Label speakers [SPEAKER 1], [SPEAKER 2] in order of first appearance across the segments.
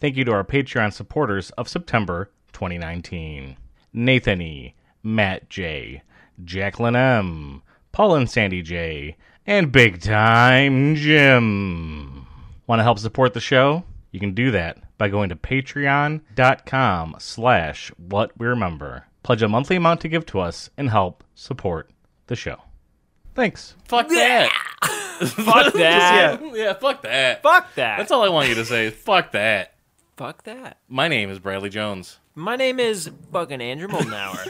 [SPEAKER 1] Thank you to our Patreon supporters of September 2019 Nathan E., Matt J., Jacqueline M., Paul and Sandy J., and Big Time Jim. Want to help support the show? You can do that by going to patreon.com slash what we remember. Pledge a monthly amount to give to us and help support the show. Thanks.
[SPEAKER 2] Fuck that. fuck that. yeah. fuck that.
[SPEAKER 3] Fuck that.
[SPEAKER 2] That's all I want you to say. is fuck that.
[SPEAKER 3] Fuck that.
[SPEAKER 2] My name is Bradley Jones.
[SPEAKER 3] My name is fucking Andrew Molnauer.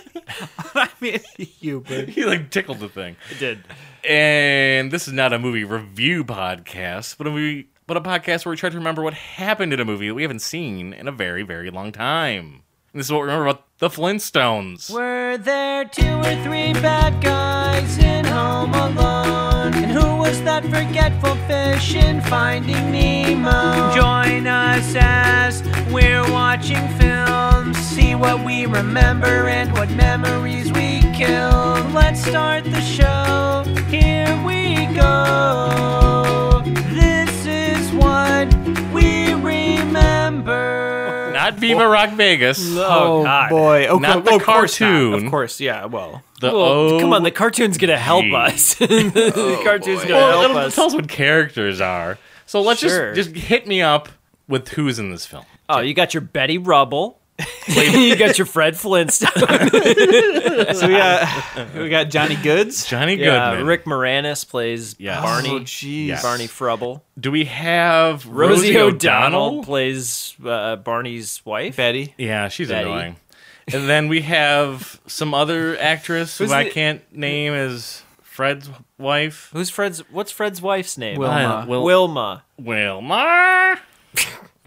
[SPEAKER 3] I mean, you, but
[SPEAKER 2] He like tickled the thing.
[SPEAKER 3] did.
[SPEAKER 2] And this is not a movie review podcast, but a movie, but a podcast where we try to remember what happened in a movie that we haven't seen in a very, very long time. And this is what we remember about the Flintstones.
[SPEAKER 3] Were there two or three bad guys in Home Alone? And who was that forgetful fish in Finding Nemo? Join us as we're watching films. See what we remember and what memories we killed. Let's start the show. Here we go. This is what we remember.
[SPEAKER 2] Not Viva Rock Vegas.
[SPEAKER 3] Oh, God.
[SPEAKER 4] boy! Okay,
[SPEAKER 2] Not the
[SPEAKER 4] of course not.
[SPEAKER 2] cartoon.
[SPEAKER 4] Of course, yeah. Well,
[SPEAKER 2] The
[SPEAKER 3] Well,
[SPEAKER 2] O-
[SPEAKER 3] come on, the cartoon's gonna help
[SPEAKER 2] gee.
[SPEAKER 3] us. the cartoon's gonna
[SPEAKER 2] Well,
[SPEAKER 3] help
[SPEAKER 2] it'll
[SPEAKER 3] us.
[SPEAKER 2] tell us what characters are. So let's
[SPEAKER 3] Sure.
[SPEAKER 2] just just hit me up with who's in this film.
[SPEAKER 3] Oh, you got your Betty Rubble. you got your Fred Flintstone.
[SPEAKER 4] so we got we got Johnny Goods.
[SPEAKER 2] Johnny
[SPEAKER 3] yeah,
[SPEAKER 2] Goodman.
[SPEAKER 3] Rick Moranis plays
[SPEAKER 2] Yes.
[SPEAKER 3] Barney.
[SPEAKER 4] Oh, jeez.
[SPEAKER 2] Yes.
[SPEAKER 3] Barney Frubble.
[SPEAKER 2] Do we have
[SPEAKER 3] Rosie, O'Donnell, plays uh, Barney's wife.
[SPEAKER 4] Betty.
[SPEAKER 2] Yeah, she's
[SPEAKER 3] Betty.
[SPEAKER 2] annoying. And then we have some other actress who
[SPEAKER 4] Who's
[SPEAKER 2] I
[SPEAKER 4] the-
[SPEAKER 2] can't name as Fred's wife.
[SPEAKER 3] Who's Fred's? What's Fred's wife's name?
[SPEAKER 4] Wilma.
[SPEAKER 2] Uh, Wil-
[SPEAKER 3] Wilma.
[SPEAKER 2] Wilma.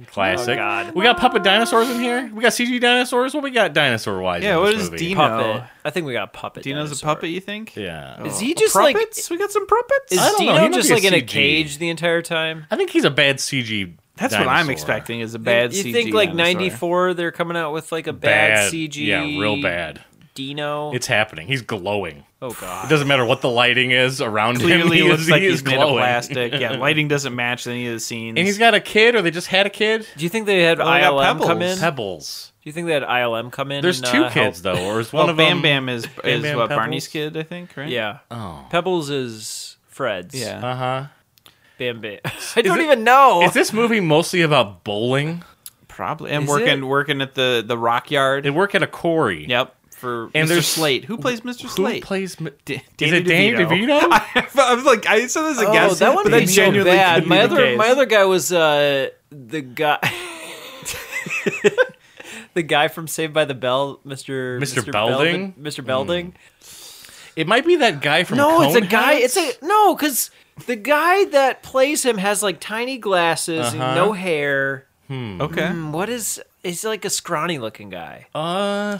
[SPEAKER 2] Classic.
[SPEAKER 3] Oh, God.
[SPEAKER 2] We got puppet dinosaurs in here. We got CG dinosaurs. What we got dinosaur wise?
[SPEAKER 4] Yeah,
[SPEAKER 2] What
[SPEAKER 4] what
[SPEAKER 2] is
[SPEAKER 4] is Dino?
[SPEAKER 3] Puppet. I think we got puppet.
[SPEAKER 4] Dino's a
[SPEAKER 3] dinosaur.
[SPEAKER 4] puppet. You think? Oh.
[SPEAKER 2] Yeah.
[SPEAKER 3] Is he just like?
[SPEAKER 4] puppets? we got some puppets.
[SPEAKER 3] Is
[SPEAKER 2] I don't know,
[SPEAKER 3] Dino
[SPEAKER 2] he might
[SPEAKER 3] just
[SPEAKER 2] be a
[SPEAKER 3] like in a
[SPEAKER 2] CG.
[SPEAKER 3] cage the entire time?
[SPEAKER 2] I think he's a bad CG.
[SPEAKER 4] That's what I'm
[SPEAKER 2] dinosaur.
[SPEAKER 4] expecting is a bad.
[SPEAKER 3] you
[SPEAKER 4] CG
[SPEAKER 3] think like
[SPEAKER 4] dinosaur.
[SPEAKER 3] '94? They're coming out with like a bad,
[SPEAKER 2] Bad
[SPEAKER 3] CG.
[SPEAKER 2] Yeah, real bad.
[SPEAKER 3] Dino.
[SPEAKER 2] It's happening. He's glowing.
[SPEAKER 3] oh
[SPEAKER 2] It
[SPEAKER 3] god.
[SPEAKER 2] doesn't matter what the lighting is around him.
[SPEAKER 4] Clearly
[SPEAKER 2] he
[SPEAKER 4] looks
[SPEAKER 2] is,
[SPEAKER 4] like
[SPEAKER 2] he
[SPEAKER 4] he's
[SPEAKER 2] is
[SPEAKER 4] made of
[SPEAKER 2] glowing.
[SPEAKER 4] plastic. Yeah, lighting doesn't match any of the scenes.
[SPEAKER 2] And he's got a kid, or they just had a kid.
[SPEAKER 3] Do you think they had
[SPEAKER 4] they got
[SPEAKER 3] ILM come
[SPEAKER 4] Pebbles.
[SPEAKER 3] in? Do
[SPEAKER 2] Pebbles.
[SPEAKER 3] you think they had ILM come in?
[SPEAKER 2] There's
[SPEAKER 3] and,
[SPEAKER 2] two
[SPEAKER 3] uh,
[SPEAKER 2] kids though, or is one
[SPEAKER 4] well,
[SPEAKER 2] of
[SPEAKER 4] Oh, Bam
[SPEAKER 2] them?
[SPEAKER 4] Bam is is
[SPEAKER 2] Bam
[SPEAKER 4] what
[SPEAKER 2] Pebbles?
[SPEAKER 4] Barney's kid, I think, right?
[SPEAKER 3] help? Yeah.
[SPEAKER 2] Oh.
[SPEAKER 3] Pebbles is Fred's.
[SPEAKER 4] Yeah.
[SPEAKER 2] Uh huh.
[SPEAKER 3] Bam Bam. I don't
[SPEAKER 2] it-
[SPEAKER 3] even know.
[SPEAKER 2] Is this movie mostly about bowling?
[SPEAKER 4] Probably. And
[SPEAKER 3] Is
[SPEAKER 4] working
[SPEAKER 3] it?
[SPEAKER 4] working at the the rock yard.
[SPEAKER 2] They work at a quarry.
[SPEAKER 4] yep. For
[SPEAKER 2] And
[SPEAKER 4] Mr.
[SPEAKER 2] there's-
[SPEAKER 4] Slate. Who plays Mr.
[SPEAKER 2] Who
[SPEAKER 4] Slate?
[SPEAKER 2] plays? M-
[SPEAKER 4] D-
[SPEAKER 2] is
[SPEAKER 4] Danny
[SPEAKER 2] it Danny
[SPEAKER 4] DeVito?
[SPEAKER 2] DeVito?
[SPEAKER 4] I was like, I said this as a
[SPEAKER 3] oh,
[SPEAKER 4] guess,
[SPEAKER 3] that one
[SPEAKER 4] but
[SPEAKER 3] made
[SPEAKER 4] that
[SPEAKER 3] me so
[SPEAKER 4] genuinely
[SPEAKER 3] bad.
[SPEAKER 4] could
[SPEAKER 3] My
[SPEAKER 4] be
[SPEAKER 3] other
[SPEAKER 4] the case.
[SPEAKER 3] my other guy was uh, the guy. The guy from Saved by the Bell, Mr.
[SPEAKER 2] Mr. Belding? Mm.
[SPEAKER 3] Mr. Belding.
[SPEAKER 2] It might be that guy from
[SPEAKER 3] No, it's a guy.
[SPEAKER 2] Coneheads?
[SPEAKER 3] It's a no, because the guy that plays him has like tiny glasses and
[SPEAKER 2] Uh-huh.
[SPEAKER 3] no hair.
[SPEAKER 4] Okay.
[SPEAKER 3] Mm, What is? He's like a scrawny-looking guy.
[SPEAKER 2] uh,
[SPEAKER 4] And you're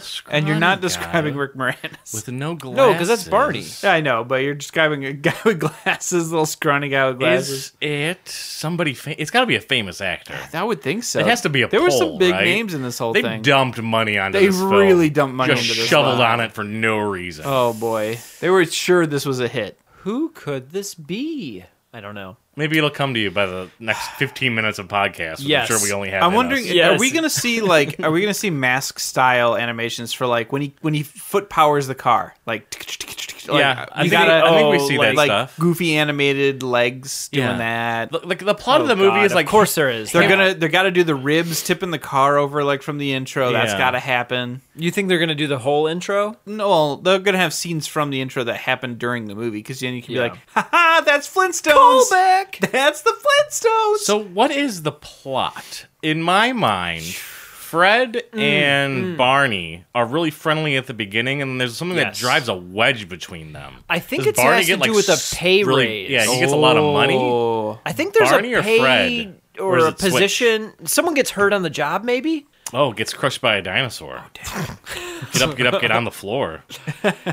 [SPEAKER 2] scrawny
[SPEAKER 4] not
[SPEAKER 2] guy
[SPEAKER 4] describing Rick Moranis.
[SPEAKER 2] with no glasses.
[SPEAKER 3] No, 'cause that's Barney.
[SPEAKER 4] Yeah, I know, but you're describing a guy with glasses, little scrawny guy with glasses.
[SPEAKER 2] Is it somebody? Fa- it's got to be a famous actor.
[SPEAKER 4] I would think so.
[SPEAKER 2] It has to be a
[SPEAKER 4] There were some
[SPEAKER 2] poll,
[SPEAKER 4] big
[SPEAKER 2] right?
[SPEAKER 4] names in this whole
[SPEAKER 2] They
[SPEAKER 4] thing.
[SPEAKER 2] dumped money onto
[SPEAKER 4] They
[SPEAKER 2] this film.
[SPEAKER 4] really dumped money
[SPEAKER 2] Just
[SPEAKER 4] into this
[SPEAKER 2] shoveled
[SPEAKER 4] film.
[SPEAKER 2] on it for no reason.
[SPEAKER 4] oh boy, they were sure this was a hit.
[SPEAKER 3] Who could this be? I don't know.
[SPEAKER 2] Maybe it'll come to you by the next 15 minutes of podcast. which
[SPEAKER 3] Yes.
[SPEAKER 2] I'm sure we only have.
[SPEAKER 4] I'm
[SPEAKER 2] in
[SPEAKER 4] wondering,
[SPEAKER 2] us.
[SPEAKER 3] Yes.
[SPEAKER 4] are we gonna see like, are we gonna see mask style animations for like when he when he foot powers the car, like, like,
[SPEAKER 2] Yeah, I
[SPEAKER 4] you
[SPEAKER 2] think-
[SPEAKER 4] gotta,
[SPEAKER 2] I think we see
[SPEAKER 4] like,
[SPEAKER 2] that
[SPEAKER 4] Oh, like
[SPEAKER 2] stuff.
[SPEAKER 4] goofy animated legs doing
[SPEAKER 2] Yeah.
[SPEAKER 4] that.
[SPEAKER 2] Look, like the plot of the
[SPEAKER 3] Oh,
[SPEAKER 2] movie
[SPEAKER 3] God,
[SPEAKER 2] is like
[SPEAKER 3] of course there is.
[SPEAKER 4] They're
[SPEAKER 3] Hang on.
[SPEAKER 4] gonna they gotta do the ribs tipping the car over like from the intro. That's
[SPEAKER 2] Yeah.
[SPEAKER 4] gotta happen.
[SPEAKER 3] You think they're gonna do the whole intro?
[SPEAKER 4] No, well, they're gonna have scenes from the intro that happened during the movie because then you can
[SPEAKER 3] Yeah.
[SPEAKER 4] be like, "Ha ha, that's Flintstones.
[SPEAKER 3] back.
[SPEAKER 4] That's the Flintstones.
[SPEAKER 2] So what is the plot? In my mind, Fred
[SPEAKER 3] Mm,
[SPEAKER 2] and Barney are really friendly at the beginning, and there's something that
[SPEAKER 3] Yes.
[SPEAKER 2] drives a wedge between them.
[SPEAKER 3] I think
[SPEAKER 2] Does
[SPEAKER 3] it's has to do with a pay
[SPEAKER 2] s- really-
[SPEAKER 3] raise.
[SPEAKER 2] Yeah, he gets a lot of money.
[SPEAKER 4] Oh.
[SPEAKER 3] I think there's
[SPEAKER 2] Barney
[SPEAKER 3] a
[SPEAKER 2] or
[SPEAKER 3] pay
[SPEAKER 2] Fred?
[SPEAKER 3] or
[SPEAKER 2] Or is
[SPEAKER 3] a
[SPEAKER 2] it Switch?
[SPEAKER 3] position. Someone gets hurt on the job, maybe.
[SPEAKER 2] Oh, gets crushed by a dinosaur. Get up, get up, get on the floor.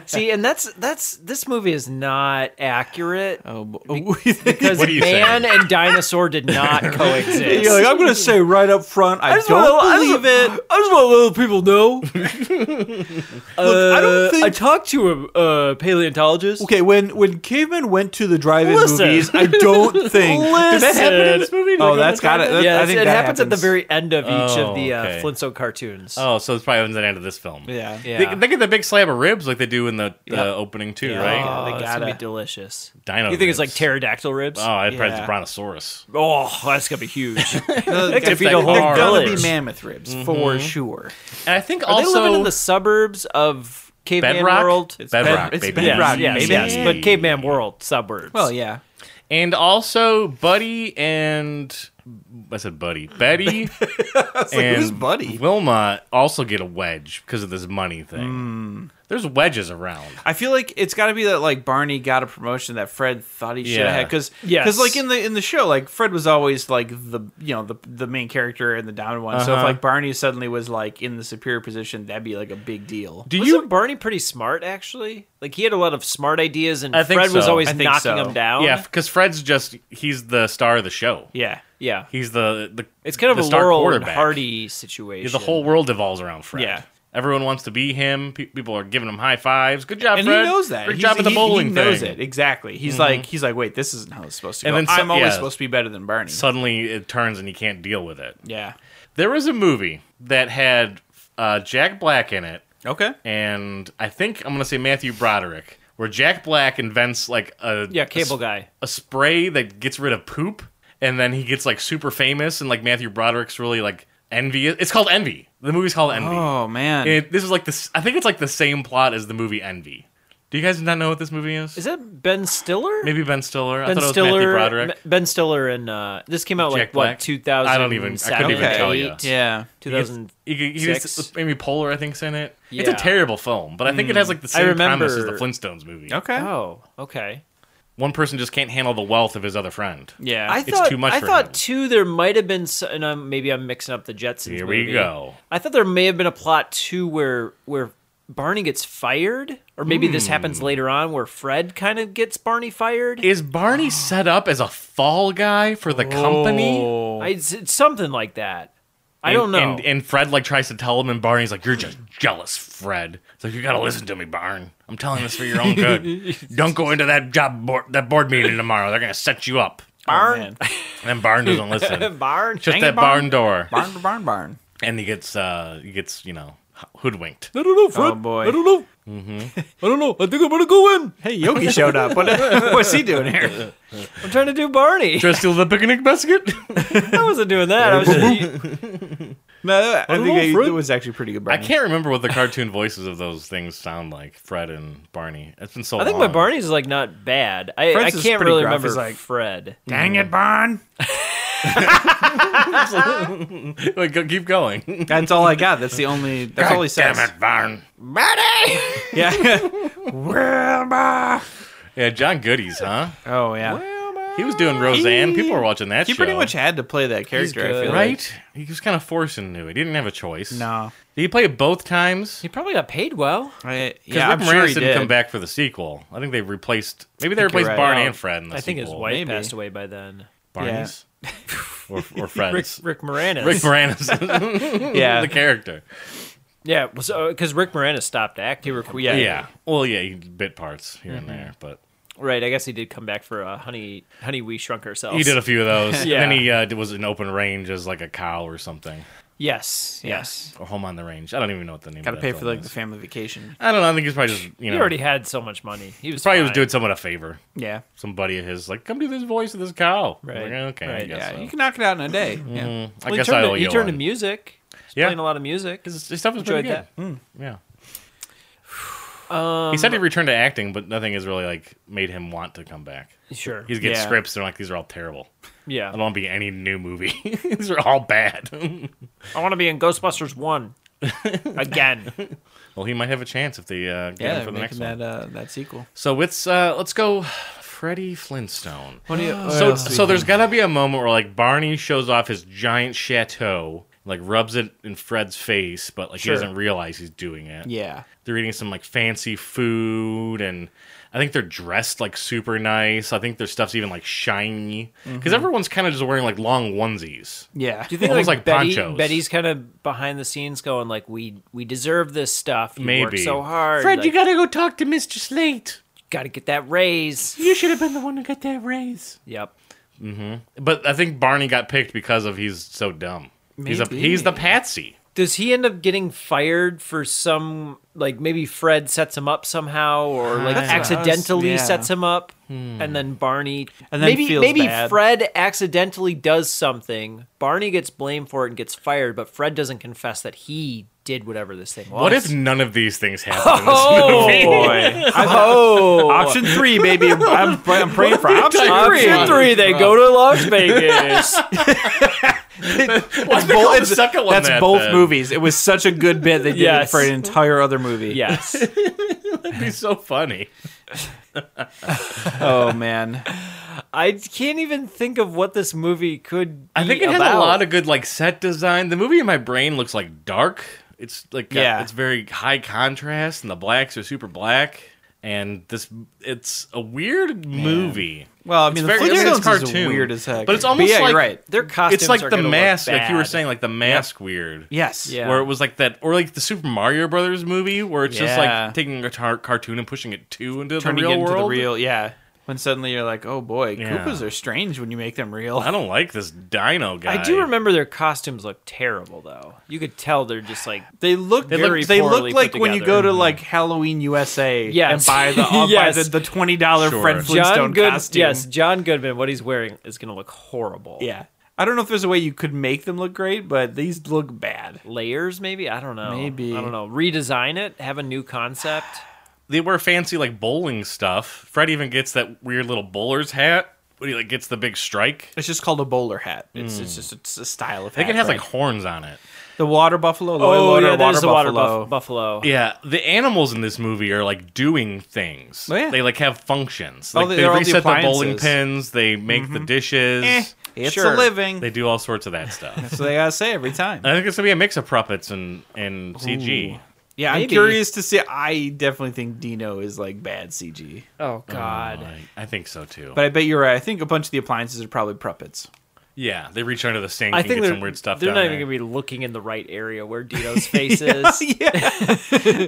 [SPEAKER 3] See, and that's that's this movie is not accurate
[SPEAKER 4] Oh, boy.
[SPEAKER 3] because
[SPEAKER 2] What are you
[SPEAKER 3] man and dinosaur did not coexist.
[SPEAKER 4] You're like, I'm gonna say right up front, I,
[SPEAKER 3] I just
[SPEAKER 4] don't
[SPEAKER 3] wanna- I just-
[SPEAKER 4] believe it.
[SPEAKER 3] I just want to let people know.
[SPEAKER 4] Look, I don't
[SPEAKER 3] Uh,
[SPEAKER 4] think-
[SPEAKER 3] I talked to a uh, paleontologist.
[SPEAKER 4] Okay, when when cavemen went to the drive-in
[SPEAKER 3] Listen.
[SPEAKER 4] movies, I don't think. Did that happen in
[SPEAKER 3] Listen.
[SPEAKER 4] this movie?
[SPEAKER 2] Like,
[SPEAKER 4] Oh,
[SPEAKER 2] on
[SPEAKER 4] that's
[SPEAKER 2] the
[SPEAKER 4] got it.
[SPEAKER 2] drive-in?
[SPEAKER 4] That-
[SPEAKER 3] Yeah,
[SPEAKER 4] I think
[SPEAKER 3] it
[SPEAKER 4] that
[SPEAKER 3] happens at the very end of each
[SPEAKER 2] Oh,
[SPEAKER 3] of the uh,
[SPEAKER 2] okay.
[SPEAKER 3] Flintstone cartoons.
[SPEAKER 2] Oh, so it's probably at the end of this film.
[SPEAKER 4] Yeah.
[SPEAKER 3] yeah.
[SPEAKER 2] They, they get the big slab of ribs like they do in the, the opening too,
[SPEAKER 3] Yeah,
[SPEAKER 2] right?
[SPEAKER 4] They
[SPEAKER 3] it's
[SPEAKER 4] gotta-
[SPEAKER 3] gonna be delicious.
[SPEAKER 2] Dino.
[SPEAKER 3] You think it's like
[SPEAKER 2] ribs.
[SPEAKER 3] pterodactyl ribs?
[SPEAKER 2] Oh, I probably
[SPEAKER 4] Yeah.
[SPEAKER 2] brontosaurus.
[SPEAKER 3] Oh, that's gonna be huge.
[SPEAKER 4] No,
[SPEAKER 3] That could feed a
[SPEAKER 4] they're
[SPEAKER 3] whole
[SPEAKER 4] gonna be
[SPEAKER 3] village.
[SPEAKER 4] mammoth ribs
[SPEAKER 3] Mm-hmm.
[SPEAKER 4] for sure.
[SPEAKER 2] And I think
[SPEAKER 3] Are they
[SPEAKER 2] also
[SPEAKER 3] living in the suburbs of caveman
[SPEAKER 2] bedrock.
[SPEAKER 3] world?
[SPEAKER 2] bedrock,
[SPEAKER 4] bed- it's
[SPEAKER 2] baby.
[SPEAKER 3] Yes,
[SPEAKER 4] bedrock,
[SPEAKER 3] yes,
[SPEAKER 4] baby.
[SPEAKER 3] yes, but caveman world suburbs.
[SPEAKER 4] Well, yeah.
[SPEAKER 2] And also Buddy and I said Buddy, Betty, and
[SPEAKER 4] who's Buddy?
[SPEAKER 2] Wilma also get a wedge because of this money thing.
[SPEAKER 4] Hmm.
[SPEAKER 2] There's wedges around.
[SPEAKER 4] I feel like it's got to be that like Barney got a promotion that Fred thought he should
[SPEAKER 2] Yeah.
[SPEAKER 4] have had because
[SPEAKER 3] Yes.
[SPEAKER 4] like in the in the show like Fred was always like the you know the the main character and the dominant one so if
[SPEAKER 2] Uh-huh.
[SPEAKER 4] like Barney suddenly was like in the superior position that'd be like a big deal.
[SPEAKER 2] Do
[SPEAKER 3] Wasn't
[SPEAKER 2] you?
[SPEAKER 3] Barney pretty smart actually? Like he had a lot of smart ideas, and
[SPEAKER 2] I think
[SPEAKER 3] Fred was
[SPEAKER 2] so.
[SPEAKER 3] always
[SPEAKER 4] I think
[SPEAKER 3] knocking
[SPEAKER 4] so.
[SPEAKER 3] him down.
[SPEAKER 2] Yeah, because Fred's just he's the star of the show.
[SPEAKER 4] yeah,
[SPEAKER 3] yeah.
[SPEAKER 2] He's the the
[SPEAKER 3] It's kind of
[SPEAKER 2] the
[SPEAKER 3] a
[SPEAKER 2] star
[SPEAKER 3] Laurel and
[SPEAKER 2] quarterback.
[SPEAKER 3] Hardy situation.
[SPEAKER 2] Yeah, the whole world evolves around Fred.
[SPEAKER 4] Yeah.
[SPEAKER 2] Everyone wants to be him. Pe- people are giving him high fives. Good job,
[SPEAKER 4] and
[SPEAKER 2] Fred.
[SPEAKER 4] he knows that.
[SPEAKER 2] Good
[SPEAKER 4] He's-
[SPEAKER 2] job at the
[SPEAKER 4] he-
[SPEAKER 2] bowling
[SPEAKER 4] He knows
[SPEAKER 2] thing. Mm-hmm.
[SPEAKER 4] it exactly. He's like he's like wait this isn't how it's supposed to
[SPEAKER 2] And
[SPEAKER 4] go.
[SPEAKER 2] then so-
[SPEAKER 4] I'm always
[SPEAKER 2] yeah.
[SPEAKER 4] supposed to be better than Barney.
[SPEAKER 2] Suddenly, it turns and he can't deal with it.
[SPEAKER 4] yeah.
[SPEAKER 2] There was a movie that had uh, Jack Black in it,
[SPEAKER 4] Okay.
[SPEAKER 2] and I think I'm gonna say Matthew Broderick, where Jack Black invents like a
[SPEAKER 3] yeah,
[SPEAKER 2] a,
[SPEAKER 3] cable
[SPEAKER 2] s-
[SPEAKER 3] guy.
[SPEAKER 2] a spray that gets rid of poop, and then he gets like super famous, and like Matthew Broderick's really like envious. It's called Envy. The movie's called Envy.
[SPEAKER 4] Oh man.
[SPEAKER 2] It, this is like this. I think it's like the same plot as the movie Envy. Do you guys not know what this movie is?
[SPEAKER 3] Is that Ben Stiller?
[SPEAKER 2] Maybe Ben Stiller. I
[SPEAKER 3] Ben
[SPEAKER 2] thought it was Matthew
[SPEAKER 3] Stiller.
[SPEAKER 2] Broderick.
[SPEAKER 3] Ma- Ben Stiller and uh, this came out
[SPEAKER 2] Jack
[SPEAKER 3] like
[SPEAKER 2] Black?
[SPEAKER 3] what 2000?
[SPEAKER 2] I don't even- I couldn't
[SPEAKER 4] even tell
[SPEAKER 2] you.
[SPEAKER 4] yeah.
[SPEAKER 2] He gets- he gets- he gets-
[SPEAKER 3] 2006?
[SPEAKER 2] Amy Poehler, I think's in it. It's a
[SPEAKER 3] Yeah.
[SPEAKER 2] terrible film, but I think it has like the same
[SPEAKER 3] remember-
[SPEAKER 2] premise as the Flintstones movie.
[SPEAKER 4] Okay.
[SPEAKER 3] Oh, okay.
[SPEAKER 2] One person just can't handle the wealth of his other friend.
[SPEAKER 4] Yeah.
[SPEAKER 3] I
[SPEAKER 2] It's
[SPEAKER 3] thought
[SPEAKER 2] too much
[SPEAKER 3] I
[SPEAKER 2] for
[SPEAKER 3] thought
[SPEAKER 2] him.
[SPEAKER 3] too there might have been s- and I'm, maybe I'm mixing up the Jetsons.
[SPEAKER 2] Here we
[SPEAKER 3] movie.
[SPEAKER 2] go.
[SPEAKER 3] I thought there may have been a plot too where where Barney gets fired, or maybe this
[SPEAKER 2] Hmm.
[SPEAKER 3] happens later on where Fred kind of gets Barney fired.
[SPEAKER 2] Is Barney set up as a fall guy for the
[SPEAKER 4] Oh.
[SPEAKER 2] company?
[SPEAKER 3] I, it's, it's something like that. I don't know.
[SPEAKER 2] And, and Fred like tries to tell him, and Barney's like, "You're just jealous, Fred." It's like you gotta listen to me, Barn. I'm telling this for your own good. Don't go into that job board, that board meeting tomorrow. They're gonna set you up.
[SPEAKER 4] barn.
[SPEAKER 2] And Barn doesn't listen.
[SPEAKER 3] Barn.
[SPEAKER 2] Shut
[SPEAKER 4] Dang it,
[SPEAKER 2] that barn door.
[SPEAKER 4] barn. Barn. Barn.
[SPEAKER 2] And he gets uh he gets you know hoodwinked.
[SPEAKER 3] I don't know, Fred.
[SPEAKER 4] Oh, boy.
[SPEAKER 3] I don't know.
[SPEAKER 2] Mm-hmm.
[SPEAKER 3] I don't know. I think I'm gonna go in.
[SPEAKER 4] Hey, Yogi showed up. What, what's he doing here?
[SPEAKER 3] I'm trying to do Barney.
[SPEAKER 2] Try to steal the picnic basket.
[SPEAKER 3] I wasn't doing that. I was just,
[SPEAKER 4] No, I
[SPEAKER 3] Hello,
[SPEAKER 4] think it
[SPEAKER 3] Fred.
[SPEAKER 4] was actually pretty good.
[SPEAKER 2] I
[SPEAKER 4] Barney.
[SPEAKER 2] can't remember what the cartoon voices of those things sound like. Fred and Barney. It's been so
[SPEAKER 3] I
[SPEAKER 2] long.
[SPEAKER 3] think my Barney's like not bad. I, I
[SPEAKER 4] Fred's is
[SPEAKER 3] can't
[SPEAKER 4] pretty
[SPEAKER 3] really
[SPEAKER 4] gruff.
[SPEAKER 3] remember
[SPEAKER 4] He's like-
[SPEAKER 3] Fred.
[SPEAKER 4] Dang it, Barn!
[SPEAKER 2] like go- keep going.
[SPEAKER 4] That's all I got. That's the only. That's all he says.
[SPEAKER 2] Damn it, Barn.
[SPEAKER 4] Yeah. Wilma.
[SPEAKER 2] Yeah, John Goody's, huh?
[SPEAKER 4] Oh yeah.
[SPEAKER 2] He was doing Roseanne. People were watching that
[SPEAKER 4] He
[SPEAKER 2] show.
[SPEAKER 4] pretty much had to play that character. I
[SPEAKER 3] good.
[SPEAKER 4] feel Like.
[SPEAKER 2] right. He was kind of forced into it. He didn't have a choice.
[SPEAKER 4] No.
[SPEAKER 2] Did he play it both times?
[SPEAKER 3] He probably got paid well.
[SPEAKER 4] I,
[SPEAKER 2] Because
[SPEAKER 4] yeah, I'm
[SPEAKER 2] Rick
[SPEAKER 4] sure
[SPEAKER 2] Moranis
[SPEAKER 4] he
[SPEAKER 2] didn't
[SPEAKER 4] did.
[SPEAKER 2] come back for the sequel. I think they replaced. Maybe they
[SPEAKER 4] think you're
[SPEAKER 2] replaced
[SPEAKER 4] right.
[SPEAKER 2] Barney
[SPEAKER 4] No.
[SPEAKER 2] and Fred in the
[SPEAKER 3] I think his
[SPEAKER 2] sequel.
[SPEAKER 3] wife
[SPEAKER 4] maybe.
[SPEAKER 3] passed away by then.
[SPEAKER 2] Barney's or, or Fred's.
[SPEAKER 3] Rick, Rick Moranis.
[SPEAKER 2] Rick Moranis,
[SPEAKER 4] Yeah.
[SPEAKER 2] the character.
[SPEAKER 3] yeah, because Rick Moranis stopped acting.
[SPEAKER 4] yeah.
[SPEAKER 2] Yeah. Well, yeah, he bit parts here and there, but
[SPEAKER 3] Right, I guess he did come back for uh, Honey, Honey, We Shrunk Ourselves.
[SPEAKER 2] he did a few of those.
[SPEAKER 3] Yeah.
[SPEAKER 2] And then he uh, did- was in open range as like a cow or something,
[SPEAKER 3] Yes, yes.
[SPEAKER 2] or home on the range. I don't even know what the name.
[SPEAKER 4] Got to
[SPEAKER 2] of
[SPEAKER 4] pay
[SPEAKER 2] that
[SPEAKER 4] for
[SPEAKER 2] film
[SPEAKER 4] like the
[SPEAKER 2] is.
[SPEAKER 4] family vacation.
[SPEAKER 2] I don't know. I think he's probably just you know
[SPEAKER 3] He already had so much money. He was
[SPEAKER 2] probably was
[SPEAKER 3] fine.
[SPEAKER 2] doing someone a favor.
[SPEAKER 4] Yeah.
[SPEAKER 2] Some buddy of his like come do this voice of this cow. I'm
[SPEAKER 3] Right.
[SPEAKER 2] like, okay. I
[SPEAKER 3] Right,
[SPEAKER 2] guess.
[SPEAKER 4] Yeah.
[SPEAKER 2] so.
[SPEAKER 4] You can knock it out in a day. Yeah.
[SPEAKER 2] I
[SPEAKER 3] Well,
[SPEAKER 2] guess
[SPEAKER 3] he turned,
[SPEAKER 2] I
[SPEAKER 3] to,
[SPEAKER 2] owe
[SPEAKER 3] he
[SPEAKER 2] you
[SPEAKER 3] turned to
[SPEAKER 2] one.
[SPEAKER 3] music. He's
[SPEAKER 2] Yeah.
[SPEAKER 3] playing a lot of music.
[SPEAKER 2] His, his stuff was pretty good.
[SPEAKER 3] Enjoyed
[SPEAKER 2] Yeah.
[SPEAKER 3] Um,
[SPEAKER 2] he said he returned to acting, but nothing has really like made him want to come back.
[SPEAKER 3] Sure.
[SPEAKER 2] He's getting
[SPEAKER 4] Yeah.
[SPEAKER 2] scripts. They're like these are all terrible. I don't
[SPEAKER 3] yeah.
[SPEAKER 2] want to be in any new movie. These are all bad.
[SPEAKER 3] I want to be in Ghostbusters 1 again.
[SPEAKER 2] well, he might have a chance if they uh, get him
[SPEAKER 4] Yeah.
[SPEAKER 2] for the next
[SPEAKER 4] Making
[SPEAKER 2] one.
[SPEAKER 4] that uh, that sequel.
[SPEAKER 2] So it's uh, let's go, Freddie Flintstone.
[SPEAKER 4] What do you,
[SPEAKER 2] So so there's gotta be a moment where like Barney shows off his giant chateau like rubs it in Fred's face, but like
[SPEAKER 4] Sure.
[SPEAKER 2] he doesn't realize he's doing it.
[SPEAKER 4] Yeah.
[SPEAKER 2] They're eating some like fancy food and I think they're dressed like super nice. I think their stuff's even like shiny because everyone's kind of just wearing like long onesies.
[SPEAKER 4] Yeah.
[SPEAKER 3] Do you think
[SPEAKER 2] Almost
[SPEAKER 3] like,
[SPEAKER 2] like
[SPEAKER 3] Betty,
[SPEAKER 2] ponchos.
[SPEAKER 3] Betty's kind of behind the scenes going like, "We we deserve this stuff. You worked
[SPEAKER 2] Maybe.
[SPEAKER 3] so hard.
[SPEAKER 2] Fred, you
[SPEAKER 3] got
[SPEAKER 2] gotta go talk to Mr. Slate.
[SPEAKER 3] got to get that raise."
[SPEAKER 2] You should have been the one who got that raise.
[SPEAKER 3] Yep.
[SPEAKER 2] But I think Barney got picked because of he's so dumb. He's a,
[SPEAKER 4] Maybe.
[SPEAKER 2] he's the patsy.
[SPEAKER 3] Does he end up getting fired for some like maybe Fred sets him up somehow or like
[SPEAKER 4] That's what I was-
[SPEAKER 3] accidentally
[SPEAKER 4] yeah. Hmm.
[SPEAKER 3] sets him up and then Barney
[SPEAKER 4] And then
[SPEAKER 3] maybe
[SPEAKER 4] feels
[SPEAKER 3] maybe
[SPEAKER 4] bad.
[SPEAKER 3] Fred accidentally does something. Barney gets blamed for it and gets fired, but Fred doesn't confess that he did whatever this thing was.
[SPEAKER 2] What if none of these things happened in
[SPEAKER 3] Oh!
[SPEAKER 2] this movie?
[SPEAKER 4] Boy.
[SPEAKER 3] Oh,
[SPEAKER 4] Option three, baby. I'm, I'm praying for option three.
[SPEAKER 3] option three, they go to Las Vegas.
[SPEAKER 2] Why
[SPEAKER 4] That's
[SPEAKER 2] they
[SPEAKER 4] both-
[SPEAKER 2] call the
[SPEAKER 4] it's-
[SPEAKER 2] second one
[SPEAKER 4] That's
[SPEAKER 2] that,
[SPEAKER 4] both
[SPEAKER 2] then?
[SPEAKER 4] movies. It was such a good bit they did it
[SPEAKER 3] Yes.
[SPEAKER 4] for an entire other movie.
[SPEAKER 3] yes.
[SPEAKER 2] That'd be so funny.
[SPEAKER 4] Oh man.
[SPEAKER 3] I can't even think of what this movie could
[SPEAKER 2] I
[SPEAKER 3] be
[SPEAKER 2] think it has
[SPEAKER 3] about.
[SPEAKER 2] a lot of good like set design. The movie in my brain looks like dark. It's like got-
[SPEAKER 4] Yeah.
[SPEAKER 2] it's very high contrast, and the blacks are super black. And this, it's a weird movie.
[SPEAKER 4] Well, I
[SPEAKER 2] It's
[SPEAKER 4] mean,
[SPEAKER 2] very-
[SPEAKER 4] the
[SPEAKER 2] I mean,
[SPEAKER 4] Flintstones
[SPEAKER 2] it's
[SPEAKER 4] is
[SPEAKER 2] cartoon,
[SPEAKER 4] weird as heck.
[SPEAKER 2] but it's almost
[SPEAKER 4] yeah,
[SPEAKER 2] like-
[SPEAKER 4] you're right.
[SPEAKER 3] Their costumes
[SPEAKER 2] it's like
[SPEAKER 3] are
[SPEAKER 2] the
[SPEAKER 3] gonna look
[SPEAKER 2] mask, like you were
[SPEAKER 3] bad.
[SPEAKER 2] saying, like the mask weird.
[SPEAKER 4] Yes.
[SPEAKER 3] Yeah.
[SPEAKER 2] Where it was like that, or like the Super Mario Brothers movie, where it's just
[SPEAKER 4] Yeah.
[SPEAKER 2] like taking a tar- cartoon and pushing it too into
[SPEAKER 4] Turning
[SPEAKER 2] the real
[SPEAKER 4] it into
[SPEAKER 2] world.
[SPEAKER 4] the real. Yeah. When suddenly you're like, oh boy,
[SPEAKER 2] Yeah.
[SPEAKER 4] Koopas are strange when you make them real.
[SPEAKER 2] I don't like this Dino guy.
[SPEAKER 3] I do remember their costumes look terrible, though. You could tell they're just like
[SPEAKER 4] They look
[SPEAKER 3] They look-
[SPEAKER 4] very
[SPEAKER 3] they look
[SPEAKER 4] poorly
[SPEAKER 3] like
[SPEAKER 4] put
[SPEAKER 3] when you
[SPEAKER 4] together. Mm-hmm.
[SPEAKER 3] go to,
[SPEAKER 4] like Halloween USA
[SPEAKER 3] Yes.
[SPEAKER 4] and buy the uh,
[SPEAKER 3] Yes.
[SPEAKER 4] buy the, the twenty dollar
[SPEAKER 2] Sure.
[SPEAKER 4] Fred Flintstone
[SPEAKER 3] John Good.
[SPEAKER 4] costume.
[SPEAKER 3] Yes, John Goodman. What he's wearing is going to look horrible.
[SPEAKER 4] Yeah. I don't know if there's a way you could make them look great, but these look bad.
[SPEAKER 3] layers maybe. I don't know.
[SPEAKER 4] Maybe.
[SPEAKER 3] I don't know. Redesign it. Have a new concept.
[SPEAKER 2] they wear fancy like bowling stuff. Fred even gets that weird little bowler's hat. When he like gets the big strike.
[SPEAKER 4] It's just called a bowler hat. It's, it's just it's a style of
[SPEAKER 2] I
[SPEAKER 4] hat.
[SPEAKER 2] think it has
[SPEAKER 4] right?
[SPEAKER 2] like horns on it.
[SPEAKER 4] the water buffalo.
[SPEAKER 3] Oh
[SPEAKER 4] Loyal
[SPEAKER 3] yeah,
[SPEAKER 4] Order,
[SPEAKER 3] there's the water
[SPEAKER 4] buffalo.
[SPEAKER 3] buff- buffalo.
[SPEAKER 2] Yeah, the animals in this movie are like doing things.
[SPEAKER 4] Oh, yeah.
[SPEAKER 2] They like have functions.
[SPEAKER 4] Oh,
[SPEAKER 2] Like,
[SPEAKER 4] they-
[SPEAKER 2] they
[SPEAKER 4] they're all the
[SPEAKER 2] reset the, bowling
[SPEAKER 4] appliances.
[SPEAKER 2] pins. They make the dishes.
[SPEAKER 4] Eh, it's
[SPEAKER 3] Sure.
[SPEAKER 4] a living.
[SPEAKER 2] They do all sorts of that stuff.
[SPEAKER 4] so they gotta say every time.
[SPEAKER 2] I think it's gonna be a mix of puppets and and CG.
[SPEAKER 4] yeah, I'm
[SPEAKER 3] maybe.
[SPEAKER 4] curious to see. I definitely think Dino is like bad CG,
[SPEAKER 3] Oh God.
[SPEAKER 2] I, I think so too.
[SPEAKER 4] but I bet you're right. I think a bunch of the appliances are probably puppets.
[SPEAKER 2] yeah, they reach under the sink
[SPEAKER 3] I
[SPEAKER 2] and
[SPEAKER 3] think
[SPEAKER 2] get
[SPEAKER 3] they're,
[SPEAKER 2] some weird stuff.
[SPEAKER 3] they're
[SPEAKER 2] down
[SPEAKER 3] not
[SPEAKER 2] there.
[SPEAKER 3] even going to be looking in the right area where Dino's face is.
[SPEAKER 4] yeah,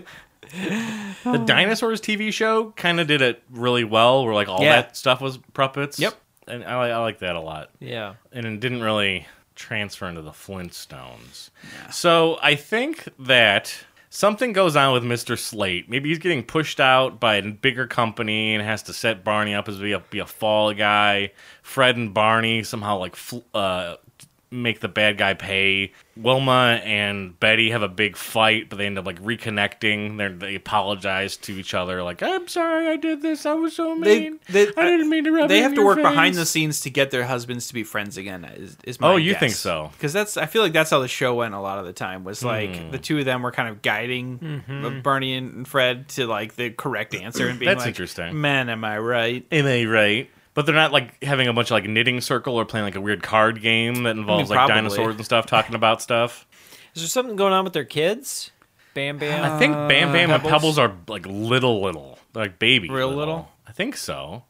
[SPEAKER 4] Oh.
[SPEAKER 2] The dinosaurs TV show kind of did it really well, where like all
[SPEAKER 4] Yeah.
[SPEAKER 2] that stuff was puppets.
[SPEAKER 4] Yep.
[SPEAKER 2] and I, li- I like that a lot.
[SPEAKER 3] Yeah.
[SPEAKER 2] And it didn't really transfer into the Flintstones. So I think that something goes on with Mister Slate. Maybe he's getting pushed out by a bigger company and has to set Barney up as be a, be a fall guy. Fred and Barney somehow like fl- uh, make the bad guy pay. Wilma and Betty have a big fight, but they end up like reconnecting. They're, they apologize to each other, like "I'm sorry, I did this. I was so
[SPEAKER 4] They-
[SPEAKER 2] mean.
[SPEAKER 4] they-
[SPEAKER 2] I didn't mean to rub." it
[SPEAKER 4] they
[SPEAKER 2] in
[SPEAKER 4] have to
[SPEAKER 2] your
[SPEAKER 4] work behind
[SPEAKER 2] face."
[SPEAKER 4] the scenes to get their husbands to be friends again. Is, is my
[SPEAKER 2] Oh, you think so? Hmm.
[SPEAKER 4] Because that's I feel like that's how the show went a lot of the time. Was like the two of them were kind of guiding uh, Bernie and Fred to like the correct answer and being
[SPEAKER 2] Mm-hmm. That's
[SPEAKER 4] like,
[SPEAKER 2] interesting.
[SPEAKER 4] "Man, am I right?"
[SPEAKER 2] Am I right? But they're not like having a bunch of like knitting circle or playing like a weird card game that involves like
[SPEAKER 4] probably.
[SPEAKER 2] dinosaurs and stuff, talking about stuff.
[SPEAKER 3] Is there something going on with their kids? Bam Bam.
[SPEAKER 2] I think Bam Bam and
[SPEAKER 4] Uh, Pebbles?
[SPEAKER 2] Pebbles are like little, little, They're, like baby,
[SPEAKER 4] Real little?
[SPEAKER 2] I think so.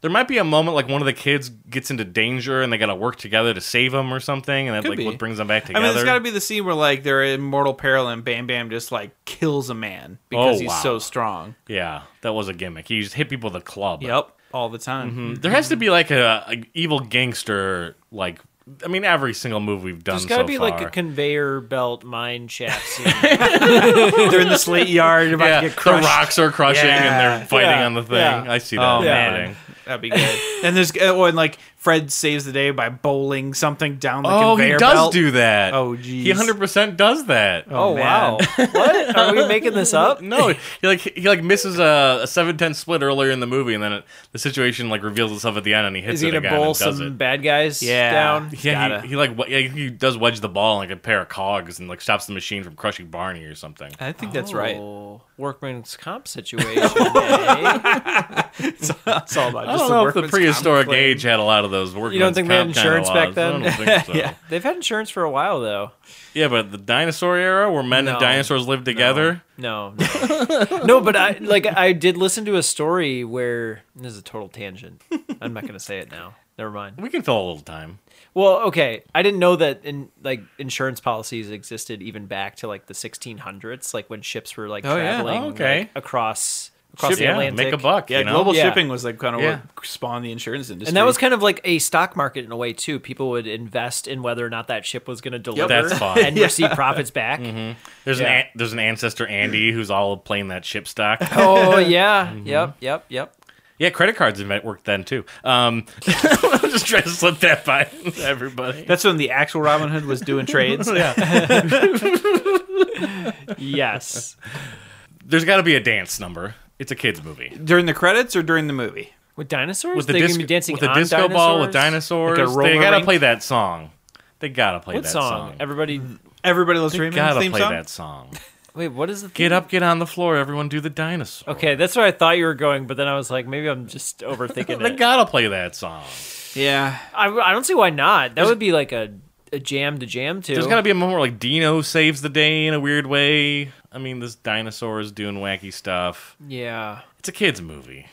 [SPEAKER 2] There might be a moment like one of the kids gets into danger and they got to work together to save him or something, and that's
[SPEAKER 4] Could
[SPEAKER 2] like
[SPEAKER 4] be.
[SPEAKER 2] what brings them back
[SPEAKER 4] I
[SPEAKER 2] together.
[SPEAKER 4] mean, there's got to be the scene where like they're in mortal peril and Bam Bam just like kills a man because
[SPEAKER 2] Oh,
[SPEAKER 4] he's
[SPEAKER 2] wow.
[SPEAKER 4] so strong.
[SPEAKER 2] Yeah, that was a gimmick. He just hit people with a club.
[SPEAKER 4] Yep, all the time.
[SPEAKER 2] There has to be like a, a evil gangster. Like, I mean, every single move we've done.
[SPEAKER 3] There's got to
[SPEAKER 2] so
[SPEAKER 3] be like
[SPEAKER 2] far.
[SPEAKER 3] a conveyor belt mine shaft scene.
[SPEAKER 4] They're in the slate yard about
[SPEAKER 2] yeah,
[SPEAKER 4] to get
[SPEAKER 2] the
[SPEAKER 4] crushed.
[SPEAKER 2] rocks are crushing and
[SPEAKER 4] Yeah.
[SPEAKER 2] they're fighting
[SPEAKER 3] Yeah.
[SPEAKER 2] on the thing.
[SPEAKER 3] Yeah.
[SPEAKER 2] I see that.
[SPEAKER 4] Oh
[SPEAKER 2] happening.
[SPEAKER 4] man, that'd be good. and there's oh, and like Fred saves the day by bowling something down the
[SPEAKER 2] Oh,
[SPEAKER 4] conveyor
[SPEAKER 2] he does
[SPEAKER 4] belt.
[SPEAKER 2] do that.
[SPEAKER 4] Oh,
[SPEAKER 2] He
[SPEAKER 4] jeez.
[SPEAKER 2] 100% does that.
[SPEAKER 3] Oh,
[SPEAKER 4] man.
[SPEAKER 3] wow! what are we making this up?
[SPEAKER 2] No, he like he like misses a, a 7-10 split earlier in the movie, and then it, the situation like reveals itself at the end, and he hits
[SPEAKER 3] Is he
[SPEAKER 2] it
[SPEAKER 3] gonna
[SPEAKER 2] again
[SPEAKER 3] bowl
[SPEAKER 2] and does
[SPEAKER 3] some
[SPEAKER 2] it.
[SPEAKER 3] bad guys
[SPEAKER 4] Yeah.
[SPEAKER 3] down?
[SPEAKER 2] Yeah,
[SPEAKER 4] Gotta.
[SPEAKER 2] he, he like we- yeah, he does wedge the ball in, like a pair of cogs and like stops the machine from crushing Barney or something.
[SPEAKER 4] I think that's right.
[SPEAKER 3] Oh, Workman's comp situation. eh?
[SPEAKER 4] It's all about
[SPEAKER 2] I
[SPEAKER 4] just
[SPEAKER 2] don't
[SPEAKER 4] the
[SPEAKER 2] know if the
[SPEAKER 4] workman's comp
[SPEAKER 2] prehistoric
[SPEAKER 4] claim.
[SPEAKER 2] age had a lot of those working.
[SPEAKER 3] You don't think they had insurance back
[SPEAKER 2] I
[SPEAKER 3] then?
[SPEAKER 2] don't think so. yeah.
[SPEAKER 3] They've had insurance for a while though.
[SPEAKER 2] but the dinosaur era where men
[SPEAKER 3] No.
[SPEAKER 2] and dinosaurs lived together.
[SPEAKER 3] No, no. no, but I like I did listen to a story where this is a total tangent. I'm not gonna say it now. Never mind.
[SPEAKER 2] We can fill a little time.
[SPEAKER 3] Well, okay. I didn't know that in like insurance policies existed even back to like the 1600s, like when ships were like
[SPEAKER 4] Oh, yeah.
[SPEAKER 3] traveling
[SPEAKER 2] Oh, okay.
[SPEAKER 3] like, across across
[SPEAKER 2] Ship-
[SPEAKER 3] the
[SPEAKER 2] yeah,
[SPEAKER 3] Atlantic.
[SPEAKER 2] make a buck.
[SPEAKER 4] Yeah,
[SPEAKER 2] you know?
[SPEAKER 4] global
[SPEAKER 3] Yeah.
[SPEAKER 4] shipping was like kind of
[SPEAKER 2] Yeah.
[SPEAKER 4] what spawned the insurance industry.
[SPEAKER 3] And that was kind of like a stock market in a way too. People would invest in whether or not that ship was going to deliver
[SPEAKER 2] That's fine. Mm-hmm.
[SPEAKER 3] and receive profits back.
[SPEAKER 2] There's
[SPEAKER 3] Yeah.
[SPEAKER 2] an an there's an ancestor Andy who's all playing that ship stock.
[SPEAKER 3] Oh yeah,
[SPEAKER 2] Mm-hmm.
[SPEAKER 3] yep, yep, yep.
[SPEAKER 2] yeah, credit cards invent worked then too. Um, I'm just trying to slip that by everybody.
[SPEAKER 4] That's when the actual Robin Hood was doing trades.
[SPEAKER 3] Yes.
[SPEAKER 2] There's got to be a dance number. It's a kids movie
[SPEAKER 4] During the credits or during the movie?
[SPEAKER 3] With dinosaurs,
[SPEAKER 2] with the
[SPEAKER 3] they
[SPEAKER 2] disc-
[SPEAKER 3] can be dancing
[SPEAKER 2] with the
[SPEAKER 3] on
[SPEAKER 2] disco
[SPEAKER 3] dinosaurs?
[SPEAKER 2] ball with dinosaurs.
[SPEAKER 4] Like a
[SPEAKER 2] they
[SPEAKER 4] roller
[SPEAKER 2] gotta
[SPEAKER 4] rink?
[SPEAKER 2] play that song. They gotta play
[SPEAKER 3] What
[SPEAKER 2] that
[SPEAKER 3] song?
[SPEAKER 2] song.
[SPEAKER 3] Everybody,
[SPEAKER 4] Everybody loves
[SPEAKER 2] They
[SPEAKER 4] Raymond's
[SPEAKER 2] gotta
[SPEAKER 4] theme
[SPEAKER 2] play
[SPEAKER 4] song.
[SPEAKER 2] that song.
[SPEAKER 3] wait, what is the thing?
[SPEAKER 2] Get up, get on the floor, everyone. Do the dinosaur.
[SPEAKER 3] Okay, that's where I thought you were going, but then I was like, maybe I'm just overthinking
[SPEAKER 2] They
[SPEAKER 3] it.
[SPEAKER 2] gotta play that song.
[SPEAKER 4] Yeah,
[SPEAKER 3] I, I don't see why not. That would be like a, a jam to jam to.
[SPEAKER 2] There's got to be a moment where like Dino saves the day in a weird way. I mean, this dinosaur is doing wacky stuff.
[SPEAKER 3] yeah.
[SPEAKER 2] It's a kids movie.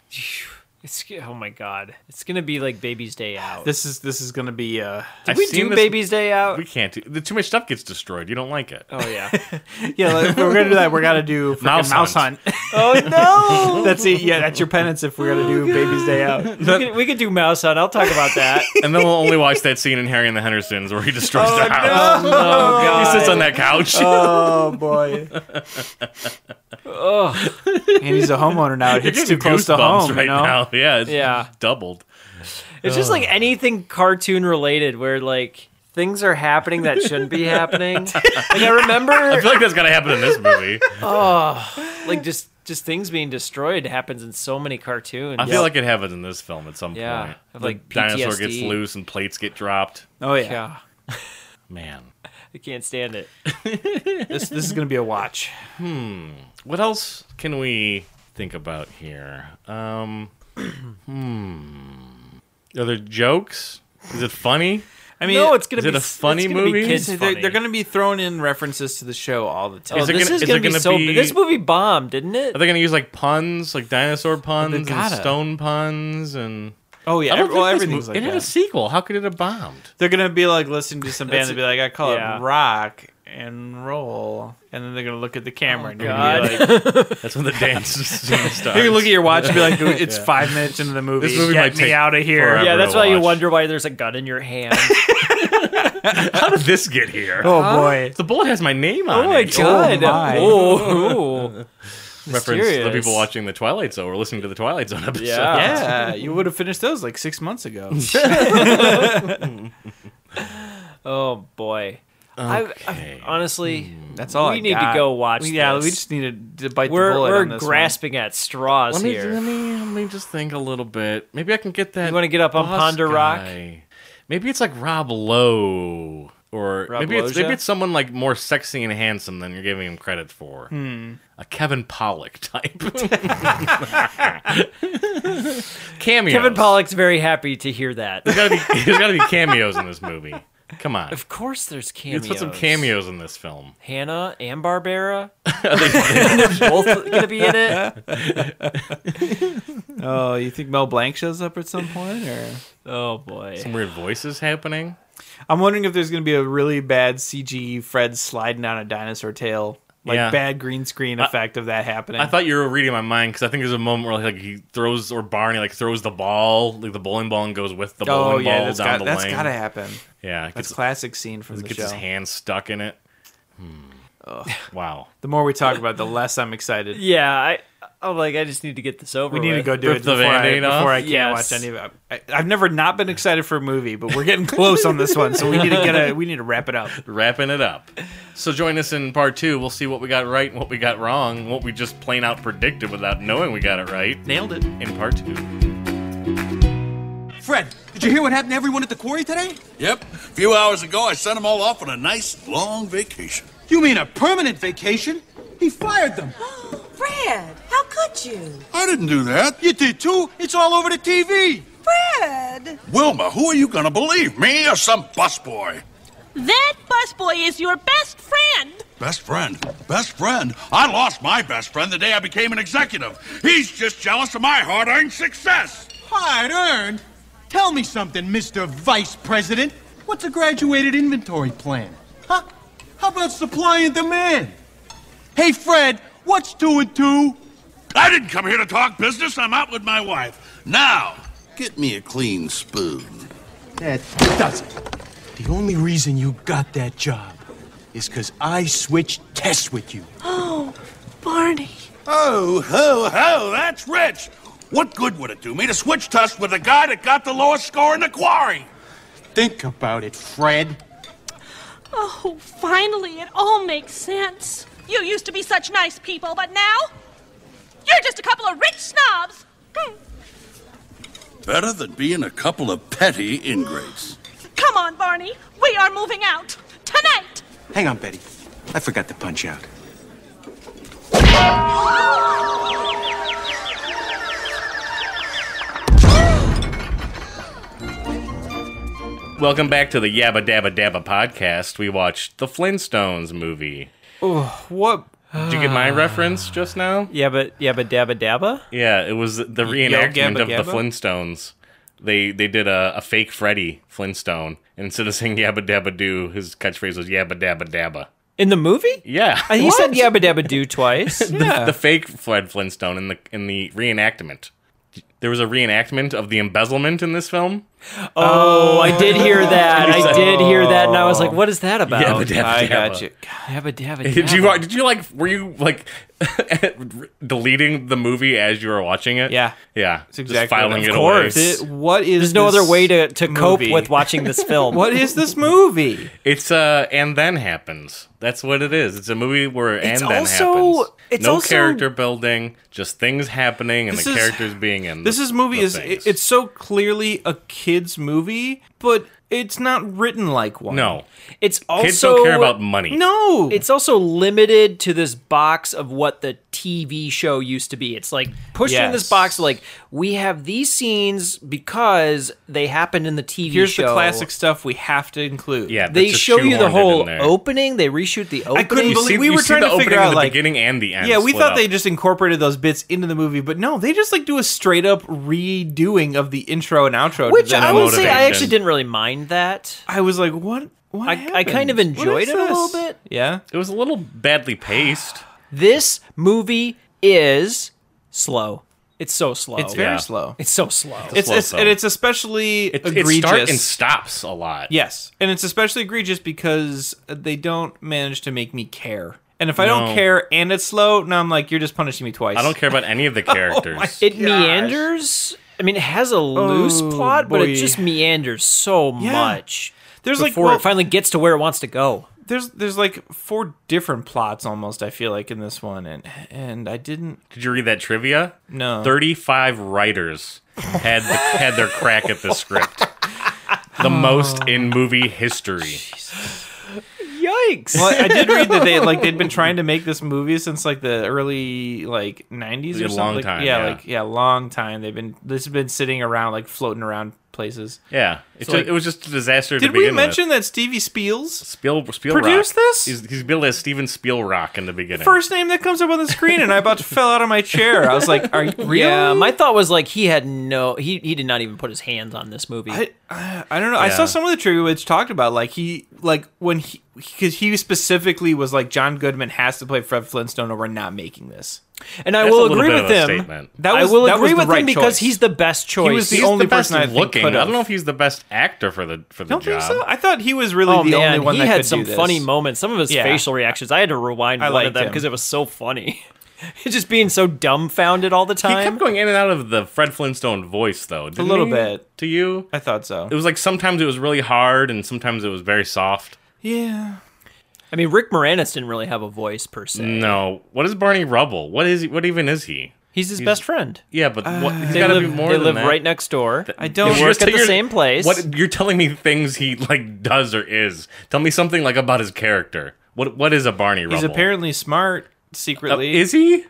[SPEAKER 3] It's oh my god. It's gonna be like Baby's Day Out.
[SPEAKER 4] this is this is gonna be. Uh,
[SPEAKER 3] Did
[SPEAKER 2] I've
[SPEAKER 3] we
[SPEAKER 2] seen
[SPEAKER 3] do
[SPEAKER 2] this-
[SPEAKER 3] Baby's Day Out?
[SPEAKER 2] We can't do the too much stuff gets destroyed. You don't like it.
[SPEAKER 3] Oh yeah.
[SPEAKER 4] yeah, like, if we're gonna do that. We're gonna do freaking
[SPEAKER 2] Mouse
[SPEAKER 4] mouse,
[SPEAKER 2] Hunt.
[SPEAKER 4] hunt.
[SPEAKER 3] oh no.
[SPEAKER 4] That's it. Yeah, that's your penance if we're gonna do Baby's Day Out.
[SPEAKER 3] we, could, we could do Mouse Hunt. I'll talk about that.
[SPEAKER 2] And then we'll only watch that scene in Harry and the Hendersons where he destroys the house.
[SPEAKER 3] oh god.
[SPEAKER 2] He sits on that couch.
[SPEAKER 4] Oh boy. And he's a homeowner now. It
[SPEAKER 2] You're
[SPEAKER 4] hits too
[SPEAKER 2] getting
[SPEAKER 4] close to
[SPEAKER 2] goosebumps
[SPEAKER 4] home. you
[SPEAKER 2] right
[SPEAKER 4] know?
[SPEAKER 2] now. Yeah, it's
[SPEAKER 3] Yeah.
[SPEAKER 2] doubled.
[SPEAKER 3] It's just like anything cartoon related where like things are happening that shouldn't be happening. Like I
[SPEAKER 2] I
[SPEAKER 3] remember
[SPEAKER 2] feel like that's gotta happen in this movie.
[SPEAKER 3] like just just things being destroyed happens in so many cartoons.
[SPEAKER 2] I feel like it happens in this film at some
[SPEAKER 3] Yeah,
[SPEAKER 2] point.
[SPEAKER 3] of,
[SPEAKER 2] The
[SPEAKER 3] like,
[SPEAKER 2] dinosaur
[SPEAKER 3] PTSD.
[SPEAKER 2] gets loose and plates get dropped.
[SPEAKER 4] Oh yeah.
[SPEAKER 3] yeah.
[SPEAKER 2] Man,
[SPEAKER 3] I can't stand it.
[SPEAKER 4] This this is gonna be a watch.
[SPEAKER 2] Hmm. what else can we think about here? Um, hmm. Are there jokes? Is it funny?
[SPEAKER 4] I mean,
[SPEAKER 3] No, it's gonna
[SPEAKER 2] is
[SPEAKER 3] be
[SPEAKER 2] it a funny
[SPEAKER 3] it's gonna
[SPEAKER 2] movie?
[SPEAKER 3] Be kids
[SPEAKER 4] they're,
[SPEAKER 3] funny.
[SPEAKER 4] they're gonna be throwing in references to the show all the time.
[SPEAKER 3] Oh,
[SPEAKER 2] Is it
[SPEAKER 3] this
[SPEAKER 2] gonna-
[SPEAKER 3] is
[SPEAKER 2] is
[SPEAKER 3] gonna
[SPEAKER 2] it
[SPEAKER 3] be
[SPEAKER 2] gonna
[SPEAKER 3] so.
[SPEAKER 2] be-
[SPEAKER 3] This movie bombed, didn't it?
[SPEAKER 2] Are they going to use like puns, like dinosaur puns and
[SPEAKER 4] gotta.
[SPEAKER 2] stone puns and?
[SPEAKER 4] oh yeah,
[SPEAKER 2] I don't
[SPEAKER 4] ev- well,
[SPEAKER 2] think this
[SPEAKER 4] everything's
[SPEAKER 2] mo-
[SPEAKER 4] like
[SPEAKER 2] it
[SPEAKER 4] that.
[SPEAKER 2] had a sequel. How could it have bombed?
[SPEAKER 4] They're gonna be like listening to some band and be like, I call
[SPEAKER 3] yeah.
[SPEAKER 4] it rock and roll, and then they're gonna look at the camera
[SPEAKER 2] Oh,
[SPEAKER 4] and you're
[SPEAKER 3] God.
[SPEAKER 4] gonna be like,
[SPEAKER 2] That's when the dance scene starts.
[SPEAKER 4] you look at your watch and be like, it's five minutes into the movie.
[SPEAKER 2] This movie might
[SPEAKER 4] Get
[SPEAKER 2] take
[SPEAKER 4] me out of here.
[SPEAKER 2] forever.
[SPEAKER 3] yeah, that's why you
[SPEAKER 2] watch.
[SPEAKER 3] wonder why there's a gun in your hand.
[SPEAKER 2] How did this get here?
[SPEAKER 4] Oh boy.
[SPEAKER 2] The bullet has Oh my name on it.
[SPEAKER 4] oh, God. my.
[SPEAKER 3] Oh,
[SPEAKER 2] Reference to the
[SPEAKER 3] mysterious.
[SPEAKER 2] people watching the Twilight Zone or listening to the Twilight Zone episode.
[SPEAKER 3] Yeah.
[SPEAKER 4] Yeah, you would have finished those like six months ago.
[SPEAKER 3] oh boy. I, I,
[SPEAKER 2] Okay. Hmm.
[SPEAKER 3] honestly,
[SPEAKER 4] That's all
[SPEAKER 3] We
[SPEAKER 4] I
[SPEAKER 3] need to
[SPEAKER 4] got.
[SPEAKER 3] go watch
[SPEAKER 4] We- Yeah,
[SPEAKER 3] this.
[SPEAKER 4] we just need to, to bite the
[SPEAKER 3] we're
[SPEAKER 4] bullet
[SPEAKER 3] we're
[SPEAKER 4] on this one.
[SPEAKER 3] grasping at straws
[SPEAKER 2] Let me,
[SPEAKER 3] here.
[SPEAKER 2] let me let me just think a little bit. Maybe I can get that.
[SPEAKER 3] You wanna get up on
[SPEAKER 2] boss
[SPEAKER 3] Ponder Rock?
[SPEAKER 2] guy. Maybe it's like Rob Lowe, or maybe it's
[SPEAKER 4] Loja?
[SPEAKER 2] maybe it's someone like more sexy and handsome than you're giving him credit for.
[SPEAKER 3] Hmm.
[SPEAKER 2] A Kevin Pollock type. cameos.
[SPEAKER 3] Kevin Pollock's very happy to hear that.
[SPEAKER 2] There's gotta, be, there's gotta be cameos in this movie. Come on,
[SPEAKER 3] Of course, there's cameos.
[SPEAKER 2] let's put some cameos in this film.
[SPEAKER 3] Hannah and Barbara. They're both gonna be in it.
[SPEAKER 4] Oh, you think Mel Blanc shows up at some point? Or
[SPEAKER 3] Oh boy.
[SPEAKER 2] Some weird voices happening.
[SPEAKER 4] I'm wondering if there's going to be a really bad CG Fred sliding on a dinosaur tail, like
[SPEAKER 2] Yeah.
[SPEAKER 4] bad green screen effect of that happening.
[SPEAKER 2] I thought you were reading my mind because I think there's a moment where like he throws or Barney like throws the ball, like the bowling ball, and goes with the bowling
[SPEAKER 4] oh yeah,
[SPEAKER 2] ball
[SPEAKER 4] that's
[SPEAKER 2] down
[SPEAKER 4] got
[SPEAKER 2] the
[SPEAKER 4] that's
[SPEAKER 2] lane.
[SPEAKER 4] got to happen.
[SPEAKER 2] yeah, it
[SPEAKER 4] That's
[SPEAKER 2] gets,
[SPEAKER 4] a classic scene from
[SPEAKER 2] it
[SPEAKER 4] the
[SPEAKER 2] gets
[SPEAKER 4] show.
[SPEAKER 2] his hand stuck in it. Hmm. Wow.
[SPEAKER 4] The more we talk about, it, the less I'm excited.
[SPEAKER 3] Yeah, I. I'm like, I just need to get this over.
[SPEAKER 4] We need to
[SPEAKER 3] with.
[SPEAKER 4] go do
[SPEAKER 2] Rip
[SPEAKER 4] it
[SPEAKER 2] the
[SPEAKER 4] before I,
[SPEAKER 2] Band-Aid off?
[SPEAKER 4] before I can't
[SPEAKER 3] Yes.
[SPEAKER 4] watch any of it. I, I've never not been excited for a movie, but we're getting close on this one, so we need to get a we need to wrap it up.
[SPEAKER 2] Wrapping it up. So join us in part two. We'll see what we got right and what we got wrong, what we just plain out predicted without knowing we got it right. Nailed it. In part two.
[SPEAKER 5] Fred, did you hear what happened to everyone at the quarry today?
[SPEAKER 6] Yep. A few hours ago, I sent them all off on a nice long vacation.
[SPEAKER 5] You mean a permanent vacation? He fired them.
[SPEAKER 7] Fred, how could you?
[SPEAKER 6] I didn't do that.
[SPEAKER 5] You did too. It's all over the TV.
[SPEAKER 7] Fred! good.
[SPEAKER 6] Wilma, who are you gonna believe, me or some busboy?
[SPEAKER 7] That busboy is your best friend.
[SPEAKER 6] Best friend, best friend. I lost my best friend the day I became an executive. He's just jealous of my hard-earned success.
[SPEAKER 5] Hard earned? Tell me something, Mr. Vice President. What's a graduated inventory plan? Huh? How about supply and demand? Hey, Fred, what's two and two?
[SPEAKER 6] I didn't come here to talk business. I'm out with my wife. Now, get me a clean spoon.
[SPEAKER 5] That does it. The only reason you got that job is because I switched tests with you.
[SPEAKER 7] Barney.
[SPEAKER 6] Oh, ho, ho, that's rich. What good would it do me to switch tests with the guy that got the lowest score in the quarry?
[SPEAKER 5] Think about it, Fred.
[SPEAKER 7] Oh, finally, it all makes sense. You used to be such nice people, but now you're just a couple of rich snobs. Hmm.
[SPEAKER 6] Better than being a couple of petty ingrates.
[SPEAKER 7] Come on, Barney. We are moving out tonight.
[SPEAKER 5] Hang on, Betty. I forgot to punch out.
[SPEAKER 2] Welcome back to the Yabba Dabba Dabba podcast. We watched the Flintstones movie.
[SPEAKER 4] What?
[SPEAKER 2] Did you get my reference just now?
[SPEAKER 3] Yeah, but yeah, but dabba dabba.
[SPEAKER 2] Yeah, it was the reenactment
[SPEAKER 4] Gabba
[SPEAKER 2] of the
[SPEAKER 4] Gabba?
[SPEAKER 2] Flintstones. They they did a, a fake Freddy Flintstone. And instead of saying Yabba Dabba Doo, his catchphrase was Yabba Dabba Dabba.
[SPEAKER 3] In the movie?
[SPEAKER 2] Yeah.
[SPEAKER 3] Uh, He said yabba dabba do twice. yeah.
[SPEAKER 2] the fake Fred Flintstone in the in the reenactment. There was a reenactment of the embezzlement in this film.
[SPEAKER 3] Oh, I did hear that. I did hear that, and I was like, "What is that about?"
[SPEAKER 2] Yabba dabba
[SPEAKER 4] I
[SPEAKER 2] dabba.
[SPEAKER 4] got you.
[SPEAKER 3] Yabba dabba.
[SPEAKER 2] Did
[SPEAKER 3] dabba.
[SPEAKER 2] you did you like were you like deleting the movie as you were watching it?
[SPEAKER 4] Yeah.
[SPEAKER 2] yeah,
[SPEAKER 4] exactly
[SPEAKER 2] just filing
[SPEAKER 4] what-
[SPEAKER 2] it
[SPEAKER 4] Of
[SPEAKER 2] away.
[SPEAKER 4] Th- what is
[SPEAKER 3] There's no other
[SPEAKER 4] this
[SPEAKER 3] way to, to cope
[SPEAKER 4] movie?
[SPEAKER 3] with watching this film.
[SPEAKER 4] What is this movie?
[SPEAKER 2] It's uh, and then happens. That's what it is. It's a movie where
[SPEAKER 3] It's
[SPEAKER 2] and then
[SPEAKER 3] also-
[SPEAKER 2] happens.
[SPEAKER 3] it's
[SPEAKER 2] no
[SPEAKER 3] also-
[SPEAKER 2] character building, just things happening and
[SPEAKER 4] This
[SPEAKER 2] the
[SPEAKER 4] is-
[SPEAKER 2] characters being in.
[SPEAKER 4] This
[SPEAKER 2] the-
[SPEAKER 4] is movie
[SPEAKER 2] the
[SPEAKER 4] is
[SPEAKER 2] things.
[SPEAKER 4] it- it's so clearly a kids movie, but it's not written like one.
[SPEAKER 2] no
[SPEAKER 3] It's also
[SPEAKER 2] kids don't care about money.
[SPEAKER 4] No.
[SPEAKER 3] It's also limited to this box of what the TV show used to be. It's like pushed in this
[SPEAKER 4] Yes.
[SPEAKER 3] box like we have these scenes because they happened in the TV
[SPEAKER 4] Here's
[SPEAKER 3] show.
[SPEAKER 4] the classic stuff we have to include.
[SPEAKER 2] yeah,
[SPEAKER 3] They
[SPEAKER 2] that's just
[SPEAKER 3] show you the
[SPEAKER 2] shoehorned it
[SPEAKER 3] whole
[SPEAKER 2] in there.
[SPEAKER 3] opening. They reshoot the opening.
[SPEAKER 4] couldn't
[SPEAKER 2] You
[SPEAKER 4] believe-
[SPEAKER 2] see,
[SPEAKER 4] we
[SPEAKER 2] you
[SPEAKER 4] were
[SPEAKER 2] see
[SPEAKER 4] trying
[SPEAKER 2] the
[SPEAKER 4] to figure
[SPEAKER 2] opening
[SPEAKER 4] out,
[SPEAKER 2] in the
[SPEAKER 4] like-
[SPEAKER 2] beginning and the end.
[SPEAKER 4] Yeah, we
[SPEAKER 2] split
[SPEAKER 4] thought
[SPEAKER 2] up.
[SPEAKER 4] they just incorporated those bits into the movie, but no, they just like do a straight up redoing of the intro and outro. to
[SPEAKER 3] Which
[SPEAKER 4] the
[SPEAKER 3] I would say I
[SPEAKER 2] motivation.
[SPEAKER 3] actually didn't really mind that.
[SPEAKER 4] I was like, what? What
[SPEAKER 3] I- I
[SPEAKER 4] happened?
[SPEAKER 3] kind of
[SPEAKER 4] What
[SPEAKER 3] enjoyed
[SPEAKER 4] is
[SPEAKER 3] it a little
[SPEAKER 4] this?
[SPEAKER 3] bit.
[SPEAKER 4] Yeah,
[SPEAKER 2] It was a little badly paced.
[SPEAKER 3] This movie is slow. It's so slow.
[SPEAKER 4] it's very
[SPEAKER 2] Yeah.
[SPEAKER 4] slow.
[SPEAKER 3] It's so slow.
[SPEAKER 4] It's,
[SPEAKER 2] slow
[SPEAKER 4] it's
[SPEAKER 2] film.
[SPEAKER 4] and it's especially
[SPEAKER 2] It, it
[SPEAKER 4] egregious.
[SPEAKER 2] starts and stops a lot.
[SPEAKER 4] yes, and it's especially egregious because they don't manage to make me care. And if I
[SPEAKER 2] No.
[SPEAKER 4] don't care and it's slow, now I'm like, you're just punishing me twice.
[SPEAKER 2] I don't care about any
[SPEAKER 4] Oh
[SPEAKER 2] of the characters.
[SPEAKER 3] It meanders. I mean, it has a loose
[SPEAKER 4] Oh,
[SPEAKER 3] plot, but it
[SPEAKER 4] boy.
[SPEAKER 3] just meanders so
[SPEAKER 4] Yeah.
[SPEAKER 3] much.
[SPEAKER 4] There's like
[SPEAKER 3] before
[SPEAKER 4] well,
[SPEAKER 3] it finally gets to where it wants to go.
[SPEAKER 4] there's there's like four different plots almost. I feel like in this one, and and I didn't
[SPEAKER 2] Did you read that trivia?
[SPEAKER 4] No.
[SPEAKER 2] Thirty-five writers had the, had their crack at the script. The most in movie history.
[SPEAKER 3] Yikes!
[SPEAKER 4] Well, I did read that they like they'd been trying to make this movie since like the early like '90s or
[SPEAKER 2] A long
[SPEAKER 4] something. Like,
[SPEAKER 2] time,
[SPEAKER 4] yeah,
[SPEAKER 2] yeah.
[SPEAKER 4] like yeah, long time. They've been this has been sitting around like floating around places.
[SPEAKER 2] Yeah, it, ju-
[SPEAKER 4] like-
[SPEAKER 2] it was just a disaster.
[SPEAKER 4] Did
[SPEAKER 2] to
[SPEAKER 4] we
[SPEAKER 2] begin
[SPEAKER 4] mention
[SPEAKER 2] with.
[SPEAKER 4] that Stevie Spiels
[SPEAKER 2] Spiel, Spielrock
[SPEAKER 4] produced this?
[SPEAKER 2] He's, he's billed as Steven Spielrock in the beginning.
[SPEAKER 4] first name that comes up on the screen? And I about to fell out of my chair. I was like, "Are you really?"
[SPEAKER 3] yeah, my thought was like he had no. He he did not even put his hands on this movie.
[SPEAKER 4] I, I- I don't know. I
[SPEAKER 2] Yeah.
[SPEAKER 4] saw some of the trivia which talked about like he like when he because he specifically was like John Goodman has to play Fred Flintstone or we're not making this.
[SPEAKER 3] and I
[SPEAKER 2] That's a
[SPEAKER 3] will
[SPEAKER 2] little
[SPEAKER 3] agree
[SPEAKER 2] bit
[SPEAKER 3] with
[SPEAKER 2] of a
[SPEAKER 3] him.
[SPEAKER 2] statement.
[SPEAKER 4] That
[SPEAKER 3] I
[SPEAKER 4] was-
[SPEAKER 3] will
[SPEAKER 4] that
[SPEAKER 3] agree
[SPEAKER 4] was the
[SPEAKER 3] with him
[SPEAKER 4] right
[SPEAKER 3] because
[SPEAKER 4] choice.
[SPEAKER 3] he's the best choice.
[SPEAKER 4] was the
[SPEAKER 2] he's
[SPEAKER 4] only
[SPEAKER 2] the best
[SPEAKER 4] person I think
[SPEAKER 2] looking.
[SPEAKER 4] could've.
[SPEAKER 2] I don't know if he's the best actor for the for the
[SPEAKER 4] Don't think
[SPEAKER 2] job.
[SPEAKER 4] so. I thought he was really
[SPEAKER 3] oh
[SPEAKER 4] the
[SPEAKER 3] man,
[SPEAKER 4] only one
[SPEAKER 3] he
[SPEAKER 4] that
[SPEAKER 3] had
[SPEAKER 4] could
[SPEAKER 3] some
[SPEAKER 4] do this.
[SPEAKER 3] funny moments. Some of his
[SPEAKER 4] Yeah.
[SPEAKER 3] facial reactions, I had to rewind
[SPEAKER 4] I
[SPEAKER 3] one of
[SPEAKER 4] liked
[SPEAKER 3] them
[SPEAKER 4] him.
[SPEAKER 3] because it was so funny. just being so dumbfounded all the
[SPEAKER 2] He
[SPEAKER 3] time.
[SPEAKER 2] kept going in and out of the Fred Flintstone voice though. didn't
[SPEAKER 4] little
[SPEAKER 2] he?
[SPEAKER 4] bit.
[SPEAKER 2] to you.
[SPEAKER 4] I thought so.
[SPEAKER 2] It was like sometimes it was really hard and sometimes it was very soft.
[SPEAKER 4] Yeah.
[SPEAKER 3] I mean, Rick Moranis didn't really have a voice per se.
[SPEAKER 2] No, what is Barney Rubble? What is he? What even is he?
[SPEAKER 3] He's his best friend.
[SPEAKER 2] Yeah, but what, he's
[SPEAKER 3] They
[SPEAKER 2] got to
[SPEAKER 3] live,
[SPEAKER 2] be more.
[SPEAKER 3] they
[SPEAKER 2] than
[SPEAKER 3] live
[SPEAKER 2] that.
[SPEAKER 3] right next door.
[SPEAKER 4] I don't
[SPEAKER 3] They
[SPEAKER 2] You're-
[SPEAKER 3] work at the
[SPEAKER 2] you're-
[SPEAKER 3] same place.
[SPEAKER 2] What you're telling me things he like does or is. Tell me something like about his character. What what is a Barney Rubble?
[SPEAKER 4] He's apparently smart
[SPEAKER 2] Uh,
[SPEAKER 4] secretly.
[SPEAKER 2] is he?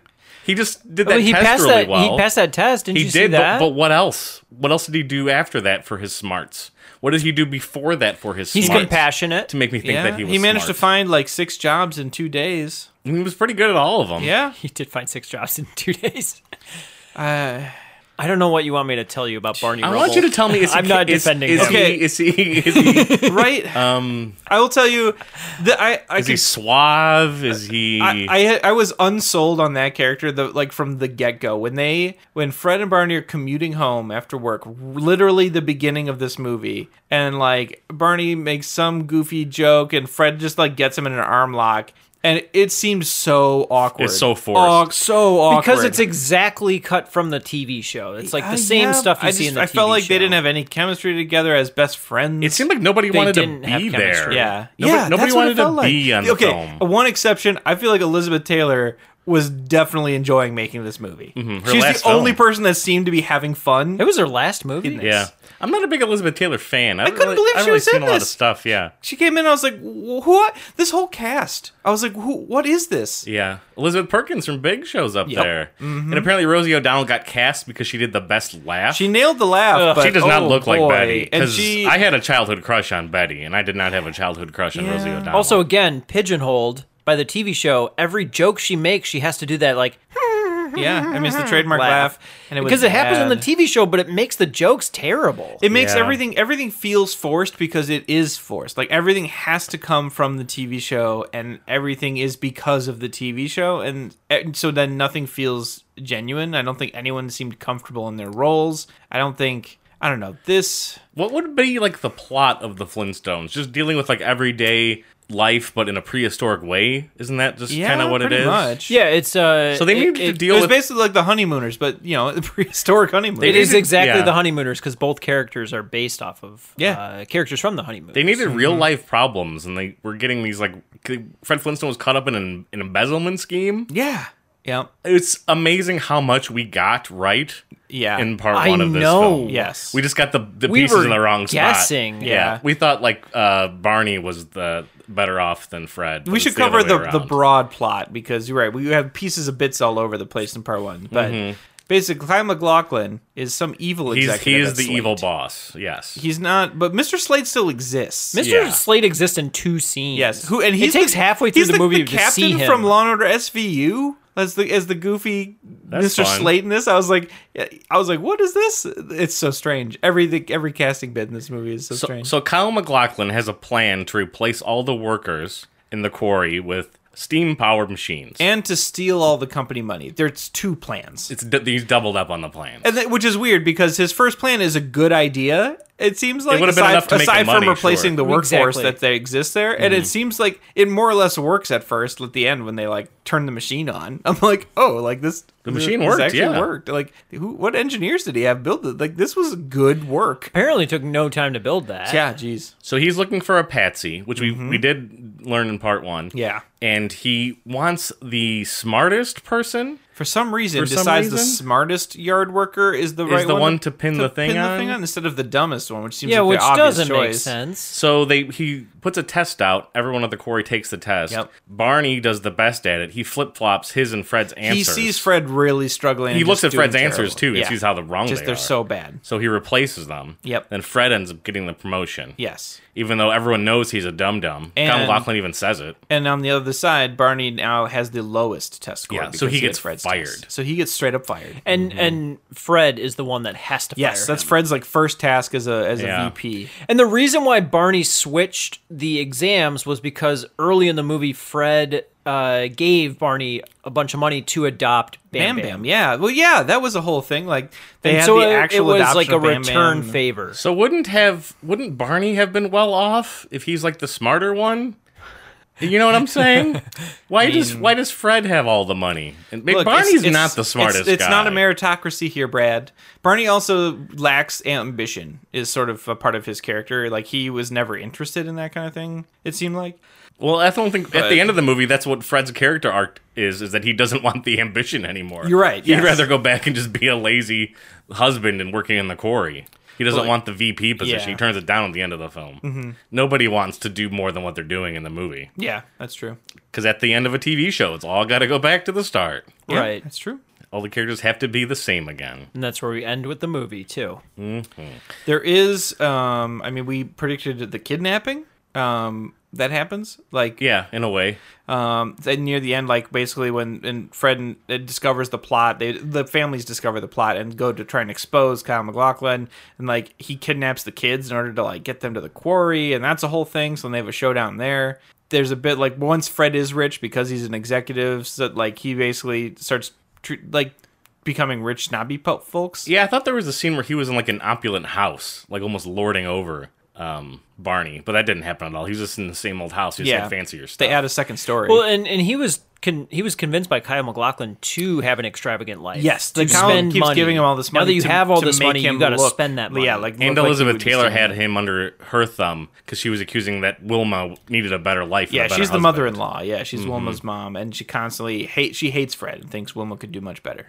[SPEAKER 2] He just did
[SPEAKER 3] I
[SPEAKER 2] that
[SPEAKER 3] mean, he
[SPEAKER 2] test
[SPEAKER 3] passed
[SPEAKER 2] really
[SPEAKER 3] that.
[SPEAKER 2] well.
[SPEAKER 3] He passed that test. Didn't
[SPEAKER 2] He
[SPEAKER 3] you
[SPEAKER 2] did,
[SPEAKER 3] see
[SPEAKER 2] but-
[SPEAKER 3] that?
[SPEAKER 2] But, what else? What else did he do after that for his smarts? What did he do before that for his
[SPEAKER 3] He's
[SPEAKER 2] smarts?
[SPEAKER 3] compassionate.
[SPEAKER 2] To make me think that he was
[SPEAKER 4] he managed
[SPEAKER 2] smart.
[SPEAKER 4] to find like six jobs in two days.
[SPEAKER 2] He was pretty good at all of them.
[SPEAKER 4] Yeah.
[SPEAKER 3] He did find six jobs in two days.
[SPEAKER 4] Uh,
[SPEAKER 3] I don't know what you want me to tell you about Barney.
[SPEAKER 2] I
[SPEAKER 3] Rubble.
[SPEAKER 2] want you to tell me. Is he,
[SPEAKER 3] I'm not
[SPEAKER 2] is,
[SPEAKER 3] defending
[SPEAKER 2] Is,
[SPEAKER 3] him.
[SPEAKER 4] Okay.
[SPEAKER 2] he, is he? Is he?
[SPEAKER 4] right?
[SPEAKER 2] Um,
[SPEAKER 4] I will tell you that I I
[SPEAKER 2] is he
[SPEAKER 4] could,
[SPEAKER 2] suave? Is he?
[SPEAKER 4] I, I I was unsold on that character the like from the get go when they when Fred and Barney are commuting home after work literally the beginning of this movie and like Barney makes some goofy joke and Fred just like gets him in an arm lock and it seems so awkward
[SPEAKER 2] It's so forced.
[SPEAKER 4] Aw- so awkward
[SPEAKER 3] because it's exactly cut from the TV show. It's like the
[SPEAKER 4] Uh,
[SPEAKER 3] same
[SPEAKER 4] yeah,
[SPEAKER 3] stuff you
[SPEAKER 4] I
[SPEAKER 3] see
[SPEAKER 4] just-
[SPEAKER 3] in the
[SPEAKER 4] I
[SPEAKER 3] TV
[SPEAKER 4] felt like
[SPEAKER 3] show.
[SPEAKER 4] they didn't have any chemistry together as best friends
[SPEAKER 2] it seemed like nobody
[SPEAKER 3] They
[SPEAKER 2] wanted to
[SPEAKER 3] didn't have
[SPEAKER 2] be there.
[SPEAKER 3] chemistry.
[SPEAKER 4] Yeah,
[SPEAKER 2] Nobody,
[SPEAKER 4] yeah.
[SPEAKER 2] Nobody
[SPEAKER 4] that's what
[SPEAKER 2] wanted
[SPEAKER 4] it felt
[SPEAKER 2] to
[SPEAKER 4] like.
[SPEAKER 2] be on the
[SPEAKER 4] okay, uh,
[SPEAKER 2] film.
[SPEAKER 4] One exception, I feel like Elizabeth Taylor was definitely enjoying making this movie.
[SPEAKER 2] Mm-hmm, her
[SPEAKER 4] She's the
[SPEAKER 2] last film.
[SPEAKER 4] only person that seemed to be having fun.
[SPEAKER 3] It was her last movie.
[SPEAKER 2] Yeah, I'm not a big Elizabeth Taylor fan. I, don't
[SPEAKER 4] couldn't
[SPEAKER 2] really,
[SPEAKER 4] believe
[SPEAKER 2] I
[SPEAKER 4] she
[SPEAKER 2] really
[SPEAKER 4] was
[SPEAKER 2] seen
[SPEAKER 4] in
[SPEAKER 2] a lot of
[SPEAKER 4] this.
[SPEAKER 2] stuff. Yeah,
[SPEAKER 4] She came in, I was like, "Wh- "Who? are- This whole cast?" I was like, "Who? What is this?"
[SPEAKER 2] yeah. Elizabeth Perkins from Big shows up there, and apparently Rosie O'Donnell got cast because she did the best laugh.
[SPEAKER 4] Mm-hmm. She nailed the laugh. but,
[SPEAKER 2] She does not
[SPEAKER 4] oh,
[SPEAKER 2] look like
[SPEAKER 4] boy.
[SPEAKER 2] Betty
[SPEAKER 4] and
[SPEAKER 2] because
[SPEAKER 4] she.
[SPEAKER 2] I had a childhood crush on Betty, and I did not have a childhood crush on Rosie O'Donnell.
[SPEAKER 3] Also, again, pigeonholed by the TV show. Every joke she makes, she has to do that like
[SPEAKER 4] yeah, I mean, it's the trademark laugh,
[SPEAKER 3] Laugh.
[SPEAKER 4] and it was
[SPEAKER 3] because it happens on the
[SPEAKER 4] bad.
[SPEAKER 3] TV show, but it makes the jokes terrible.
[SPEAKER 4] It makes
[SPEAKER 2] Yeah.
[SPEAKER 4] everything everything feels forced because it is forced. Like everything has to come from the TV show, and everything is because of the TV show, and, and so then nothing feels genuine. I don't think anyone seemed comfortable in their roles. I don't think I don't know this.
[SPEAKER 2] What would be like the plot of the Flintstones? Just dealing with like everyday life, but in a prehistoric way. Isn't that just
[SPEAKER 4] Yeah,
[SPEAKER 2] kind of what it
[SPEAKER 4] pretty
[SPEAKER 2] is?
[SPEAKER 4] Much.
[SPEAKER 3] yeah, it's uh.
[SPEAKER 2] So they
[SPEAKER 3] it-
[SPEAKER 2] needed
[SPEAKER 3] it-
[SPEAKER 2] to
[SPEAKER 4] It
[SPEAKER 2] deal
[SPEAKER 4] was
[SPEAKER 2] with.
[SPEAKER 4] basically like the honeymooners, but you know, the prehistoric honeymooners.
[SPEAKER 3] It is exactly
[SPEAKER 2] yeah.
[SPEAKER 3] the Honeymooners because both characters are based off of
[SPEAKER 4] Yeah.
[SPEAKER 3] uh, characters from the Honeymooners.
[SPEAKER 2] they needed real life problems, and they were getting these like. Fred Flintstone was caught up in an, an embezzlement scheme.
[SPEAKER 4] Yeah. Yeah.
[SPEAKER 2] It's amazing how much we got right
[SPEAKER 4] Yeah.
[SPEAKER 2] in part
[SPEAKER 3] I
[SPEAKER 2] one of this
[SPEAKER 3] know.
[SPEAKER 2] film.
[SPEAKER 4] Yes.
[SPEAKER 2] we just got the the
[SPEAKER 3] We
[SPEAKER 2] pieces
[SPEAKER 3] were
[SPEAKER 2] in the wrong
[SPEAKER 3] guessing.
[SPEAKER 2] spot.
[SPEAKER 4] Yeah.
[SPEAKER 2] we thought like uh, Barney was the better off than Fred. but
[SPEAKER 4] we
[SPEAKER 2] it's
[SPEAKER 4] should
[SPEAKER 2] the other
[SPEAKER 4] cover the,
[SPEAKER 2] way
[SPEAKER 4] the
[SPEAKER 2] around.
[SPEAKER 4] broad plot because you're right. We have pieces of bits all over the place in part one, but basically, Kyle McLaughlin is some evil
[SPEAKER 2] Mm-hmm. He's,
[SPEAKER 4] executive.
[SPEAKER 2] he is
[SPEAKER 4] at
[SPEAKER 2] the
[SPEAKER 4] Slate.
[SPEAKER 2] evil boss. Yes,
[SPEAKER 4] He's not, but Mr. Slade still exists.
[SPEAKER 3] Mr.
[SPEAKER 2] Yeah.
[SPEAKER 3] Slade exists in two scenes.
[SPEAKER 4] yes, who and he
[SPEAKER 3] it takes halfway through
[SPEAKER 4] he's
[SPEAKER 3] the,
[SPEAKER 4] like
[SPEAKER 3] movie
[SPEAKER 4] The
[SPEAKER 3] to
[SPEAKER 4] captain
[SPEAKER 3] see him.
[SPEAKER 4] from Law and Order SVU as the as the goofy Mr.
[SPEAKER 2] fun.
[SPEAKER 4] Slade in this. I was like, I was like, what is this? It's so strange. Every the, every casting bit in this movie is so,
[SPEAKER 2] So,
[SPEAKER 4] strange.
[SPEAKER 2] so Kyle McLaughlin has a plan to replace all the workers in the quarry with steam-powered machines.
[SPEAKER 4] and to steal all the company money. There's two plans.
[SPEAKER 2] it's d- he's doubled up on the plan.
[SPEAKER 4] And that, which is weird because his first plan is a good idea. It seems like
[SPEAKER 2] would've been
[SPEAKER 4] aside,
[SPEAKER 2] enough to make the
[SPEAKER 4] aside
[SPEAKER 2] money,
[SPEAKER 4] from replacing
[SPEAKER 2] sure. Mm-hmm.
[SPEAKER 4] the workforce
[SPEAKER 3] Exactly.
[SPEAKER 4] that they exist there, and it seems like it more or less works at first. At the end, when they like turn the machine on, I'm like, oh, like this the
[SPEAKER 2] machine
[SPEAKER 4] this
[SPEAKER 2] worked,
[SPEAKER 4] Actually
[SPEAKER 2] yeah.
[SPEAKER 4] worked. Like, who? What engineers did he have build it? Like, this was good work.
[SPEAKER 3] Apparently, took no time to build that.
[SPEAKER 4] Yeah, jeez.
[SPEAKER 2] so he's looking for a patsy, which we we did learn in part one.
[SPEAKER 4] Mm-hmm. Yeah.
[SPEAKER 2] and he wants the smartest person
[SPEAKER 4] For some reason,
[SPEAKER 2] For some
[SPEAKER 4] decides the
[SPEAKER 2] reason-
[SPEAKER 4] smartest yard worker is the right
[SPEAKER 2] the
[SPEAKER 4] one,
[SPEAKER 2] one to pin the thing
[SPEAKER 4] pin
[SPEAKER 2] on?
[SPEAKER 4] instead of the dumbest one, which seems
[SPEAKER 3] yeah,
[SPEAKER 4] like
[SPEAKER 3] which
[SPEAKER 4] the obvious
[SPEAKER 3] doesn't make
[SPEAKER 4] choice.
[SPEAKER 3] sense.
[SPEAKER 2] So they he puts a test out. Everyone at the quarry takes the test.
[SPEAKER 4] Yep.
[SPEAKER 2] Barney does the best at it. He flip flops his and Fred's
[SPEAKER 4] He
[SPEAKER 2] answers.
[SPEAKER 4] sees Fred really struggling.
[SPEAKER 2] He
[SPEAKER 4] and
[SPEAKER 2] looks
[SPEAKER 4] just
[SPEAKER 2] at Fred's
[SPEAKER 4] doing
[SPEAKER 2] answers too
[SPEAKER 4] terrible.
[SPEAKER 2] and
[SPEAKER 4] Yeah.
[SPEAKER 2] sees how the wrong
[SPEAKER 4] just
[SPEAKER 2] they
[SPEAKER 4] they're
[SPEAKER 2] are.
[SPEAKER 4] so bad.
[SPEAKER 2] So he replaces them.
[SPEAKER 4] Yep.
[SPEAKER 2] Then Fred ends up getting the promotion.
[SPEAKER 4] Yes.
[SPEAKER 2] Even though everyone knows he's a dum dum.
[SPEAKER 4] And-
[SPEAKER 2] Kyle McLaughlin even says it.
[SPEAKER 4] And on the other side, Barney now has the lowest test score.
[SPEAKER 2] Yeah, so
[SPEAKER 4] because
[SPEAKER 2] he gets
[SPEAKER 4] had Fred's
[SPEAKER 2] fired.
[SPEAKER 4] test. So he gets straight up fired.
[SPEAKER 3] And
[SPEAKER 2] Mm-hmm.
[SPEAKER 3] and Fred is the one that has to.
[SPEAKER 4] yes,
[SPEAKER 3] fire
[SPEAKER 4] that's
[SPEAKER 3] him.
[SPEAKER 4] Fred's like first task as a as
[SPEAKER 2] Yeah.
[SPEAKER 4] a VP.
[SPEAKER 3] And the reason why Barney switched the exams was because early in the movie, Fred uh, gave Barney a bunch of money to adopt Bam
[SPEAKER 4] Bam
[SPEAKER 3] Bam.
[SPEAKER 4] Bam. Yeah. Well, yeah, that was a whole thing. Like they
[SPEAKER 3] And
[SPEAKER 4] had
[SPEAKER 3] so
[SPEAKER 4] the
[SPEAKER 3] it-
[SPEAKER 4] actual
[SPEAKER 3] it was
[SPEAKER 4] adoption
[SPEAKER 3] like a
[SPEAKER 4] of Bam
[SPEAKER 3] return
[SPEAKER 4] Bam.
[SPEAKER 3] favor.
[SPEAKER 2] So wouldn't have wouldn't Barney have been well off if he's like the smarter one? You know what I'm saying? why does why does Fred have all the money? And
[SPEAKER 4] Look, it's-
[SPEAKER 2] Barney's
[SPEAKER 4] it's-
[SPEAKER 2] not the smartest
[SPEAKER 4] It's, it's
[SPEAKER 2] guy.
[SPEAKER 4] not a meritocracy here, Brad. Barney also lacks ambition. Is sort of a part of his character. Like he was never interested in that kind of thing. It seemed like.
[SPEAKER 2] Well, I don't think at
[SPEAKER 4] But-
[SPEAKER 2] the end of the movie that's what Fred's character arc is is that he doesn't want the ambition anymore.
[SPEAKER 4] You're right,
[SPEAKER 2] He'd
[SPEAKER 4] yes.
[SPEAKER 2] rather go back and just be a lazy husband and working in the quarry. He doesn't
[SPEAKER 4] But-
[SPEAKER 2] want the VP position.
[SPEAKER 4] Yeah. Mm-hmm.
[SPEAKER 2] He turns it down at the end of the film. Nobody wants to do more than what they're doing in the movie
[SPEAKER 4] Yeah, that's true.
[SPEAKER 2] because at the end of a TV show, it's all got to go back to the start.
[SPEAKER 3] right?
[SPEAKER 4] That's true.
[SPEAKER 2] All the characters have to be the same again.
[SPEAKER 3] And that's where we end with the movie too.
[SPEAKER 4] There is, um, I mean, we predicted the kidnapping. Um, that happens, like
[SPEAKER 2] Yeah, in a way.
[SPEAKER 4] um, then near the end, like basically when and Fred and, and discovers the plot, they the families discover the plot and go to try and expose Kyle McLaughlin, and like he kidnaps the kids in order to like get them to the quarry, and that's a whole thing. So then they have a showdown there. There's a bit like once Fred is rich because he's an executive, so like he basically starts tr- like becoming rich snobby po- folks.
[SPEAKER 2] Yeah, I thought there was a scene where he was in like an opulent house, like almost lording over um, Barney, but that didn't happen at all. He was just in the same old house. He just
[SPEAKER 4] Yeah.
[SPEAKER 2] had fancier stuff.
[SPEAKER 4] They add a second story.
[SPEAKER 3] Well, and and he was con- he was convinced by Kyle McLaughlin to have an extravagant life.
[SPEAKER 4] Yes,
[SPEAKER 3] to
[SPEAKER 4] the Kyle
[SPEAKER 3] spend
[SPEAKER 4] keeps
[SPEAKER 3] money.
[SPEAKER 4] giving him all this money.
[SPEAKER 3] Now that you
[SPEAKER 4] to-
[SPEAKER 3] have all
[SPEAKER 4] to
[SPEAKER 3] this
[SPEAKER 4] make
[SPEAKER 3] money,
[SPEAKER 4] him
[SPEAKER 3] you got to
[SPEAKER 4] look-
[SPEAKER 3] spend that money.
[SPEAKER 4] Yeah, like
[SPEAKER 2] and
[SPEAKER 4] look like he
[SPEAKER 2] Elizabeth
[SPEAKER 4] would
[SPEAKER 2] Taylor
[SPEAKER 4] just-
[SPEAKER 2] had him under her thumb because she was accusing that Wilma needed a better life. and a
[SPEAKER 4] Yeah,
[SPEAKER 2] better
[SPEAKER 4] she's the
[SPEAKER 2] husband.
[SPEAKER 4] mother-in-law. Yeah, she's Wilma's mom, and she constantly hate. She hates Fred and thinks Wilma could do much better.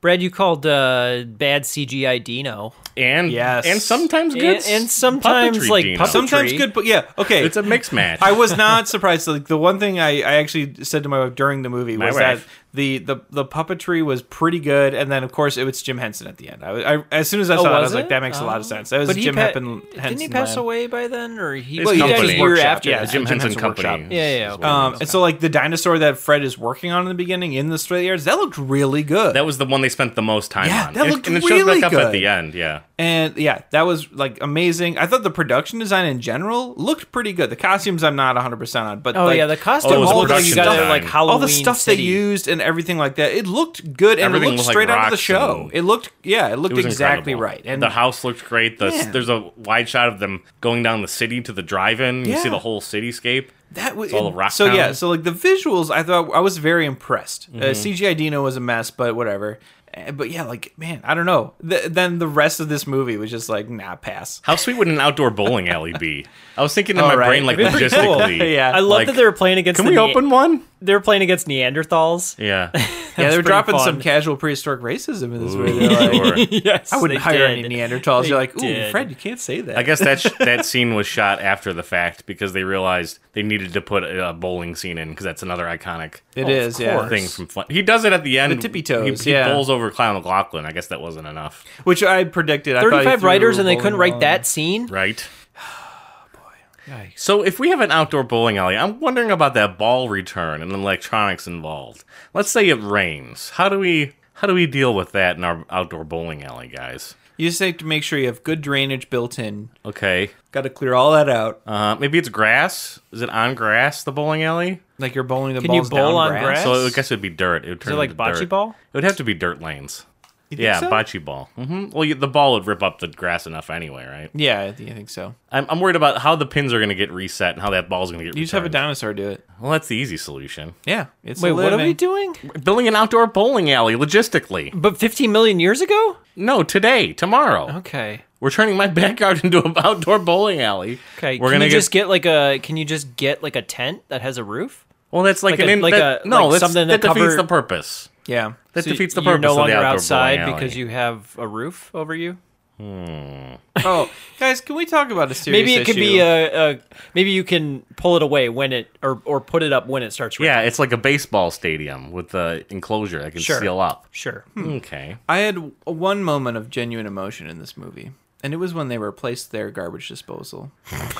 [SPEAKER 3] Brad, you called uh, bad CGI Dino,
[SPEAKER 2] and
[SPEAKER 4] Yes.
[SPEAKER 2] and sometimes good,
[SPEAKER 3] and, and sometimes
[SPEAKER 2] puppetry,
[SPEAKER 3] like
[SPEAKER 2] Dino.
[SPEAKER 3] puppetry.
[SPEAKER 4] Sometimes good, but yeah, okay.
[SPEAKER 2] It's a mixed match.
[SPEAKER 4] I was not surprised. Like the one thing I, I actually said to my wife during the movie
[SPEAKER 2] My
[SPEAKER 4] was that
[SPEAKER 2] wife.
[SPEAKER 4] the, the the puppetry was pretty good, and then of course it was Jim Henson at the end. I, was- I as soon as I saw that, I
[SPEAKER 3] was
[SPEAKER 4] was like,
[SPEAKER 3] it?
[SPEAKER 4] that makes a lot of sense. That was
[SPEAKER 3] But he
[SPEAKER 4] Jim
[SPEAKER 3] pa-
[SPEAKER 4] Heppen- Henson.
[SPEAKER 3] didn't he pass
[SPEAKER 4] land.
[SPEAKER 3] away by then, or he
[SPEAKER 2] His
[SPEAKER 3] well, he died
[SPEAKER 2] company.
[SPEAKER 3] a year
[SPEAKER 4] Workshop,
[SPEAKER 3] after?
[SPEAKER 4] yeah,
[SPEAKER 3] that.
[SPEAKER 2] Jim
[SPEAKER 4] Jim
[SPEAKER 2] Henson
[SPEAKER 4] Henson
[SPEAKER 2] Company.
[SPEAKER 4] Workshop.
[SPEAKER 3] Yeah, yeah,
[SPEAKER 2] is
[SPEAKER 3] okay.
[SPEAKER 2] what it
[SPEAKER 4] Um,
[SPEAKER 2] is.
[SPEAKER 4] and so like the dinosaur that Fred is working on in the beginning in the straight yards, that looked really good.
[SPEAKER 2] that was the one they spent the most time
[SPEAKER 4] Yeah,
[SPEAKER 2] on.
[SPEAKER 4] that
[SPEAKER 2] And-
[SPEAKER 4] looked
[SPEAKER 2] and it shows
[SPEAKER 4] really
[SPEAKER 2] back up at
[SPEAKER 4] good.
[SPEAKER 2] the end. Yeah,
[SPEAKER 4] and yeah, that was like amazing. I thought the production design in general looked pretty good. The costumes I'm not 100% on, but
[SPEAKER 3] Oh
[SPEAKER 4] like,
[SPEAKER 3] yeah, the costume
[SPEAKER 2] Oh, it was
[SPEAKER 3] all
[SPEAKER 2] production
[SPEAKER 3] you got
[SPEAKER 2] design.
[SPEAKER 3] at, like Halloween.
[SPEAKER 4] all the stuff
[SPEAKER 3] City.
[SPEAKER 4] they used and everything like that, it looked good and
[SPEAKER 2] Everything
[SPEAKER 4] it
[SPEAKER 2] looked
[SPEAKER 4] looked
[SPEAKER 2] like
[SPEAKER 4] straight out of the
[SPEAKER 2] rocks
[SPEAKER 4] show.
[SPEAKER 2] and-
[SPEAKER 4] It looked yeah, it looked
[SPEAKER 2] it was
[SPEAKER 4] exactly
[SPEAKER 2] incredible.
[SPEAKER 4] right. And
[SPEAKER 2] the house looked great. The,
[SPEAKER 4] Yeah.
[SPEAKER 2] There's a wide shot of them going down the city to the drive-in. You see
[SPEAKER 4] Yeah.
[SPEAKER 2] the whole cityscape.
[SPEAKER 4] that was
[SPEAKER 2] It's all rock
[SPEAKER 4] so yeah
[SPEAKER 2] town.
[SPEAKER 4] so like the visuals i thought i was very impressed uh,
[SPEAKER 3] Mm-hmm.
[SPEAKER 4] cgi dino was a mess but whatever Uh, but yeah like man i don't know Th then the rest of this movie was just like nah pass
[SPEAKER 2] How sweet would an outdoor bowling alley be? I was thinking in
[SPEAKER 4] All
[SPEAKER 2] my
[SPEAKER 4] Oh, right.
[SPEAKER 2] brain like
[SPEAKER 4] It'd be pretty cool.
[SPEAKER 2] logistically.
[SPEAKER 4] Yeah.
[SPEAKER 3] I love
[SPEAKER 2] like,
[SPEAKER 3] that they were playing against.
[SPEAKER 2] Can
[SPEAKER 3] the
[SPEAKER 2] we
[SPEAKER 3] Ne-
[SPEAKER 2] open one?
[SPEAKER 3] They were playing against Neanderthals.
[SPEAKER 2] Yeah.
[SPEAKER 4] yeah they're
[SPEAKER 3] pretty
[SPEAKER 4] dropping
[SPEAKER 3] fun.
[SPEAKER 4] some casual prehistoric racism in this movie They're like,
[SPEAKER 2] Sure.
[SPEAKER 3] yes,
[SPEAKER 4] i wouldn't
[SPEAKER 3] they
[SPEAKER 4] hire
[SPEAKER 3] did.
[SPEAKER 4] any neanderthals
[SPEAKER 3] They
[SPEAKER 4] you're like ooh
[SPEAKER 3] did.
[SPEAKER 4] fred you can't say that
[SPEAKER 2] I guess that sh- that scene was shot after the fact because they realized they needed to put a bowling scene in because that's another iconic
[SPEAKER 4] it is yeah
[SPEAKER 2] thing from Flint. He does it at the end.
[SPEAKER 4] The tippy toes,
[SPEAKER 2] He, he
[SPEAKER 4] yeah.
[SPEAKER 2] bowls over Clown McLaughlin. I guess that wasn't enough,
[SPEAKER 4] which i predicted I thought he
[SPEAKER 3] 35
[SPEAKER 4] threw
[SPEAKER 3] writers and they
[SPEAKER 4] bowling
[SPEAKER 3] couldn't write
[SPEAKER 4] ball.
[SPEAKER 3] that scene.
[SPEAKER 2] right? Boy. So if we have an outdoor bowling alley, I'm wondering about that ball return and the electronics involved. Let's say it rains. How do we how do we deal with that in our outdoor bowling alley, guys?
[SPEAKER 4] you just have to make sure you have good drainage built in
[SPEAKER 2] Okay.
[SPEAKER 4] got to clear all that out
[SPEAKER 2] Uh, maybe it's grass. Is it on grass? The bowling alley.
[SPEAKER 4] like you're bowling the
[SPEAKER 3] Can you
[SPEAKER 4] balls
[SPEAKER 3] bowl
[SPEAKER 4] down
[SPEAKER 3] on
[SPEAKER 4] grass.
[SPEAKER 3] grass?
[SPEAKER 2] So I guess it'd be dirt. It would turn
[SPEAKER 3] it like
[SPEAKER 2] into
[SPEAKER 3] bocce
[SPEAKER 2] dirt.
[SPEAKER 3] ball?
[SPEAKER 2] It would have to be dirt lanes.
[SPEAKER 4] think
[SPEAKER 2] yeah,
[SPEAKER 4] so?
[SPEAKER 2] bocce ball. hmm Well, you, the ball would rip up the grass enough anyway, right?
[SPEAKER 4] yeah i think I think so
[SPEAKER 2] I'm, I'm worried about how the pins are going to get reset and how that ball's going to get
[SPEAKER 4] you just have a
[SPEAKER 2] returned.
[SPEAKER 4] dinosaur do it
[SPEAKER 2] Well, that's the easy solution.
[SPEAKER 4] Yeah, it's
[SPEAKER 3] Wait,
[SPEAKER 4] a
[SPEAKER 3] what are we
[SPEAKER 4] living.
[SPEAKER 3] doing?
[SPEAKER 2] Building an outdoor bowling alley logistically.
[SPEAKER 3] But 15 million years ago?
[SPEAKER 2] No, today, tomorrow.
[SPEAKER 3] Okay.
[SPEAKER 2] We're turning my backyard into an outdoor bowling alley.
[SPEAKER 3] Okay.
[SPEAKER 2] We're
[SPEAKER 3] can
[SPEAKER 2] gonna
[SPEAKER 3] you
[SPEAKER 2] get-
[SPEAKER 3] just get like a can you just get like a tent that has a roof?
[SPEAKER 2] Well, that's like,
[SPEAKER 3] like
[SPEAKER 2] an
[SPEAKER 3] a-
[SPEAKER 2] in,
[SPEAKER 3] like
[SPEAKER 2] that-
[SPEAKER 3] a-
[SPEAKER 2] no,
[SPEAKER 3] like
[SPEAKER 2] that's,
[SPEAKER 3] something
[SPEAKER 2] that
[SPEAKER 3] that
[SPEAKER 2] defeats
[SPEAKER 3] cover-
[SPEAKER 2] the purpose.
[SPEAKER 4] Yeah.
[SPEAKER 2] That defeats the
[SPEAKER 3] You're
[SPEAKER 2] purpose.
[SPEAKER 3] no
[SPEAKER 2] of the
[SPEAKER 3] longer
[SPEAKER 2] outdoor
[SPEAKER 3] outside
[SPEAKER 2] bowling alley.
[SPEAKER 3] because you have a roof over you.
[SPEAKER 4] Oh, guys, can we talk about a serious
[SPEAKER 3] Maybe it could be
[SPEAKER 4] issue?
[SPEAKER 3] a, a maybe you can pull it away when it or or put it up when it starts raining.
[SPEAKER 2] Yeah, it's like a baseball stadium with the enclosure that can
[SPEAKER 3] Sure. Hmm.
[SPEAKER 2] seal up.
[SPEAKER 3] Sure.
[SPEAKER 2] Okay.
[SPEAKER 4] I had one moment of genuine emotion in this movie, and it was when they replaced their garbage disposal.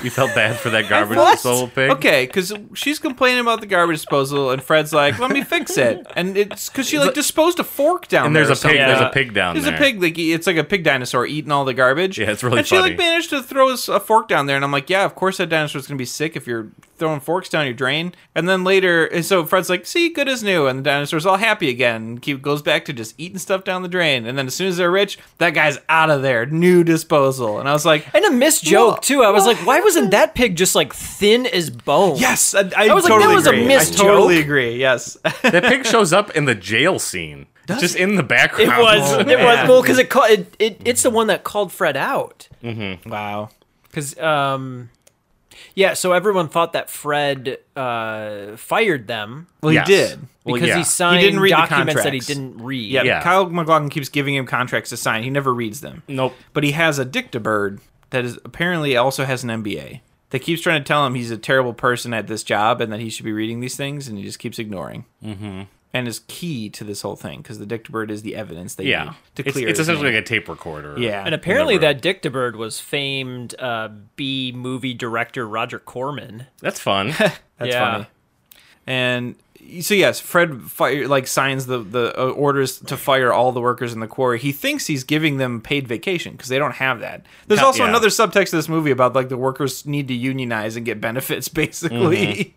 [SPEAKER 2] You felt bad for that garbage disposal pig?
[SPEAKER 4] Okay, because she's complaining about the garbage disposal, and Fred's like, "Let me fix it," and it's because she like disposed a fork down
[SPEAKER 2] And
[SPEAKER 4] there.
[SPEAKER 2] there's a
[SPEAKER 4] or
[SPEAKER 2] pig.
[SPEAKER 4] something.
[SPEAKER 2] There's a pig down
[SPEAKER 4] There's
[SPEAKER 2] there.
[SPEAKER 4] a pig. Like it's like a pig dinosaur eating all the garbage.
[SPEAKER 2] Yeah, it's really
[SPEAKER 4] And she
[SPEAKER 2] funny.
[SPEAKER 4] like managed to throw us a fork down there, and I'm like, yeah, of course that dinosaur's gonna be sick if you're throwing forks down your drain. And then later, and so Fred's like, see, good as new, and the dinosaur's all happy again. Keep goes back to just eating stuff down the drain, and then as soon as they're rich, that guy's out of there. New disposal, and I was like.
[SPEAKER 3] And a missed joke
[SPEAKER 4] Well-
[SPEAKER 3] too. I was like, why
[SPEAKER 2] hmm.
[SPEAKER 3] wasn't that pig just like thin as bone?
[SPEAKER 4] Yes, I, I,
[SPEAKER 3] was like, that
[SPEAKER 4] totally
[SPEAKER 3] was a
[SPEAKER 4] agree.
[SPEAKER 3] missed
[SPEAKER 4] I totally
[SPEAKER 3] joke.
[SPEAKER 4] agree. Yes,
[SPEAKER 2] That pig shows up in the jail scene. just in the
[SPEAKER 3] It
[SPEAKER 2] background.
[SPEAKER 3] was. it
[SPEAKER 4] man.
[SPEAKER 3] was. Well, because it, called it, it it's the one that called Fred out.
[SPEAKER 4] wow.
[SPEAKER 3] Because um, yeah. So everyone thought that Fred uh fired them
[SPEAKER 4] Well,
[SPEAKER 2] Yes.
[SPEAKER 4] he did.
[SPEAKER 2] Well,
[SPEAKER 3] because
[SPEAKER 2] yeah.
[SPEAKER 3] he signed
[SPEAKER 4] He didn't read the
[SPEAKER 3] documents that he
[SPEAKER 4] contracts.
[SPEAKER 3] didn't read.
[SPEAKER 4] Yeah,
[SPEAKER 2] Yeah.
[SPEAKER 4] Kyle McLaughlin keeps giving him contracts to sign. He never reads them.
[SPEAKER 2] Nope.
[SPEAKER 4] But he has a dictabird that is apparently also has an MBA that keeps trying to tell him he's a terrible person at this job and that he should be reading these things, and he just keeps ignoring. Mm-hmm. and is key to this whole thing because the dictabird is the evidence they
[SPEAKER 2] Yeah,
[SPEAKER 4] need to
[SPEAKER 2] it's,
[SPEAKER 4] clear.
[SPEAKER 2] it's
[SPEAKER 4] his
[SPEAKER 2] essentially
[SPEAKER 4] name.
[SPEAKER 2] like a tape recorder.
[SPEAKER 4] yeah,
[SPEAKER 3] And apparently,
[SPEAKER 2] Whatever.
[SPEAKER 3] that Dictabird was famed uh, B movie director Roger Corman.
[SPEAKER 2] that's fun.
[SPEAKER 4] That's
[SPEAKER 3] Yeah.
[SPEAKER 4] funny. And so yes, Fred fire, like signs the the uh, orders to fire all the workers in the quarry. He thinks he's giving them paid vacation because they don't have that. There's
[SPEAKER 2] Yeah,
[SPEAKER 4] also
[SPEAKER 2] yeah.
[SPEAKER 4] another subtext to this movie about like the workers need to unionize and get benefits basically.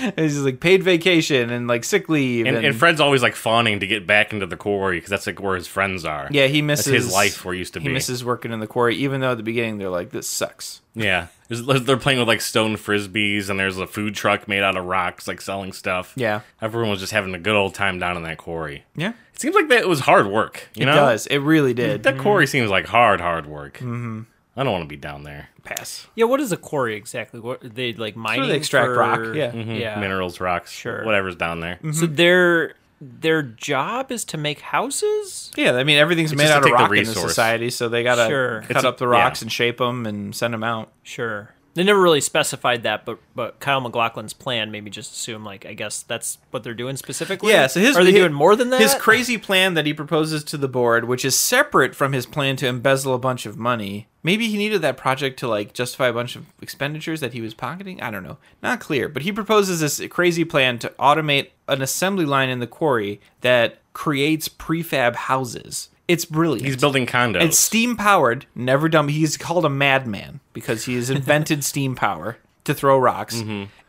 [SPEAKER 4] and he's just like paid vacation and like sick leave
[SPEAKER 2] Mm-hmm. and, and Fred's always like fawning to get back into the quarry because that's like where his friends are.
[SPEAKER 4] yeah, he misses
[SPEAKER 2] that's his life where it used to
[SPEAKER 4] he
[SPEAKER 2] be.
[SPEAKER 4] misses working in the quarry, even though at the beginning they're like, "This sucks."
[SPEAKER 2] Yeah, There's- they're playing with like stone frisbees, and there's a food truck made out of rocks, like selling stuff.
[SPEAKER 4] Yeah.
[SPEAKER 2] everyone was just having a good old time down in that quarry.
[SPEAKER 4] Yeah,
[SPEAKER 2] It seems like that it was hard work. You
[SPEAKER 4] it
[SPEAKER 2] know,
[SPEAKER 4] does. Mm-hmm. It really did.
[SPEAKER 2] That quarry seems like hard, hard work. Mm-hmm. I don't want to be down there.
[SPEAKER 4] Pass.
[SPEAKER 3] Yeah, what is a quarry exactly? What they like mining?
[SPEAKER 4] they extract
[SPEAKER 3] for-
[SPEAKER 4] rock, yeah.
[SPEAKER 2] Mm-hmm.
[SPEAKER 4] Mm-hmm.
[SPEAKER 3] yeah.
[SPEAKER 2] Mm, Minerals, rocks,
[SPEAKER 3] Sure.
[SPEAKER 2] whatever's down there.
[SPEAKER 3] So their their job is to make houses.
[SPEAKER 4] Yeah, I mean everything's made
[SPEAKER 2] just to
[SPEAKER 4] out of
[SPEAKER 2] take the
[SPEAKER 4] rock in this
[SPEAKER 2] resource.
[SPEAKER 4] society, so they gotta
[SPEAKER 3] Sure.
[SPEAKER 4] cut
[SPEAKER 2] It's a-
[SPEAKER 4] up the rocks
[SPEAKER 2] yeah.
[SPEAKER 4] and shape them and send them out.
[SPEAKER 3] Sure. They never really specified that, but but Kyle McLaughlin's plan made me just assume like I guess that's what they're doing specifically.
[SPEAKER 4] Yeah, so his
[SPEAKER 3] are they
[SPEAKER 4] his-
[SPEAKER 3] doing more than that?
[SPEAKER 4] His crazy plan that he proposes to the board, which is separate from his plan to embezzle a bunch of money. Maybe he needed that project to like justify a bunch of expenditures that he was pocketing. I don't know, not clear. But he proposes this crazy plan to automate an assembly line in the quarry that creates prefab houses. It's brilliant.
[SPEAKER 2] He's building condos.
[SPEAKER 4] It's steam powered, never dumb. He's called a madman because he has invented steam power to throw rocks.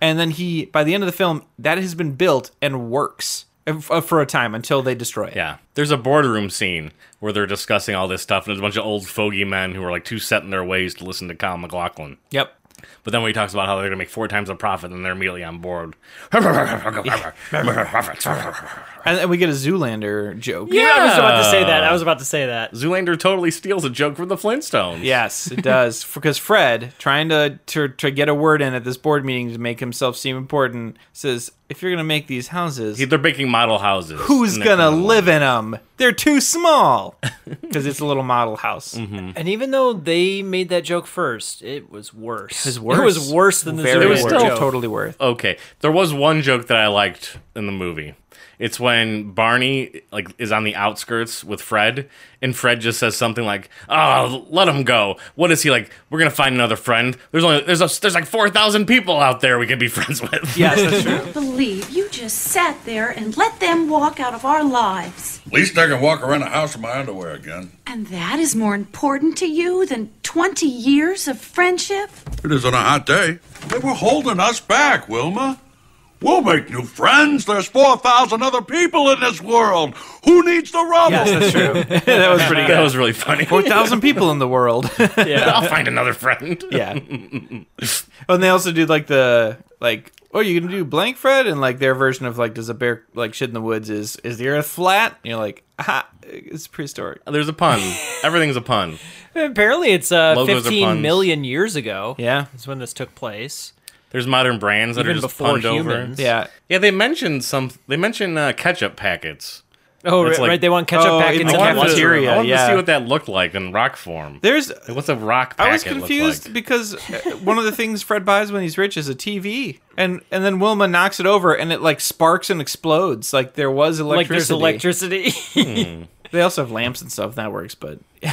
[SPEAKER 4] And then he, by the end of the film, that has been built and works f- uh, for a time until they destroy it.
[SPEAKER 2] Yeah. There's a boardroom scene where they're discussing all this stuff, and there's a bunch of old fogey men who are like too set in their ways to listen to Kyle McLaughlin.
[SPEAKER 4] Yep.
[SPEAKER 2] But then when he talks about how they're going to make four times the profit, then they're immediately on board.
[SPEAKER 4] And, and we get a Zoolander joke.
[SPEAKER 3] Yeah, I was about to say that. I was about to say that.
[SPEAKER 2] Zoolander totally steals a joke from the Flintstones.
[SPEAKER 4] Yes, it does. Because Fred, trying to, to to get a word in at this board meeting to make himself seem important, says, "If you're gonna make these houses,
[SPEAKER 2] They're making model houses.
[SPEAKER 4] who's
[SPEAKER 2] And they're
[SPEAKER 4] gonna
[SPEAKER 2] coming along.
[SPEAKER 4] live in them? They're too small." Because it's a little model house.
[SPEAKER 3] And even though they made that joke first, it was worse. It
[SPEAKER 4] was worse.
[SPEAKER 3] It was worse than the
[SPEAKER 4] Very
[SPEAKER 3] Zoolander
[SPEAKER 4] worth-
[SPEAKER 2] still-
[SPEAKER 3] joke.
[SPEAKER 4] totally worth.
[SPEAKER 2] okay there was one joke that i liked in the movie it's when barney like is on the outskirts with fred and fred just says something like oh let him go what is he like we're gonna find another friend there's only there's a, there's like 4000 people out there we could be friends with
[SPEAKER 4] Yes, that's true.
[SPEAKER 8] believe you just sat there and let them walk out of our lives.
[SPEAKER 6] At least I can walk around the house in my underwear again.
[SPEAKER 8] And that is more important to you than 20 years of friendship?
[SPEAKER 6] It is on a hot day. They were holding us back, Wilma. We'll make new friends. There's 4,000 other people in this world. Who needs the rubble?
[SPEAKER 4] Yes, that's true. that was pretty
[SPEAKER 2] that
[SPEAKER 4] good.
[SPEAKER 2] was really funny
[SPEAKER 4] Four thousand people in the world.
[SPEAKER 2] i'll find another friend
[SPEAKER 4] yeah. Oh, and they also do like the like. Oh, you gonna do blank Fred and like their version of like does a bear like shit in the woods is is the earth flat? And you're like, ah, it's prehistoric.
[SPEAKER 2] there's a pun everything's a pun
[SPEAKER 3] Apparently, it's uh,
[SPEAKER 2] Logos are
[SPEAKER 3] 15
[SPEAKER 2] puns.
[SPEAKER 3] million years ago.
[SPEAKER 4] Yeah.
[SPEAKER 3] is when this took place.
[SPEAKER 2] there's modern brands that
[SPEAKER 3] Even
[SPEAKER 2] are just
[SPEAKER 3] before
[SPEAKER 2] punned
[SPEAKER 3] humans.
[SPEAKER 2] over
[SPEAKER 4] Yeah.
[SPEAKER 2] yeah they mentioned some they mentioned uh, ketchup packets
[SPEAKER 3] Oh,
[SPEAKER 2] It's
[SPEAKER 3] right,
[SPEAKER 2] like-
[SPEAKER 3] right. They want ketchup
[SPEAKER 4] Oh,
[SPEAKER 3] packets
[SPEAKER 4] in
[SPEAKER 3] in
[SPEAKER 4] the
[SPEAKER 3] the
[SPEAKER 2] I wanted to-
[SPEAKER 4] cafeteria,
[SPEAKER 2] I wanted to
[SPEAKER 4] yeah.
[SPEAKER 2] see what that looked like in rock form.
[SPEAKER 4] There's.
[SPEAKER 2] What's a rock packet
[SPEAKER 4] I was
[SPEAKER 2] look
[SPEAKER 4] confused
[SPEAKER 2] like?
[SPEAKER 4] because uh, one of the things Fred buys when he's rich is a TV, and and then Wilma knocks it over and it like sparks and explodes. Like there was
[SPEAKER 3] Like
[SPEAKER 4] electricity.
[SPEAKER 3] there's electricity.
[SPEAKER 4] They also have lamps and stuff that works, but
[SPEAKER 2] Yeah,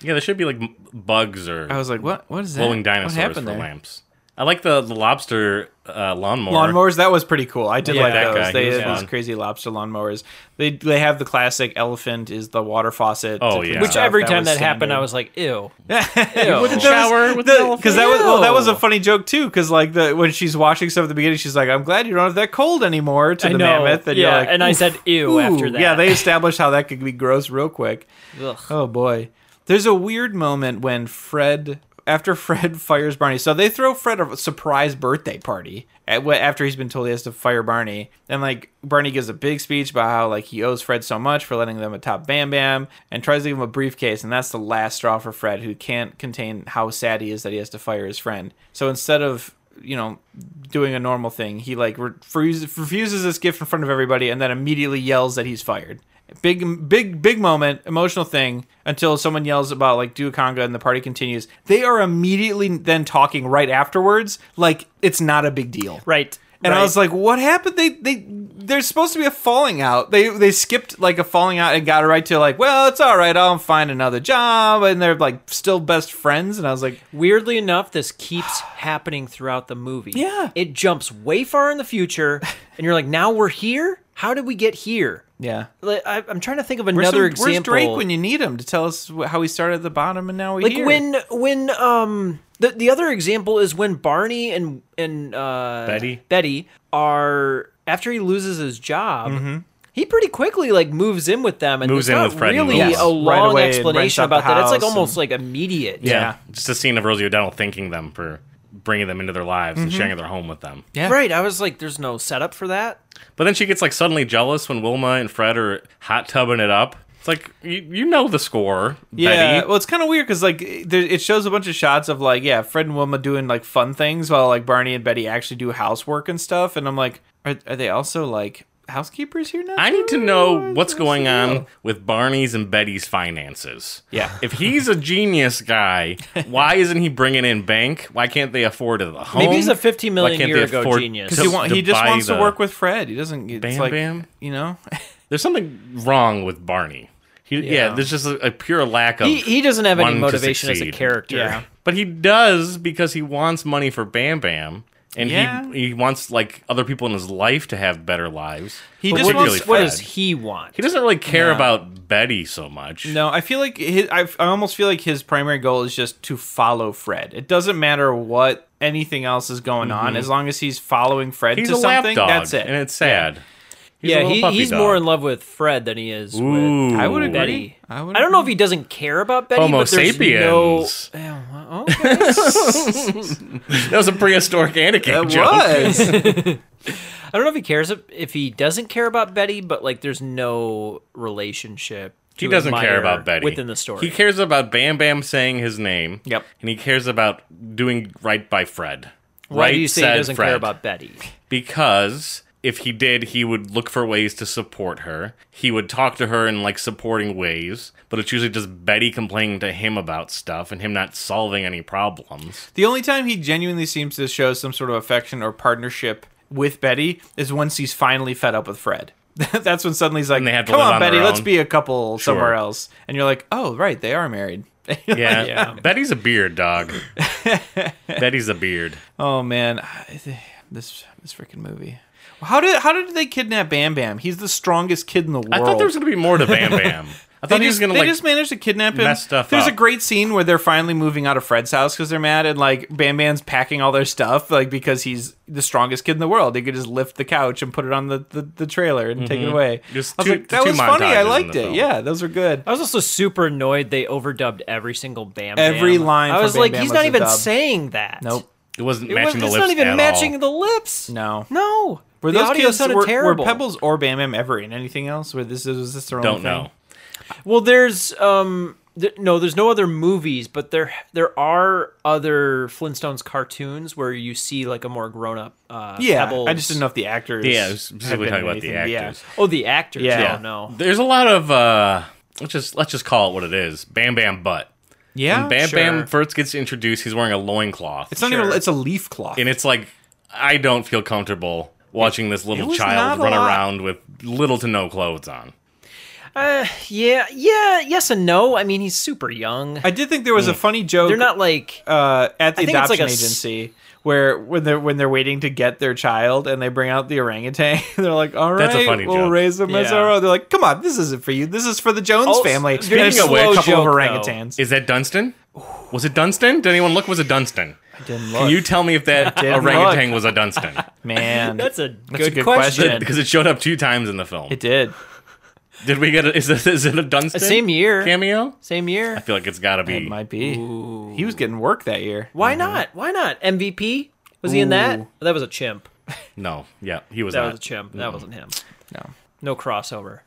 [SPEAKER 2] there should be like m- bugs or
[SPEAKER 4] I was like, what? What is that?
[SPEAKER 2] blowing
[SPEAKER 4] what
[SPEAKER 2] dinosaurs for
[SPEAKER 4] happened there?
[SPEAKER 2] lamps. I like the, the lobster uh, lawnmower.
[SPEAKER 4] Lawnmowers, that was pretty cool. I did
[SPEAKER 2] Yeah,
[SPEAKER 4] like
[SPEAKER 2] that
[SPEAKER 4] those.
[SPEAKER 2] guy,
[SPEAKER 4] They
[SPEAKER 2] he was
[SPEAKER 4] had these
[SPEAKER 2] fun.
[SPEAKER 4] crazy lobster lawnmowers. They they have the classic elephant is the water faucet. to
[SPEAKER 2] Oh,
[SPEAKER 4] clean
[SPEAKER 2] yeah.
[SPEAKER 3] Which
[SPEAKER 4] stuff.
[SPEAKER 3] every time that
[SPEAKER 4] was
[SPEAKER 3] happened,
[SPEAKER 4] standard.
[SPEAKER 3] I was like, ew.
[SPEAKER 4] But
[SPEAKER 3] ew.
[SPEAKER 4] that was-
[SPEAKER 2] shower with
[SPEAKER 4] the-
[SPEAKER 2] an elephant.
[SPEAKER 4] Cause that was well, that was a
[SPEAKER 3] Ew.
[SPEAKER 4] funny joke too. Because like the when she's watching stuff at the beginning, she's like, "I'm glad you don't have that cold anymore." To
[SPEAKER 3] I
[SPEAKER 4] the
[SPEAKER 3] know.
[SPEAKER 4] mammoth, and
[SPEAKER 3] yeah,
[SPEAKER 4] you're like,
[SPEAKER 3] and I
[SPEAKER 4] "Oof,
[SPEAKER 3] said ew after
[SPEAKER 4] ooh."
[SPEAKER 3] that.
[SPEAKER 4] Yeah, they established how that could be gross real quick.
[SPEAKER 3] Ugh.
[SPEAKER 4] Oh boy. There's a weird moment when Fred after Fred fires Barney. So they throw Fred a surprise birthday party at, wh- after he's been told he has to fire Barney. And like Barney gives a big speech about how like he owes Fred so much for letting them atop Bam Bam and tries to give him a briefcase and that's the last straw for Fred who can't contain how sad he is that he has to fire his friend. So instead of you know doing a normal thing, he like refuses, refuses this gift in front of everybody and then immediately yells that he's fired. Big, big, big moment, emotional thing until someone yells about like Duokonga and the party continues. They are immediately then talking right afterwards, like it's not a big deal.
[SPEAKER 3] Right.
[SPEAKER 4] And I
[SPEAKER 3] Right.
[SPEAKER 4] was like, "What happened? They they there's supposed to be a falling out. They they skipped like a falling out and got right to like, well, it's all right. I'll find another job." And they're like still best friends. And I was like,
[SPEAKER 3] Weirdly enough, this keeps happening throughout the movie.
[SPEAKER 4] Yeah.
[SPEAKER 3] It jumps way far in the future, and you're like, now we're here? How did we get here?
[SPEAKER 4] "Yeah."
[SPEAKER 3] Like, I, I'm trying to think of
[SPEAKER 4] Where's
[SPEAKER 3] another
[SPEAKER 4] some-
[SPEAKER 3] example.
[SPEAKER 4] Where's Drake when you need him to tell us wh- how he started at the bottom and now we're
[SPEAKER 3] like
[SPEAKER 4] here?
[SPEAKER 3] when when um the the other example is when Barney and and uh,
[SPEAKER 2] Betty.
[SPEAKER 3] Betty are after he loses his job. He pretty quickly like moves in with them, and
[SPEAKER 2] Moves
[SPEAKER 3] there's
[SPEAKER 2] in
[SPEAKER 3] not
[SPEAKER 2] with Fred and
[SPEAKER 3] really
[SPEAKER 2] Willis.
[SPEAKER 3] a
[SPEAKER 4] Right
[SPEAKER 3] long
[SPEAKER 4] away, rents
[SPEAKER 3] explanation
[SPEAKER 4] out the
[SPEAKER 3] about that. It's like
[SPEAKER 4] house
[SPEAKER 3] almost
[SPEAKER 4] and-
[SPEAKER 3] like immediate.
[SPEAKER 2] Yeah.
[SPEAKER 4] Yeah.
[SPEAKER 2] Just a scene of Rosie O'Donnell thanking them for bringing them into their lives and sharing their home with them.
[SPEAKER 4] Mm-hmm. Yeah.
[SPEAKER 3] Right. I was like, there's no setup for that.
[SPEAKER 2] But then she gets like suddenly jealous when Wilma and Fred are hot tubbing it up. It's like you, you know the score,
[SPEAKER 4] Yeah,
[SPEAKER 2] Betty.
[SPEAKER 4] well, it's kind of weird because like there, it shows a bunch of shots of like yeah, Fred and Wilma doing like fun things while like Barney and Betty actually do housework and stuff, and I'm like, are, are they also like housekeepers here now?
[SPEAKER 2] I need to
[SPEAKER 4] Oh,
[SPEAKER 2] know what's going
[SPEAKER 4] Yeah.
[SPEAKER 2] on with Barney's and Betty's finances.
[SPEAKER 4] Yeah.
[SPEAKER 2] If he's a genius guy, why isn't he bringing in bank? Why can't they afford a home?
[SPEAKER 3] Maybe he's a 15
[SPEAKER 2] Why
[SPEAKER 3] million
[SPEAKER 2] can't
[SPEAKER 3] year
[SPEAKER 2] they
[SPEAKER 3] ago
[SPEAKER 2] afford
[SPEAKER 3] genius.
[SPEAKER 2] to-
[SPEAKER 4] He, wa- he just
[SPEAKER 2] buy
[SPEAKER 4] wants to
[SPEAKER 2] the-
[SPEAKER 4] work with Fred. He doesn't. It's
[SPEAKER 2] Bam
[SPEAKER 4] like
[SPEAKER 2] Bam?
[SPEAKER 4] you know.
[SPEAKER 2] There's something wrong with Barney. He, yeah. there's just a, a pure lack of.
[SPEAKER 3] He, he doesn't have any
[SPEAKER 2] wanting to
[SPEAKER 3] motivation as a
[SPEAKER 2] succeed.
[SPEAKER 3] character.
[SPEAKER 4] Yeah.
[SPEAKER 2] But he does because he wants money for Bam Bam, and
[SPEAKER 4] Yeah.
[SPEAKER 2] he he wants like other people in his life to have better lives.
[SPEAKER 4] He
[SPEAKER 3] But
[SPEAKER 4] just
[SPEAKER 3] what,
[SPEAKER 2] particularly
[SPEAKER 3] does, what
[SPEAKER 2] Fred.
[SPEAKER 3] does he want?
[SPEAKER 2] He doesn't really care about Betty so much.
[SPEAKER 4] No, I feel like his, I, I almost feel like his primary goal is just to follow Fred. It doesn't matter what anything else is going on, as long as he's following Fred
[SPEAKER 2] Mm-hmm. he's
[SPEAKER 4] to
[SPEAKER 2] a
[SPEAKER 4] something.
[SPEAKER 2] lapdog,
[SPEAKER 4] That's it.
[SPEAKER 2] and it's sad. He's a
[SPEAKER 3] yeah,
[SPEAKER 2] little
[SPEAKER 3] he,
[SPEAKER 2] puppy
[SPEAKER 3] he's
[SPEAKER 2] dog.
[SPEAKER 3] more in love with Fred than he is
[SPEAKER 2] Ooh.
[SPEAKER 3] with
[SPEAKER 2] I would
[SPEAKER 4] agree.
[SPEAKER 3] Betty. I,
[SPEAKER 4] I would
[SPEAKER 3] don't know if he doesn't care about Betty,
[SPEAKER 2] Homo
[SPEAKER 3] but there's
[SPEAKER 2] sapiens.
[SPEAKER 3] no. Yeah, well, okay.
[SPEAKER 2] That was a prehistoric Anakin
[SPEAKER 4] It
[SPEAKER 2] joke.
[SPEAKER 4] was.
[SPEAKER 3] I don't know if he cares if- if he doesn't care about Betty, but like there's no relationship.
[SPEAKER 2] He
[SPEAKER 3] to
[SPEAKER 2] doesn't care
[SPEAKER 3] admire
[SPEAKER 2] about Betty
[SPEAKER 3] within the story.
[SPEAKER 2] He cares about Bam Bam saying his name.
[SPEAKER 4] Yep.
[SPEAKER 2] And he cares about doing right by Fred.
[SPEAKER 3] Why
[SPEAKER 2] right
[SPEAKER 3] do you say
[SPEAKER 2] said
[SPEAKER 3] he doesn't
[SPEAKER 2] Fred.
[SPEAKER 3] care about Betty?
[SPEAKER 2] because if he did, he would look for ways to support her. He would talk to her in like supporting ways, but it's usually just Betty complaining to him about stuff and him not solving any problems.
[SPEAKER 4] the only time he genuinely seems to show some sort of affection or partnership with Betty is once he's finally fed up with Fred. That's when suddenly he's like,
[SPEAKER 2] they have to
[SPEAKER 4] "Come
[SPEAKER 2] live
[SPEAKER 4] on,
[SPEAKER 2] on
[SPEAKER 4] Betty,
[SPEAKER 2] their
[SPEAKER 4] let's
[SPEAKER 2] own."
[SPEAKER 4] be a couple
[SPEAKER 2] Sure.
[SPEAKER 4] somewhere else." And you're like, "Oh, right, they are married."
[SPEAKER 2] Yeah, Betty's a beard dog. Betty's a beard.
[SPEAKER 4] Oh man, this this freaking movie. How did how did they kidnap Bam Bam? He's the strongest kid in the world.
[SPEAKER 2] I thought there was gonna be more to Bam Bam. I
[SPEAKER 4] They
[SPEAKER 2] thought he was
[SPEAKER 4] just,
[SPEAKER 2] gonna
[SPEAKER 4] they
[SPEAKER 2] like
[SPEAKER 4] just managed to kidnap him.
[SPEAKER 2] mess stuff
[SPEAKER 4] There's a
[SPEAKER 2] up.
[SPEAKER 4] great scene where they're finally moving out of Fred's house because they're mad, and like Bam Bam's packing all their stuff, like because he's the strongest kid in the world. They could just lift the couch and put it on the, the, the trailer and take it away.
[SPEAKER 2] Just
[SPEAKER 4] I was
[SPEAKER 2] Mm-hmm. two-
[SPEAKER 4] like, that
[SPEAKER 2] two
[SPEAKER 4] was funny.
[SPEAKER 2] montages
[SPEAKER 4] I
[SPEAKER 2] in
[SPEAKER 4] liked
[SPEAKER 2] the
[SPEAKER 4] it.
[SPEAKER 2] film.
[SPEAKER 4] Yeah, those were good.
[SPEAKER 3] I was also super annoyed they overdubbed every single Bam.
[SPEAKER 4] Every
[SPEAKER 3] Bam.
[SPEAKER 4] line
[SPEAKER 3] I
[SPEAKER 4] from
[SPEAKER 3] was
[SPEAKER 4] Bam
[SPEAKER 3] like,
[SPEAKER 4] Bam
[SPEAKER 3] he's
[SPEAKER 4] was
[SPEAKER 3] not
[SPEAKER 4] a
[SPEAKER 3] even
[SPEAKER 4] dub.
[SPEAKER 3] saying that.
[SPEAKER 4] Nope.
[SPEAKER 2] it wasn't
[SPEAKER 3] It
[SPEAKER 2] matching
[SPEAKER 3] was,
[SPEAKER 2] the
[SPEAKER 3] it's
[SPEAKER 2] lips.
[SPEAKER 3] not even
[SPEAKER 2] at
[SPEAKER 3] matching
[SPEAKER 2] all.
[SPEAKER 3] the lips.
[SPEAKER 4] No.
[SPEAKER 3] no.
[SPEAKER 4] Were
[SPEAKER 3] the
[SPEAKER 4] those
[SPEAKER 3] audio
[SPEAKER 4] kids
[SPEAKER 3] sounded
[SPEAKER 4] were, were
[SPEAKER 3] terrible.
[SPEAKER 4] Pebbles or Bam Bam ever in anything else? Where this was this their only
[SPEAKER 2] Don't
[SPEAKER 4] thing?
[SPEAKER 2] know.
[SPEAKER 3] Well, there's um th- no, there's no other movies, but there there are other Flintstones cartoons where you see like a more grown up. Uh,
[SPEAKER 4] Yeah,
[SPEAKER 3] Pebbles.
[SPEAKER 4] I just didn't know if the actors.
[SPEAKER 2] Yeah,
[SPEAKER 4] had
[SPEAKER 2] specifically
[SPEAKER 4] been
[SPEAKER 2] talking
[SPEAKER 4] in
[SPEAKER 2] about the
[SPEAKER 4] anything.
[SPEAKER 2] actors.
[SPEAKER 3] Oh, the actors.
[SPEAKER 4] Yeah.
[SPEAKER 3] Oh no.
[SPEAKER 2] There's a lot of uh let's just let's just call it what it is. Bam Bam butt.
[SPEAKER 4] Yeah,
[SPEAKER 2] When Bam
[SPEAKER 3] sure.
[SPEAKER 2] Bam first gets introduced, he's wearing a loincloth.
[SPEAKER 4] Oh, It's not even. It's a leaf cloth.
[SPEAKER 2] and it's like I don't feel comfortable watching this
[SPEAKER 4] it
[SPEAKER 2] little
[SPEAKER 4] was not
[SPEAKER 2] child
[SPEAKER 4] a
[SPEAKER 2] run
[SPEAKER 4] lot.
[SPEAKER 2] around with little to no clothes on.
[SPEAKER 3] Yeah. Yeah. Yes and no. I mean, he's super young.
[SPEAKER 4] I did think there
[SPEAKER 2] Mm.
[SPEAKER 4] was a funny joke.
[SPEAKER 3] They're not like.
[SPEAKER 4] uh, at the
[SPEAKER 3] I think it's
[SPEAKER 4] adoption
[SPEAKER 3] like a s-
[SPEAKER 4] agency where when they're when they're waiting to get their child and they bring out the orangutan. They're like, "All right,
[SPEAKER 2] That's a funny
[SPEAKER 4] we'll
[SPEAKER 2] joke.
[SPEAKER 4] raise them as
[SPEAKER 3] Yeah.
[SPEAKER 4] our own." They're like, "Come on, this isn't for you. This is for the Jones
[SPEAKER 3] Oh,
[SPEAKER 4] family."
[SPEAKER 3] speaking
[SPEAKER 4] There's
[SPEAKER 2] of which-
[SPEAKER 4] a couple
[SPEAKER 3] joke,
[SPEAKER 4] of
[SPEAKER 3] though.
[SPEAKER 4] orangutans.
[SPEAKER 2] Is that Dunstan? Was it Dunstan? Did anyone look? Was it Dunstan?
[SPEAKER 4] Didn't
[SPEAKER 2] Can
[SPEAKER 4] look.
[SPEAKER 2] you tell me if that
[SPEAKER 4] didn't
[SPEAKER 2] orangutan was a Dunstan?
[SPEAKER 4] man,
[SPEAKER 3] That's a
[SPEAKER 4] a
[SPEAKER 3] good
[SPEAKER 4] good
[SPEAKER 3] question.
[SPEAKER 4] question.
[SPEAKER 2] Because it showed up two times in the film.
[SPEAKER 4] it did.
[SPEAKER 2] Did we get a, is, it, is it a Dunstan?
[SPEAKER 3] Uh, Same year.
[SPEAKER 2] Cameo?
[SPEAKER 3] Same year.
[SPEAKER 2] I feel like it's gotta be.
[SPEAKER 4] It might be. He was getting work that year.
[SPEAKER 3] Why not? Why not? MVP. Was he in that? Oh,
[SPEAKER 4] Ooh.
[SPEAKER 3] That was a chimp.
[SPEAKER 2] No, yeah, he was
[SPEAKER 3] That
[SPEAKER 2] not.
[SPEAKER 3] was a chimp.
[SPEAKER 4] mm-hmm.
[SPEAKER 3] That wasn't him.
[SPEAKER 4] No.
[SPEAKER 3] No crossover.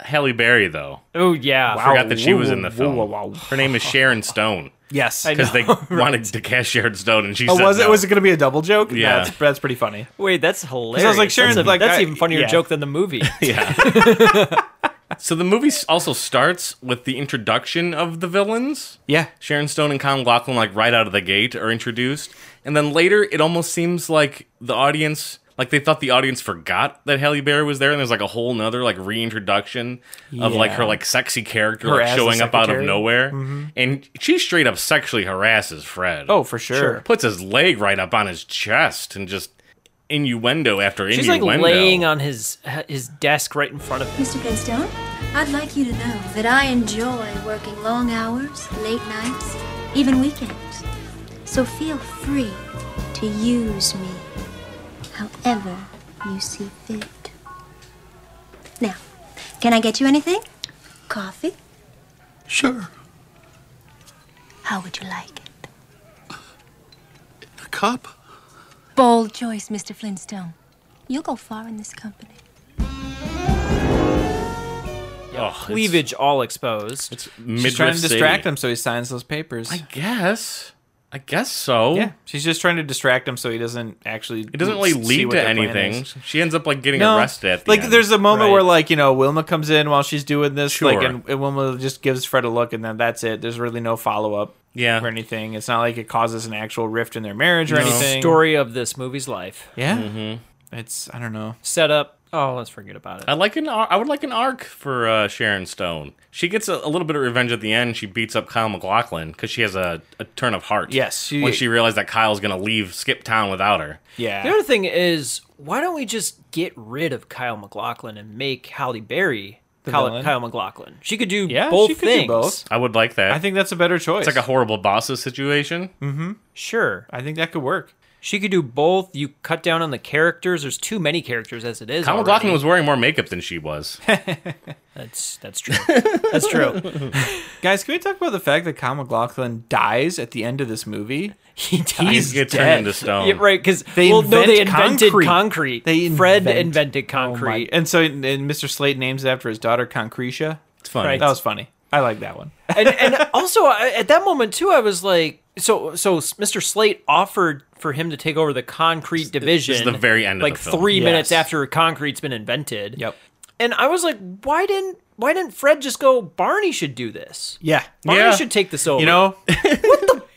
[SPEAKER 2] Halle Berry, though.
[SPEAKER 3] Oh yeah.
[SPEAKER 2] I forgot that she was in the
[SPEAKER 4] Whoa,
[SPEAKER 2] film.
[SPEAKER 4] whoa, whoa, whoa.
[SPEAKER 2] Her name is Sharon Stone.
[SPEAKER 4] Yes.
[SPEAKER 2] Because they wanted to cast Sharon Stone, and she
[SPEAKER 4] Oh,
[SPEAKER 2] said
[SPEAKER 4] was it?
[SPEAKER 2] no.
[SPEAKER 4] Was it going to be a double joke?
[SPEAKER 2] Yeah.
[SPEAKER 4] that's, that's pretty funny.
[SPEAKER 3] Wait, that's hilarious.
[SPEAKER 4] I was like, Sharon,
[SPEAKER 3] that's, a-
[SPEAKER 4] like,
[SPEAKER 3] that's
[SPEAKER 4] I-
[SPEAKER 3] even funnier
[SPEAKER 4] yeah.
[SPEAKER 3] joke than the movie.
[SPEAKER 2] So the movie s- also starts with the introduction of the villains.
[SPEAKER 4] Yeah,
[SPEAKER 2] Sharon Stone and Con Lachlan, like right out of the gate, are introduced, and then later it almost seems like the audience, Like they thought the audience forgot that Halle Berry was there, and there's like a whole nother like reintroduction of like her
[SPEAKER 4] Yeah.
[SPEAKER 2] like sexy character
[SPEAKER 4] Her
[SPEAKER 2] like
[SPEAKER 4] as the
[SPEAKER 2] showing up out of
[SPEAKER 4] secretary. Mm-hmm.
[SPEAKER 2] nowhere, and she straight up sexually harasses Fred.
[SPEAKER 4] Oh, for sure.
[SPEAKER 2] puts his leg right up on his chest and just innuendo after
[SPEAKER 3] She's like
[SPEAKER 2] innuendo.
[SPEAKER 3] laying on his his desk right in front of him.
[SPEAKER 9] Mr. Gravestone, I'd like you to know that I enjoy working long hours, late nights, even weekends. So feel free to use me however you see fit. Now, can I get you anything? Coffee?
[SPEAKER 6] Sure.
[SPEAKER 9] How would you like it?
[SPEAKER 6] A cup?
[SPEAKER 9] Bold choice, Mr. Flintstone. You'll go far in this company.
[SPEAKER 2] Ugh, it's-
[SPEAKER 3] Cleavage all exposed.
[SPEAKER 2] It's
[SPEAKER 4] She's trying to
[SPEAKER 2] midriff
[SPEAKER 4] distract
[SPEAKER 2] city.
[SPEAKER 4] him so he signs those papers.
[SPEAKER 2] I guess. I guess so.
[SPEAKER 4] yeah, she's just trying to distract him so he doesn't actually.
[SPEAKER 2] It doesn't really
[SPEAKER 4] s-
[SPEAKER 2] lead
[SPEAKER 4] see what
[SPEAKER 2] to
[SPEAKER 4] their plan
[SPEAKER 2] anything.
[SPEAKER 4] is.
[SPEAKER 2] She ends up like getting
[SPEAKER 4] No,
[SPEAKER 2] arrested at the
[SPEAKER 4] like
[SPEAKER 2] end.
[SPEAKER 4] there's a moment
[SPEAKER 3] Right.
[SPEAKER 4] where like you know Wilma comes in while she's doing this, like
[SPEAKER 2] Sure.
[SPEAKER 4] and, and Wilma just gives Fred a look, and then that's it. There's really no follow up
[SPEAKER 2] Yeah.
[SPEAKER 4] or anything. It's not like it causes an actual rift in their marriage or
[SPEAKER 2] No. Mm-hmm.
[SPEAKER 4] anything.
[SPEAKER 3] Story of this movie's life.
[SPEAKER 4] Oh. Yeah, it's I don't know.
[SPEAKER 3] Set up. Oh, let's forget about it.
[SPEAKER 2] I like an ar- I would like an arc for uh, Sharon Stone. She gets a, a little bit of revenge at the end. She beats up Kyle McLaughlin because she has a, a turn of heart.
[SPEAKER 4] Yes, she-
[SPEAKER 2] when she realized that Kyle's gonna leave, skip town without her.
[SPEAKER 4] Yeah,
[SPEAKER 3] The other thing is, why don't we just get rid of Kyle McLaughlin and make Halle Berry Kyle,
[SPEAKER 4] villain?
[SPEAKER 3] Kyle McLaughlin? She could do
[SPEAKER 4] yeah,
[SPEAKER 3] both
[SPEAKER 4] she could do
[SPEAKER 3] things.
[SPEAKER 4] both.
[SPEAKER 2] I would like that.
[SPEAKER 4] I think that's a better choice.
[SPEAKER 2] it's like a horrible bosses situation.
[SPEAKER 3] Sure,
[SPEAKER 4] I think that could work.
[SPEAKER 3] she could do both. You cut down on the characters. There's too many characters as it is.
[SPEAKER 2] Kyle
[SPEAKER 3] already.
[SPEAKER 2] McLaughlin was wearing more makeup than she was.
[SPEAKER 3] That's that's true. that's true.
[SPEAKER 4] Guys, can we talk about the fact that Kyle McLaughlin dies at the end of this movie?
[SPEAKER 3] He
[SPEAKER 2] He's
[SPEAKER 3] dies.
[SPEAKER 2] get
[SPEAKER 4] dead.
[SPEAKER 2] turned into stone.
[SPEAKER 3] Yeah, right, because
[SPEAKER 4] They
[SPEAKER 3] well, no, they
[SPEAKER 4] invent
[SPEAKER 3] invented concrete.
[SPEAKER 4] concrete. They
[SPEAKER 3] Fred
[SPEAKER 4] invent-
[SPEAKER 3] invented
[SPEAKER 4] Oh my-
[SPEAKER 3] concrete.
[SPEAKER 4] and so and Mr. Slade names it after his daughter Concretia.
[SPEAKER 2] It's funny.
[SPEAKER 3] Right.
[SPEAKER 4] That was funny. I like that one.
[SPEAKER 3] and and also I, at that moment too, I was like, so so Mr. Slate offered for him to take over the concrete division.
[SPEAKER 2] the very end of
[SPEAKER 3] like
[SPEAKER 2] the film.
[SPEAKER 3] three
[SPEAKER 4] Yes.
[SPEAKER 3] minutes after concrete's been invented.
[SPEAKER 4] Yep.
[SPEAKER 3] And I was like, why didn't why didn't Fred just go? Barney should do this.
[SPEAKER 4] Yeah.
[SPEAKER 3] Barney
[SPEAKER 2] Yeah.
[SPEAKER 3] should take this over.
[SPEAKER 4] You know,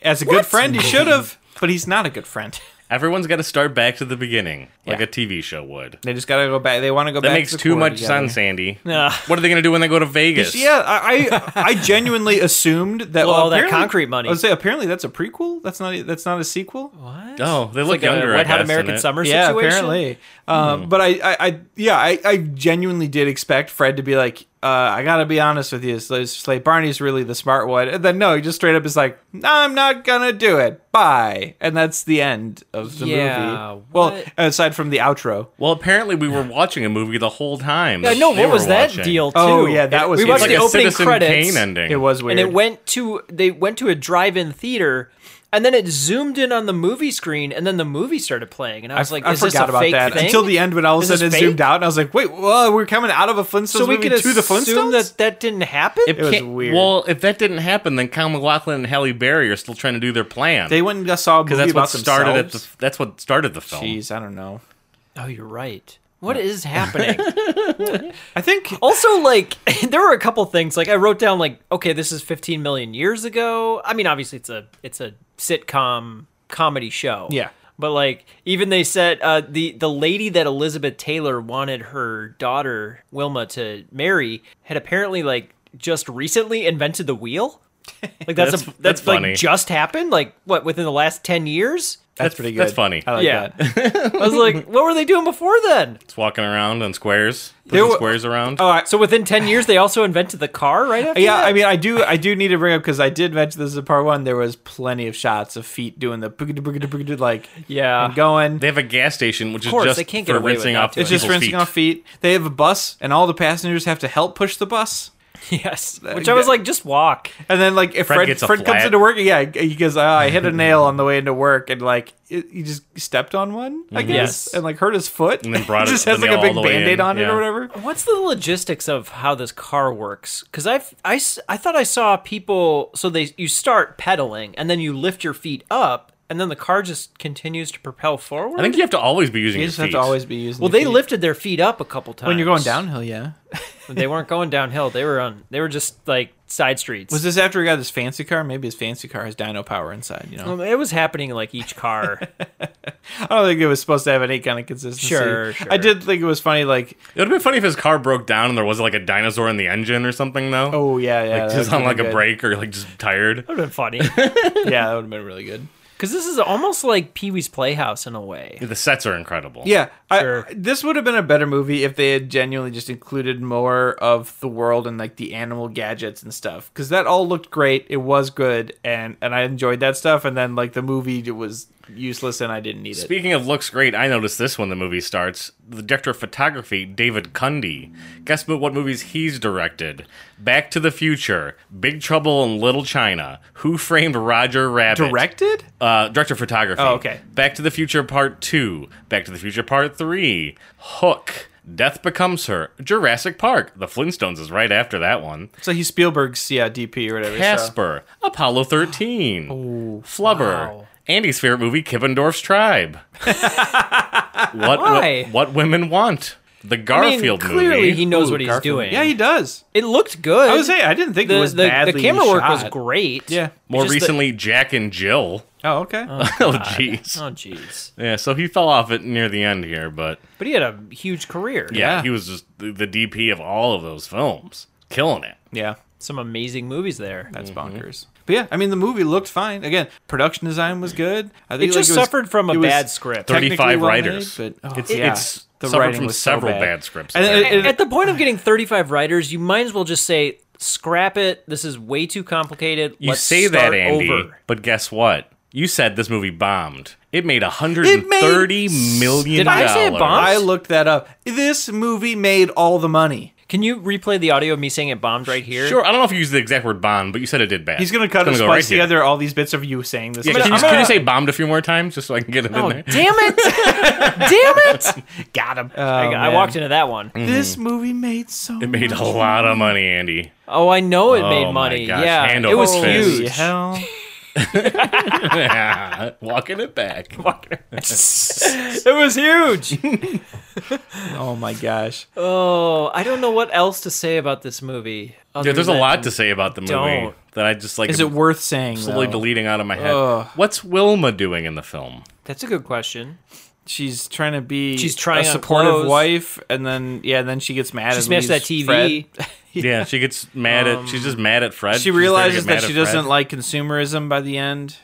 [SPEAKER 4] as a good friend, he should have, but he's not a good friend.
[SPEAKER 2] Everyone's got to start back to the beginning, like
[SPEAKER 4] Yeah.
[SPEAKER 2] a TV show would.
[SPEAKER 4] They just got to go back. They want to go
[SPEAKER 2] That
[SPEAKER 4] back.
[SPEAKER 2] makes
[SPEAKER 4] to the
[SPEAKER 2] too
[SPEAKER 4] core
[SPEAKER 2] much
[SPEAKER 4] together.
[SPEAKER 2] sense, Andy.
[SPEAKER 3] Nah.
[SPEAKER 2] What are they going to do when they go to Vegas?
[SPEAKER 4] Yeah, I, I I genuinely assumed that.
[SPEAKER 3] Well, all that
[SPEAKER 4] apparently-
[SPEAKER 3] concrete money.
[SPEAKER 4] I would say apparently that's a prequel. That's not that's not a sequel.
[SPEAKER 2] Oh, they look
[SPEAKER 3] like a
[SPEAKER 2] younger. I
[SPEAKER 3] Wet Hot
[SPEAKER 2] guess, in
[SPEAKER 3] American
[SPEAKER 2] it.
[SPEAKER 3] Summer
[SPEAKER 4] yeah,
[SPEAKER 3] situation.
[SPEAKER 4] apparently.
[SPEAKER 2] Hmm.
[SPEAKER 4] Um, But I, I, I yeah, I, I genuinely did expect Fred to be like, uh, I gotta be honest with you, Slate, Slate Barney's really the smart one. And then no, he just straight up is like, no, I'm not gonna do it. Bye. And that's the end of the
[SPEAKER 3] Yeah,
[SPEAKER 4] movie. Well,
[SPEAKER 3] what?
[SPEAKER 4] aside from the outro.
[SPEAKER 2] Well, apparently we were watching a movie the whole time.
[SPEAKER 3] Yeah,
[SPEAKER 2] that
[SPEAKER 3] no,
[SPEAKER 2] they
[SPEAKER 3] what
[SPEAKER 2] were
[SPEAKER 3] was that
[SPEAKER 2] watching.
[SPEAKER 3] deal? Too?
[SPEAKER 4] Oh, yeah, that was
[SPEAKER 3] we
[SPEAKER 4] weird.
[SPEAKER 2] It's
[SPEAKER 3] watched
[SPEAKER 2] like
[SPEAKER 3] the
[SPEAKER 2] a
[SPEAKER 3] opening
[SPEAKER 2] Citizen
[SPEAKER 3] credits.
[SPEAKER 2] Kane ending.
[SPEAKER 4] It was weird.
[SPEAKER 3] and it went to they went to a drive-in theater and then it zoomed in on the movie screen and then the movie started playing and i was like
[SPEAKER 4] I
[SPEAKER 3] is this
[SPEAKER 4] forgot
[SPEAKER 3] a
[SPEAKER 4] about
[SPEAKER 3] fake
[SPEAKER 4] that
[SPEAKER 3] thing?
[SPEAKER 4] until the end when all of a
[SPEAKER 3] Is this
[SPEAKER 4] sudden it
[SPEAKER 3] fake?
[SPEAKER 4] zoomed out and I was like, wait, well, we're coming out of a Flintstones
[SPEAKER 3] so we
[SPEAKER 4] movie
[SPEAKER 3] could
[SPEAKER 4] to the
[SPEAKER 3] assume
[SPEAKER 4] Flintstones?
[SPEAKER 3] that that didn't happen
[SPEAKER 4] it was
[SPEAKER 2] Can't-
[SPEAKER 4] weird.
[SPEAKER 2] Well, if that didn't happen, then Kyle McLaughlin and Halle Berry are still trying to do their plan.
[SPEAKER 4] they went and saw a movie
[SPEAKER 2] because that's
[SPEAKER 4] about
[SPEAKER 2] what started at the.
[SPEAKER 4] themselves.
[SPEAKER 2] That's what started the film.
[SPEAKER 4] Jeez, I don't know.
[SPEAKER 3] oh you're right what is happening
[SPEAKER 4] I think
[SPEAKER 3] also like there were a couple things like i wrote down like okay this is 15 million years ago i mean obviously it's a it's a sitcom comedy show
[SPEAKER 4] Yeah.
[SPEAKER 3] but like even they said uh, the the lady that elizabeth taylor wanted her daughter wilma to marry had apparently like just recently invented the wheel like that's
[SPEAKER 2] That's-
[SPEAKER 3] a,
[SPEAKER 2] that's
[SPEAKER 3] that's,
[SPEAKER 2] funny.
[SPEAKER 3] like just happened like what within the last 10 years
[SPEAKER 4] that's pretty good.
[SPEAKER 2] that's funny.
[SPEAKER 4] I like
[SPEAKER 3] Yeah.
[SPEAKER 4] that.
[SPEAKER 3] i was like what were they doing before then
[SPEAKER 2] It's walking around on squares,
[SPEAKER 4] There
[SPEAKER 2] putting
[SPEAKER 4] were-
[SPEAKER 2] squares around.
[SPEAKER 4] Oh, I,
[SPEAKER 3] so within 10 years they also invented the car right after
[SPEAKER 4] Uh, yeah.
[SPEAKER 3] that?
[SPEAKER 4] I mean, I do, I do need to bring up because I did mention this in part one. There was plenty of shots of feet doing the boogity boogity boogity like
[SPEAKER 3] Yeah.
[SPEAKER 4] and going.
[SPEAKER 2] they have a gas station, which
[SPEAKER 3] course,
[SPEAKER 2] is just
[SPEAKER 3] they can't
[SPEAKER 2] for
[SPEAKER 3] get away with
[SPEAKER 2] rinsing
[SPEAKER 3] that
[SPEAKER 2] off.
[SPEAKER 3] too.
[SPEAKER 4] it's just
[SPEAKER 2] people's
[SPEAKER 4] rinsing
[SPEAKER 2] feet.
[SPEAKER 4] off feet. They have a bus, and all the passengers have to help push the bus.
[SPEAKER 3] yes which i was like just walk
[SPEAKER 4] And then like if
[SPEAKER 2] Fred
[SPEAKER 4] Fred Fred,
[SPEAKER 2] gets a
[SPEAKER 4] comes
[SPEAKER 2] flat.
[SPEAKER 4] into work, yeah, he goes, oh, I hit a nail on the way into work, and like it, he just stepped on one, I guess,
[SPEAKER 3] Yes.
[SPEAKER 4] and like hurt his foot,
[SPEAKER 2] Mm-hmm. And then brought it-
[SPEAKER 4] He just
[SPEAKER 2] the
[SPEAKER 4] has like
[SPEAKER 2] nail
[SPEAKER 4] a
[SPEAKER 2] all
[SPEAKER 4] big
[SPEAKER 2] the way
[SPEAKER 4] band-aid
[SPEAKER 2] in,
[SPEAKER 4] on it
[SPEAKER 2] yeah.
[SPEAKER 4] or whatever.
[SPEAKER 3] What's the logistics of how this car works? Because I, s- I thought I saw people. So they you start pedaling and then you lift your feet up and then the car just continues to propel forward.
[SPEAKER 2] I think you have to always be using
[SPEAKER 4] You
[SPEAKER 2] your
[SPEAKER 4] just
[SPEAKER 2] feet.
[SPEAKER 4] have to always be using.
[SPEAKER 3] well,
[SPEAKER 4] your
[SPEAKER 3] they
[SPEAKER 4] feet.
[SPEAKER 3] lifted their feet up a couple times
[SPEAKER 4] when you're going downhill, yeah.
[SPEAKER 3] They weren't going downhill. They were on. They were just like side streets.
[SPEAKER 4] Was this after he got his fancy car? Maybe his fancy car has dyno power inside. You know,
[SPEAKER 3] Um, it was happening in, like each car.
[SPEAKER 4] I don't think it was supposed to have any kind of consistency.
[SPEAKER 3] Sure, sure.
[SPEAKER 4] I did think it was funny. Like,
[SPEAKER 2] It would have been funny if his car broke down and there was like a dinosaur in the engine or something, though.
[SPEAKER 4] oh yeah, yeah,
[SPEAKER 2] like
[SPEAKER 4] that
[SPEAKER 2] just
[SPEAKER 4] would've
[SPEAKER 2] on like
[SPEAKER 4] been
[SPEAKER 2] a
[SPEAKER 4] good.
[SPEAKER 2] break or like just tired.
[SPEAKER 3] would have been funny
[SPEAKER 4] Yeah, that would have been really good.
[SPEAKER 3] because this is almost like Pee Wee's Playhouse in a way.
[SPEAKER 2] The sets are incredible.
[SPEAKER 4] Yeah,
[SPEAKER 3] Sure.
[SPEAKER 4] I, this would have been a better movie if they had genuinely just included more of the world and like the animal gadgets and stuff because that all looked great. It was good, and and I enjoyed that stuff. And then like the movie was useless, and I didn't need it.
[SPEAKER 2] Speaking of looks great, I noticed this when the movie starts. The director of photography, David Cundy. Guess but what movies he's directed? Back to the Future, Big Trouble in Little China, Who Framed Roger Rabbit.
[SPEAKER 4] Directed?
[SPEAKER 2] Uh, director of photography.
[SPEAKER 4] Oh, okay.
[SPEAKER 2] Back to the Future Part 2, Back to the Future Part 3, Hook, Death Becomes Her, Jurassic Park. The Flintstones is right after that one.
[SPEAKER 4] So he's Spielberg's yeah DP or whatever. so-
[SPEAKER 2] Casper, Apollo 13,
[SPEAKER 3] Oh,
[SPEAKER 2] Flubber, Andy's favorite movie, Kivendorf's Tribe. what,
[SPEAKER 3] Why?
[SPEAKER 2] what What Women want. The
[SPEAKER 3] I mean,
[SPEAKER 2] Garfield
[SPEAKER 3] clearly
[SPEAKER 2] movie.
[SPEAKER 3] he knows
[SPEAKER 4] Ooh,
[SPEAKER 3] what he's
[SPEAKER 4] Garfield.
[SPEAKER 3] doing.
[SPEAKER 4] Yeah, he does.
[SPEAKER 3] it looked good.
[SPEAKER 4] I was saying I didn't think
[SPEAKER 3] the,
[SPEAKER 4] it was
[SPEAKER 3] the,
[SPEAKER 4] badly
[SPEAKER 3] the camera work was
[SPEAKER 4] shot.
[SPEAKER 3] great.
[SPEAKER 4] Yeah.
[SPEAKER 2] More
[SPEAKER 3] Just the-
[SPEAKER 2] recently, Jack and Jill.
[SPEAKER 4] Oh, okay.
[SPEAKER 2] Oh jeez.
[SPEAKER 3] Oh jeez.
[SPEAKER 2] Yeah, so he fell off it near the end here, but
[SPEAKER 3] But he had a huge career.
[SPEAKER 2] yeah,
[SPEAKER 4] Yeah.
[SPEAKER 2] he was just the, the DP of all of those films, killing it.
[SPEAKER 4] yeah.
[SPEAKER 3] Some amazing movies there. Mm-hmm.
[SPEAKER 4] That's bonkers. But yeah, I mean, the movie looked fine. Again, production design was good. I
[SPEAKER 3] It
[SPEAKER 4] think
[SPEAKER 3] just
[SPEAKER 4] was-
[SPEAKER 3] suffered from a
[SPEAKER 4] it was
[SPEAKER 3] bad script.
[SPEAKER 4] technically
[SPEAKER 2] 35
[SPEAKER 4] well
[SPEAKER 2] writers.
[SPEAKER 4] made, but oh,
[SPEAKER 2] It's-
[SPEAKER 4] yeah,
[SPEAKER 2] it's
[SPEAKER 4] the
[SPEAKER 2] suffered
[SPEAKER 4] writing
[SPEAKER 2] from
[SPEAKER 4] was
[SPEAKER 2] several
[SPEAKER 4] so bad.
[SPEAKER 2] bad scripts
[SPEAKER 4] And,
[SPEAKER 2] there.
[SPEAKER 4] and- and-
[SPEAKER 3] At the point of getting 35 writers, you might as well just say, scrap it. This is way too complicated.
[SPEAKER 2] You
[SPEAKER 3] Let's
[SPEAKER 2] say
[SPEAKER 3] start
[SPEAKER 2] that, Andy,
[SPEAKER 3] over.
[SPEAKER 2] but guess what? You said this movie bombed. It made 130
[SPEAKER 4] It
[SPEAKER 2] million
[SPEAKER 4] made-
[SPEAKER 3] Did I say it
[SPEAKER 2] dollars.
[SPEAKER 3] bombed?
[SPEAKER 4] I looked that up. This movie made all the money.
[SPEAKER 3] Can you replay the audio of me saying it bombed right here?
[SPEAKER 2] Sure, I don't know if you used the exact word bomb, but you said it did bad.
[SPEAKER 4] He's gonna cut and
[SPEAKER 2] It's go
[SPEAKER 4] splice
[SPEAKER 2] right here.
[SPEAKER 4] together all these bits of you saying this.
[SPEAKER 2] Yeah,
[SPEAKER 4] stuff.
[SPEAKER 2] can, you, can you say bombed a few more times just so I can get it
[SPEAKER 3] Oh,
[SPEAKER 2] in there?
[SPEAKER 3] damn it. damn it. Got him. I, got- I
[SPEAKER 4] man.
[SPEAKER 3] walked into that one.
[SPEAKER 4] this movie made so.
[SPEAKER 2] It made a lot of money, Andy.
[SPEAKER 3] Oh, I know it made
[SPEAKER 2] my
[SPEAKER 3] money.
[SPEAKER 2] gosh,
[SPEAKER 3] Yeah.
[SPEAKER 2] hand
[SPEAKER 3] it
[SPEAKER 2] over
[SPEAKER 3] was
[SPEAKER 2] fist.
[SPEAKER 3] huge.
[SPEAKER 4] Holy hell.
[SPEAKER 2] Walking it back.
[SPEAKER 3] It was huge.
[SPEAKER 4] Oh my gosh.
[SPEAKER 3] oh, I don't know what else to say about this movie.
[SPEAKER 2] Yeah, there's a lot to say about the movie
[SPEAKER 3] Don't.
[SPEAKER 2] that I just like
[SPEAKER 4] Is it
[SPEAKER 2] am
[SPEAKER 4] worth saying?
[SPEAKER 2] slowly
[SPEAKER 4] though?
[SPEAKER 2] deleting out of my head.
[SPEAKER 4] Ugh.
[SPEAKER 2] What's Wilma doing in the film?
[SPEAKER 3] That's a good question.
[SPEAKER 4] She's trying to be.
[SPEAKER 3] She's trying
[SPEAKER 4] a
[SPEAKER 3] on
[SPEAKER 4] supportive
[SPEAKER 3] clothes.
[SPEAKER 4] wife, and then yeah, then she gets mad.
[SPEAKER 3] She
[SPEAKER 4] and
[SPEAKER 3] smashed that
[SPEAKER 4] leaves
[SPEAKER 3] TV.
[SPEAKER 4] Fred.
[SPEAKER 2] Yeah, she gets mad at. She's just mad at Fred. She's
[SPEAKER 4] She
[SPEAKER 2] there to get
[SPEAKER 4] realizes that
[SPEAKER 2] mad at
[SPEAKER 4] she doesn't
[SPEAKER 2] Fred.
[SPEAKER 4] like consumerism by the end.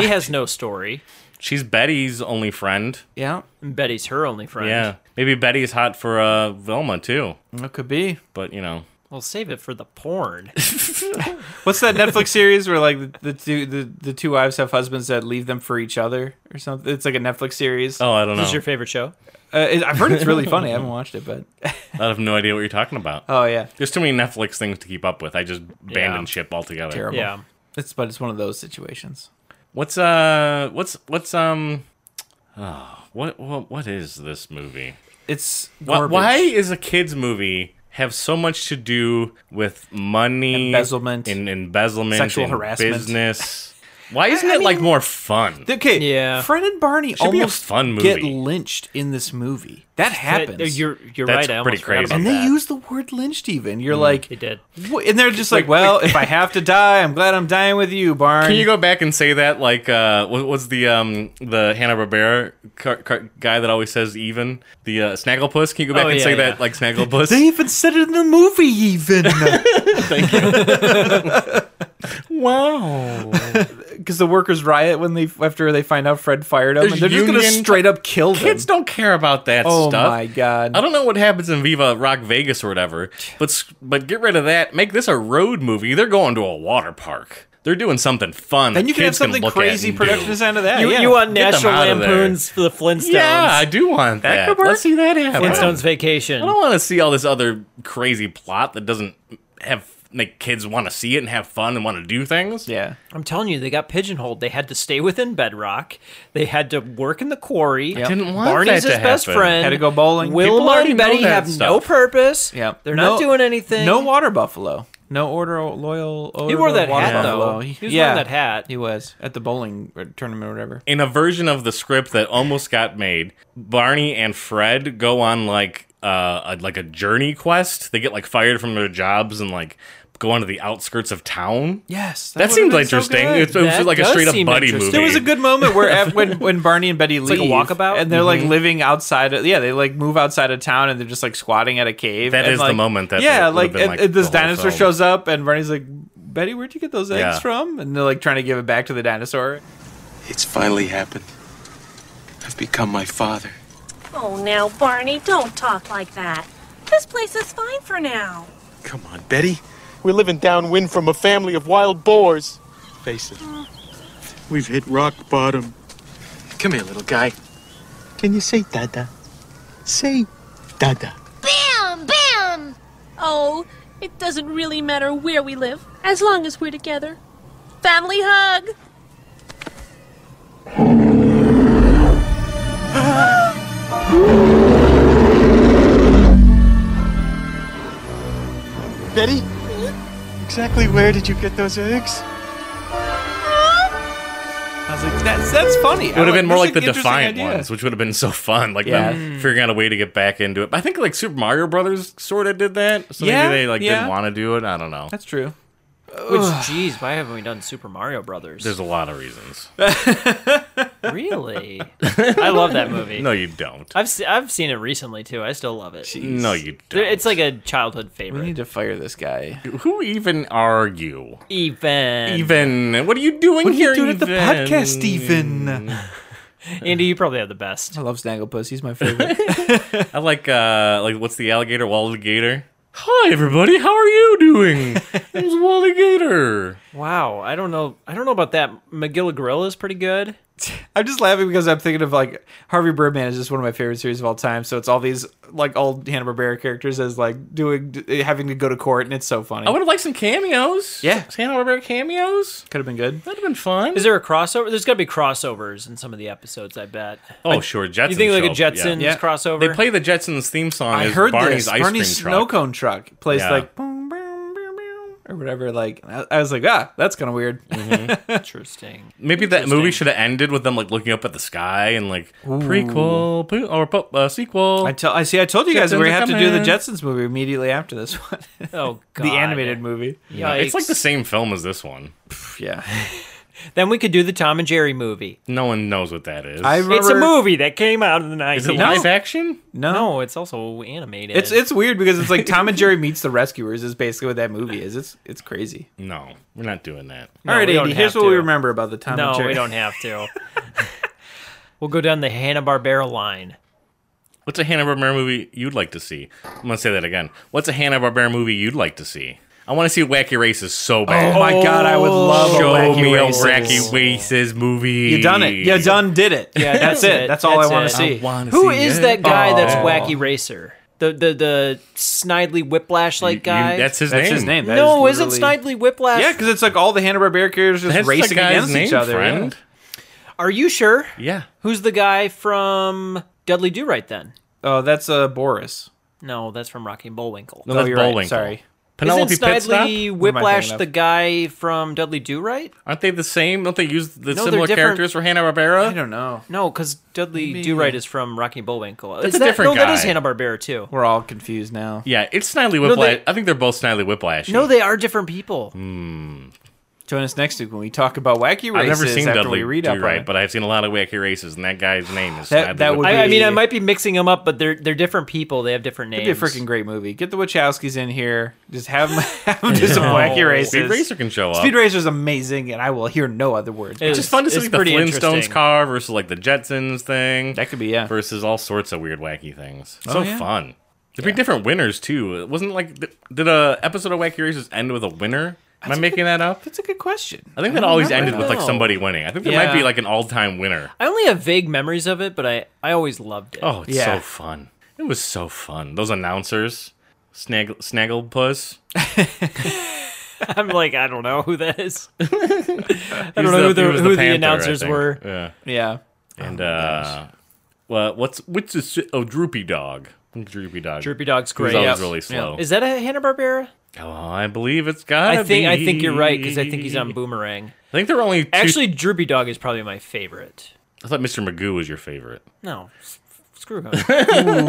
[SPEAKER 3] She has no story.
[SPEAKER 2] She's Betty's only friend.
[SPEAKER 4] yeah,
[SPEAKER 3] And Betty's her only friend.
[SPEAKER 2] Yeah, maybe Betty's hot for uh, Vilma too.
[SPEAKER 4] it could be.
[SPEAKER 2] But you know,
[SPEAKER 3] Well, save it for the porn.
[SPEAKER 4] What's that Netflix series where like the, the two the, the two wives have husbands that leave them for each other or something? It's like a Netflix series.
[SPEAKER 2] oh, I don't know.
[SPEAKER 3] What's your favorite show?
[SPEAKER 4] Uh, it, I've heard it's really funny. I haven't watched it, but
[SPEAKER 2] I have no idea what you're talking about.
[SPEAKER 4] oh yeah,
[SPEAKER 2] There's too many Netflix things to keep up with. I just abandoned
[SPEAKER 3] Yeah.
[SPEAKER 2] ship altogether.
[SPEAKER 4] terrible.
[SPEAKER 3] Yeah.
[SPEAKER 4] it's but it's one of those situations.
[SPEAKER 2] What's uh what's what's um oh, what what what is this movie?
[SPEAKER 4] It's
[SPEAKER 2] Why,
[SPEAKER 4] garbage.
[SPEAKER 2] why is a kids movie have so much to do with money,
[SPEAKER 4] Embezzlement.
[SPEAKER 2] and embezzlement,
[SPEAKER 4] Sexual
[SPEAKER 2] and
[SPEAKER 4] harassment.
[SPEAKER 2] business? Why isn't
[SPEAKER 4] I
[SPEAKER 2] it like
[SPEAKER 4] mean-
[SPEAKER 2] more fun?
[SPEAKER 4] Okay,
[SPEAKER 3] Yeah.
[SPEAKER 4] Fred and Barney
[SPEAKER 2] Should be a
[SPEAKER 4] almost
[SPEAKER 2] fun
[SPEAKER 4] get
[SPEAKER 2] movie.
[SPEAKER 4] lynched in this movie. That happens.
[SPEAKER 3] That- uh, You're, you're
[SPEAKER 2] That's
[SPEAKER 3] right. I almost
[SPEAKER 2] pretty
[SPEAKER 3] forgot
[SPEAKER 2] crazy.
[SPEAKER 3] about
[SPEAKER 4] and they
[SPEAKER 3] that. Mm,
[SPEAKER 4] use the word lynched. Even you're like,
[SPEAKER 3] They did.
[SPEAKER 4] Wh- And they're just like, well, if I have to die, I'm glad I'm dying with you, Barn.
[SPEAKER 2] Can you go back and say that like uh what was the um the Hanna Barbera car- car- guy that always says even the uh, Snagglepuss? Can you go back
[SPEAKER 3] Oh,
[SPEAKER 2] and
[SPEAKER 3] yeah,
[SPEAKER 2] say
[SPEAKER 3] yeah.
[SPEAKER 2] that like Snagglepuss?
[SPEAKER 4] they even said it in the movie, even.
[SPEAKER 2] Thank you.
[SPEAKER 4] Because the workers riot when they after they find out Fred fired them, and
[SPEAKER 2] There's
[SPEAKER 4] they're just gonna
[SPEAKER 2] union-
[SPEAKER 4] straight up kill them.
[SPEAKER 2] Kids don't care about that
[SPEAKER 4] oh
[SPEAKER 2] stuff.
[SPEAKER 4] my god!
[SPEAKER 2] I don't know what happens in Viva Rock Vegas or whatever, but s- but get rid of that. Make this a road movie. They're going to a water park. They're doing something fun.
[SPEAKER 4] Then
[SPEAKER 2] that
[SPEAKER 4] you can have
[SPEAKER 2] kids
[SPEAKER 4] something
[SPEAKER 2] look at
[SPEAKER 4] crazy
[SPEAKER 2] and do.
[SPEAKER 4] production design of that.
[SPEAKER 3] You,
[SPEAKER 4] yeah.
[SPEAKER 3] you want
[SPEAKER 2] Get them
[SPEAKER 3] National
[SPEAKER 2] out of there.
[SPEAKER 3] Lampoons for the Flintstones.
[SPEAKER 2] Yeah, I do want that.
[SPEAKER 4] could work.
[SPEAKER 2] Let's see that happen.
[SPEAKER 3] Flintstones Vacation.
[SPEAKER 2] I don't want to see all this other crazy plot that doesn't have make kids want to see it and have fun and want to do things.
[SPEAKER 4] yeah,
[SPEAKER 3] I'm telling you, they got pigeonholed. They had to stay within Bedrock. They had to work in the quarry.
[SPEAKER 4] Yep.
[SPEAKER 2] Didn't want
[SPEAKER 3] Barney's
[SPEAKER 2] that
[SPEAKER 3] his
[SPEAKER 2] to
[SPEAKER 3] best
[SPEAKER 2] happen.
[SPEAKER 3] friend.
[SPEAKER 4] Had to go bowling.
[SPEAKER 2] People
[SPEAKER 3] Wilma
[SPEAKER 2] already
[SPEAKER 3] and
[SPEAKER 2] know
[SPEAKER 3] Betty
[SPEAKER 2] that
[SPEAKER 3] have no
[SPEAKER 2] stuff.
[SPEAKER 3] purpose.
[SPEAKER 4] yeah.
[SPEAKER 3] They're
[SPEAKER 4] No-
[SPEAKER 3] not doing anything.
[SPEAKER 4] No water buffalo. No order loyal. Order
[SPEAKER 3] He wore that
[SPEAKER 4] water
[SPEAKER 3] hat,
[SPEAKER 4] buffalo.
[SPEAKER 3] though. He was
[SPEAKER 4] yeah,
[SPEAKER 3] wearing that hat.
[SPEAKER 4] He was at the bowling or tournament or whatever.
[SPEAKER 2] in a version of the script that almost got made, Barney and Fred go on like uh, a, like a journey quest. They get like fired from their jobs and like go onto the outskirts of town.
[SPEAKER 4] Yes,
[SPEAKER 2] That,
[SPEAKER 4] would've
[SPEAKER 2] seems
[SPEAKER 4] been so
[SPEAKER 2] interesting.
[SPEAKER 4] good.
[SPEAKER 2] It's- it was
[SPEAKER 3] That
[SPEAKER 2] like a
[SPEAKER 3] does
[SPEAKER 2] straight up
[SPEAKER 3] seem
[SPEAKER 2] buddy
[SPEAKER 3] interesting.
[SPEAKER 2] movie.
[SPEAKER 4] There was a good moment where ev- when when Barney and Betty
[SPEAKER 3] like
[SPEAKER 4] leave
[SPEAKER 3] a walkabout.
[SPEAKER 4] and they're like
[SPEAKER 2] Mm-hmm.
[SPEAKER 4] living outside. Of, yeah, they like move outside of town and they're just like squatting at a cave.
[SPEAKER 2] That
[SPEAKER 4] and,
[SPEAKER 2] is the
[SPEAKER 4] like,
[SPEAKER 2] moment that
[SPEAKER 4] yeah,
[SPEAKER 2] would've
[SPEAKER 4] like,
[SPEAKER 2] been,
[SPEAKER 4] and-
[SPEAKER 2] like,
[SPEAKER 4] and this
[SPEAKER 2] the whole
[SPEAKER 4] dinosaur
[SPEAKER 2] film.
[SPEAKER 4] shows up and Barney's like, Betty, where'd you get those eggs
[SPEAKER 2] Yeah.
[SPEAKER 4] from? And they're like trying to give it back to the dinosaur.
[SPEAKER 10] It's finally happened. I've become my father.
[SPEAKER 7] Oh, now, Barney, don't talk like that. This place is fine for now.
[SPEAKER 10] Come on, Betty. We're living downwind from a family of wild boars. Face it, we've hit rock bottom. Come here, little guy. Can you say dada? Say dada.
[SPEAKER 9] Bam! Bam!
[SPEAKER 7] Oh, it doesn't really matter where we live, as long as we're together. Family hug!
[SPEAKER 10] Betty? Exactly where did you get those eggs?
[SPEAKER 4] I was like, that's that's funny.
[SPEAKER 2] It would have been more like
[SPEAKER 4] that's
[SPEAKER 2] the
[SPEAKER 4] an interesting
[SPEAKER 2] defiant
[SPEAKER 4] idea.
[SPEAKER 2] ones, which would have been so fun. Like
[SPEAKER 4] Yeah.
[SPEAKER 3] Mm.
[SPEAKER 2] them figuring out a way to get back into it. But I think like Super Mario Brothers sort of did that. So
[SPEAKER 4] Yeah,
[SPEAKER 2] maybe they like
[SPEAKER 4] yeah.
[SPEAKER 2] didn't want to do it. I don't know.
[SPEAKER 4] That's true.
[SPEAKER 3] Which, jeez, why haven't we done Super Mario Brothers?
[SPEAKER 2] There's a lot of reasons.
[SPEAKER 3] really? I love that movie.
[SPEAKER 2] No, you don't.
[SPEAKER 3] I've se- I've seen it recently too. I still love it.
[SPEAKER 2] No, you don't.
[SPEAKER 3] It's like a childhood
[SPEAKER 4] We
[SPEAKER 3] favorite.
[SPEAKER 4] need to fire this guy.
[SPEAKER 2] who even are you?
[SPEAKER 3] Even
[SPEAKER 2] Even uh, what are you doing
[SPEAKER 4] What are
[SPEAKER 2] here?
[SPEAKER 4] you doing at the
[SPEAKER 2] even?
[SPEAKER 4] podcast, Stephen?
[SPEAKER 3] Andy, you probably have the best.
[SPEAKER 4] I love Snagglepuss. He's my favorite.
[SPEAKER 2] I like uh like what's the alligator? Wally Gator. Hi everybody, how are you doing? it's Wally Gator.
[SPEAKER 3] Wow, I don't know. I don't know about that. McGilligrill is pretty good.
[SPEAKER 4] I'm just laughing because I'm thinking of like Harvey Birdman is just one of my favorite series of all time. So it's all these like old Hanna Barbera characters as like doing d- having to go to court, and it's so funny.
[SPEAKER 2] I would have liked some cameos.
[SPEAKER 4] Yeah.
[SPEAKER 2] Santa Barbara cameos.
[SPEAKER 4] Could have been good.
[SPEAKER 2] That'd have been fun.
[SPEAKER 3] Is there a crossover? There's got to be crossovers in some of the episodes. I bet.
[SPEAKER 2] oh sure, Jetsons.
[SPEAKER 3] You think like a
[SPEAKER 2] show up, yeah.
[SPEAKER 3] Jetsons
[SPEAKER 4] Yeah.
[SPEAKER 3] crossover?
[SPEAKER 2] They play the Jetsons theme song.
[SPEAKER 4] I
[SPEAKER 2] as
[SPEAKER 4] heard
[SPEAKER 2] Barney's
[SPEAKER 4] this.
[SPEAKER 2] ice
[SPEAKER 4] Barney's
[SPEAKER 2] cream
[SPEAKER 4] snow
[SPEAKER 2] truck.
[SPEAKER 4] cone truck plays
[SPEAKER 2] Yeah.
[SPEAKER 4] like boom, boom, boom, boom, or whatever. Like I, I was like, ah, that's kind of weird.
[SPEAKER 3] Mm-hmm. Interesting.
[SPEAKER 2] Maybe that movie should have ended with them like looking up at the sky and like prequel pre- or pu- uh, sequel.
[SPEAKER 4] I tell. I see. I told you guys
[SPEAKER 2] Jetsons
[SPEAKER 4] we
[SPEAKER 2] are
[SPEAKER 4] have to do the
[SPEAKER 2] coming.
[SPEAKER 4] Jetsons movie immediately after this one,
[SPEAKER 3] Oh god.
[SPEAKER 4] the animated movie.
[SPEAKER 3] Yeah,
[SPEAKER 2] it's like the same film as this one.
[SPEAKER 4] Yeah,
[SPEAKER 3] Then we could do the Tom and Jerry movie.
[SPEAKER 2] No one knows what that is.
[SPEAKER 4] I
[SPEAKER 3] It's a
[SPEAKER 4] remember-
[SPEAKER 3] movie that came out in the 90s.
[SPEAKER 2] is it live action?
[SPEAKER 4] No,
[SPEAKER 3] No, it's also animated.
[SPEAKER 4] It's it's weird because it's like Tom and Jerry meets the Rescuers is basically what that movie is. It's it's crazy.
[SPEAKER 2] No, we're not doing that.
[SPEAKER 3] No,
[SPEAKER 4] All right,
[SPEAKER 3] we don't
[SPEAKER 4] Andy, here's
[SPEAKER 3] have
[SPEAKER 4] what we
[SPEAKER 3] to.
[SPEAKER 4] remember about the Tom and
[SPEAKER 3] No,
[SPEAKER 4] Jerry.
[SPEAKER 3] we don't have to. we'll go down the Hanna Barbera line.
[SPEAKER 2] What's a Hanna Barbera movie you'd like to see? I'm gonna say that again. What's a Hanna Barbera movie you'd like to see? I want to see Wacky Races so bad.
[SPEAKER 4] Oh my god, I would love
[SPEAKER 2] Show
[SPEAKER 4] a wacky
[SPEAKER 2] me
[SPEAKER 4] races.
[SPEAKER 2] a Wacky Races movie.
[SPEAKER 4] You done it. You done did it.
[SPEAKER 3] Yeah,
[SPEAKER 4] that's,
[SPEAKER 3] that's
[SPEAKER 4] it.
[SPEAKER 3] it.
[SPEAKER 4] That's all
[SPEAKER 3] That's
[SPEAKER 4] I want
[SPEAKER 3] it.
[SPEAKER 4] to see.
[SPEAKER 2] Wanna
[SPEAKER 3] Who
[SPEAKER 2] see
[SPEAKER 3] is
[SPEAKER 2] it?
[SPEAKER 3] that guy that's
[SPEAKER 4] Oh.
[SPEAKER 3] Wacky Racer? The the the Snidely Whiplash like guy.
[SPEAKER 2] You- that's his
[SPEAKER 4] That's
[SPEAKER 2] name.
[SPEAKER 4] his name. That
[SPEAKER 3] no,
[SPEAKER 4] is
[SPEAKER 3] is not
[SPEAKER 4] literally-
[SPEAKER 3] Snidely Whiplash?
[SPEAKER 4] Yeah, because it's like all the Hanna Barbera characters just
[SPEAKER 2] That's the
[SPEAKER 4] racing
[SPEAKER 2] guy's
[SPEAKER 4] against each
[SPEAKER 2] name,
[SPEAKER 4] other.
[SPEAKER 2] friend.
[SPEAKER 3] Are you sure?
[SPEAKER 2] Yeah.
[SPEAKER 3] Who's the guy from Dudley Do Right then?
[SPEAKER 4] Yeah. Oh, that's uh, Boris.
[SPEAKER 3] No, that's from Rocky and Bullwinkle.
[SPEAKER 2] No,
[SPEAKER 4] Oh,
[SPEAKER 2] that's
[SPEAKER 4] you're
[SPEAKER 2] Bullwinkle.
[SPEAKER 4] right. Sorry.
[SPEAKER 2] Penelope
[SPEAKER 3] Isn't Snidely
[SPEAKER 2] Pitstop.
[SPEAKER 3] Whiplash
[SPEAKER 4] thinking of?
[SPEAKER 3] the guy from Dudley Do Right?
[SPEAKER 2] Aren't they the same? Don't they use the
[SPEAKER 3] No, they're
[SPEAKER 2] similar
[SPEAKER 3] different.
[SPEAKER 2] characters for Hanna Barbera?
[SPEAKER 4] I don't know.
[SPEAKER 3] No, because Dudley Do Right is from Rocky and Bullwinkle. That's
[SPEAKER 2] a different
[SPEAKER 3] no, that is
[SPEAKER 2] guy.
[SPEAKER 3] Hanna Barbera too.
[SPEAKER 4] We're all confused now.
[SPEAKER 2] Yeah, it's Snidely Whiplash.
[SPEAKER 3] they-
[SPEAKER 2] I think they're both Snidely Whiplash.
[SPEAKER 3] No, they are different people.
[SPEAKER 4] Join us next week when we talk about wacky races.
[SPEAKER 2] I've never seen
[SPEAKER 4] after
[SPEAKER 2] Dudley
[SPEAKER 4] we read
[SPEAKER 2] Do
[SPEAKER 4] up on
[SPEAKER 2] Right,
[SPEAKER 4] it.
[SPEAKER 2] but I've seen a lot of Wacky Races, and that guy's name is
[SPEAKER 4] That-
[SPEAKER 2] Snidely
[SPEAKER 4] that would
[SPEAKER 2] Whiplash.
[SPEAKER 3] I, I mean, I
[SPEAKER 4] be-
[SPEAKER 3] might be mixing them up, but they're they're different people. They have different names.
[SPEAKER 4] It'd be a freaking great movie. Get the Wachowskis in here. Just have them, have them do some wacky races.
[SPEAKER 2] Speed Racer can show up.
[SPEAKER 4] Speed Racer's amazing, and I will hear no other words.
[SPEAKER 3] It
[SPEAKER 2] it's just fun to
[SPEAKER 3] It's-
[SPEAKER 2] see like,
[SPEAKER 3] it's
[SPEAKER 2] the
[SPEAKER 3] pretty
[SPEAKER 2] Flintstones
[SPEAKER 3] interesting.
[SPEAKER 2] car versus like the Jetsons thing
[SPEAKER 4] That could be yeah.
[SPEAKER 2] versus all sorts of weird wacky things.
[SPEAKER 4] Oh,
[SPEAKER 2] so
[SPEAKER 4] yeah.
[SPEAKER 2] fun. There'd be different winners too. It wasn't like th- did a episode of Wacky Races end with a winner? Am I making that up?
[SPEAKER 4] That's a good question.
[SPEAKER 2] I think that always
[SPEAKER 4] remember
[SPEAKER 2] ended with like
[SPEAKER 3] No.
[SPEAKER 2] somebody winning. I think there might
[SPEAKER 4] Yeah.
[SPEAKER 2] be like an all-time winner.
[SPEAKER 3] I only have vague memories of it, but I I always loved it.
[SPEAKER 2] Oh, it's
[SPEAKER 4] Yeah.
[SPEAKER 2] so fun. It was so fun. Those announcers, Snag- Snagglepuss.
[SPEAKER 3] I'm like I don't know who that is. I
[SPEAKER 2] I
[SPEAKER 3] don't know who the, who the announcers were.
[SPEAKER 2] Yeah.
[SPEAKER 4] Yeah.
[SPEAKER 2] And uh, well, what's what's a si- oh Droopy Dog? Droopy Dog.
[SPEAKER 3] Droopy Dog's
[SPEAKER 2] He was
[SPEAKER 3] great.
[SPEAKER 2] always
[SPEAKER 4] Yep.
[SPEAKER 2] really slow.
[SPEAKER 3] Is that a Hanna Barbera?
[SPEAKER 2] Oh, I believe it's got.
[SPEAKER 3] I think I think you're right because I think he's um, on Boomerang.
[SPEAKER 2] I think there were only two-
[SPEAKER 3] Actually, Droopy Dog is probably my favorite.
[SPEAKER 2] I thought Mr. Magoo was your favorite.
[SPEAKER 3] No, Screw him.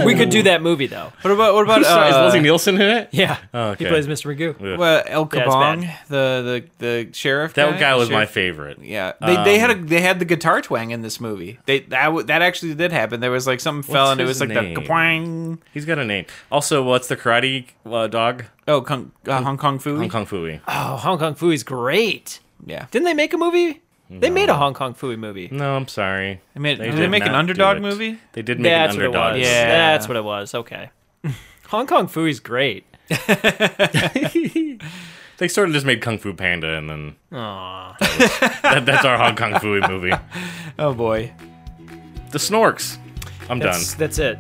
[SPEAKER 3] we could do that movie though.
[SPEAKER 4] What about what about
[SPEAKER 3] Who's-
[SPEAKER 4] uh,
[SPEAKER 3] is Leslie
[SPEAKER 2] Nielsen in it?
[SPEAKER 3] Yeah,
[SPEAKER 2] Oh, okay.
[SPEAKER 3] he plays Mr. Magoo.
[SPEAKER 4] Well, El
[SPEAKER 3] Yeah, it's bad.
[SPEAKER 4] Kabong, the, the the sheriff.
[SPEAKER 2] That guy
[SPEAKER 4] the
[SPEAKER 2] was my
[SPEAKER 4] sheriff-
[SPEAKER 2] favorite.
[SPEAKER 4] Yeah, they, they had
[SPEAKER 2] Um,
[SPEAKER 4] a they had the guitar twang in this movie. They that w- that actually did happen. There was like something fell
[SPEAKER 2] What's
[SPEAKER 4] and it
[SPEAKER 2] his
[SPEAKER 4] was like
[SPEAKER 2] name?
[SPEAKER 4] the kapwang.
[SPEAKER 2] He's got a name. Also, what's the karate uh, dog?
[SPEAKER 4] Oh, Kung, uh, Hong Kong Fooey.
[SPEAKER 2] Hong Kong Fooey.
[SPEAKER 3] Oh, Hong Kong Fooey is great.
[SPEAKER 4] Yeah.
[SPEAKER 3] Didn't they make a movie? They made a Hong Kong Fooey movie.
[SPEAKER 2] No, I'm sorry.
[SPEAKER 4] I mean, did they
[SPEAKER 2] did
[SPEAKER 4] make an
[SPEAKER 2] not do
[SPEAKER 4] underdog
[SPEAKER 2] it.
[SPEAKER 4] movie?
[SPEAKER 2] They did make
[SPEAKER 3] That's
[SPEAKER 2] an
[SPEAKER 3] what it
[SPEAKER 2] underdog.
[SPEAKER 3] was.
[SPEAKER 4] Yeah.
[SPEAKER 3] That's what it was. Okay. Hong Kong Fooey's great.
[SPEAKER 2] They sort of just made Kung Fu Panda, and then
[SPEAKER 3] Aw.
[SPEAKER 2] that, that's our Hong Kong Fooey movie.
[SPEAKER 4] Oh boy.
[SPEAKER 2] The Snorks. I'm
[SPEAKER 3] That's,
[SPEAKER 2] done.
[SPEAKER 3] that's it.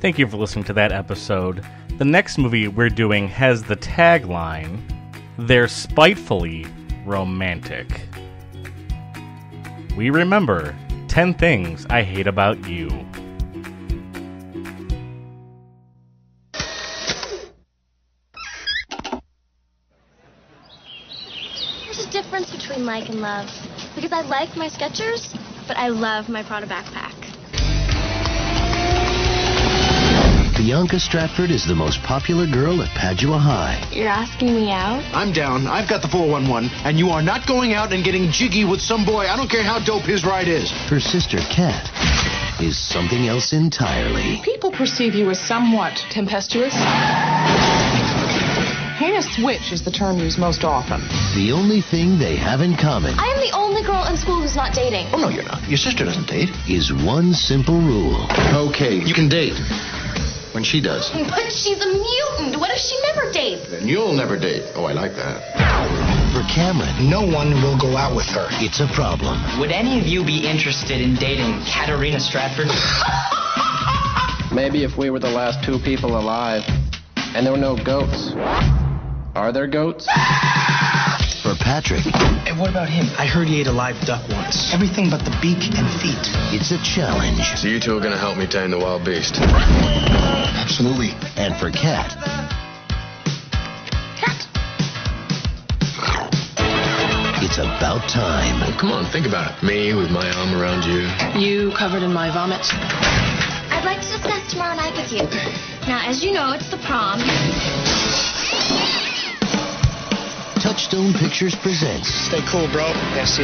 [SPEAKER 1] Thank you for listening to that episode. The next movie we're doing has the tagline They're spitefully romantic. We remember 10 things I hate about you.
[SPEAKER 11] There's a difference between like and love. Because I like my Skechers, but I love my Prada backpack.
[SPEAKER 12] Bianca Stratford is the most popular girl at Padua High.
[SPEAKER 11] You're asking me out?
[SPEAKER 12] I'm down. I've got the 411, and you are not going out and getting jiggy with some boy. I don't care how dope his ride is. Her sister, Kat, is something else entirely.
[SPEAKER 13] People perceive you as somewhat tempestuous. Heinous witch is the term used most often.
[SPEAKER 12] The only thing they have in common,
[SPEAKER 11] I am the only girl in school who's not dating. Oh, no, you're not.
[SPEAKER 12] your sister doesn't date, is one simple rule. Okay, you can date when she does.
[SPEAKER 11] But she's a mutant. What if she never dates?
[SPEAKER 12] Then you'll never date. Oh, I like that. For Cameron, no one will go out with her. It's a problem.
[SPEAKER 14] Would any of you be interested in dating Katarina Stratford?
[SPEAKER 15] Maybe if we were the last two people alive and there were no goats. Are there goats?
[SPEAKER 12] For Patrick,
[SPEAKER 14] and what about him? I heard he ate a live duck once. Everything but the beak and feet.
[SPEAKER 12] it's a challenge.
[SPEAKER 15] So you two are gonna help me tame the wild beast.
[SPEAKER 12] Absolutely. And for Kat, it's about time.
[SPEAKER 15] Come on, think about it. Me with my arm around you.
[SPEAKER 13] You covered in my vomit.
[SPEAKER 11] I'd like to discuss tomorrow night with you. Now, as you know, it's the prom.
[SPEAKER 12] Touchstone Pictures presents. Stay cool, bro. Yes,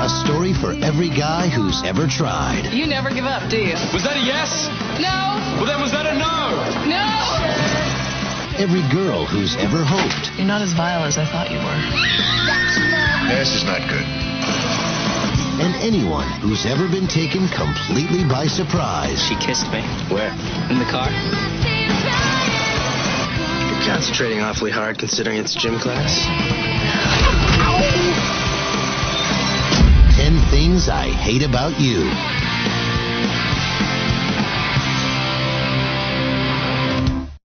[SPEAKER 12] A story for every guy who's ever tried.
[SPEAKER 13] You never give up, do you?
[SPEAKER 12] Was that a yes?
[SPEAKER 13] No,
[SPEAKER 12] Well, then was that a no?
[SPEAKER 13] no.
[SPEAKER 12] Every girl who's ever hoped.
[SPEAKER 13] You're not as vile as I thought you were.
[SPEAKER 12] This is not good. And anyone who's ever been taken completely by surprise. She kissed me. Where? In the car.
[SPEAKER 15] You're concentrating awfully hard considering it's gym class.
[SPEAKER 12] 10 Things I Hate About You.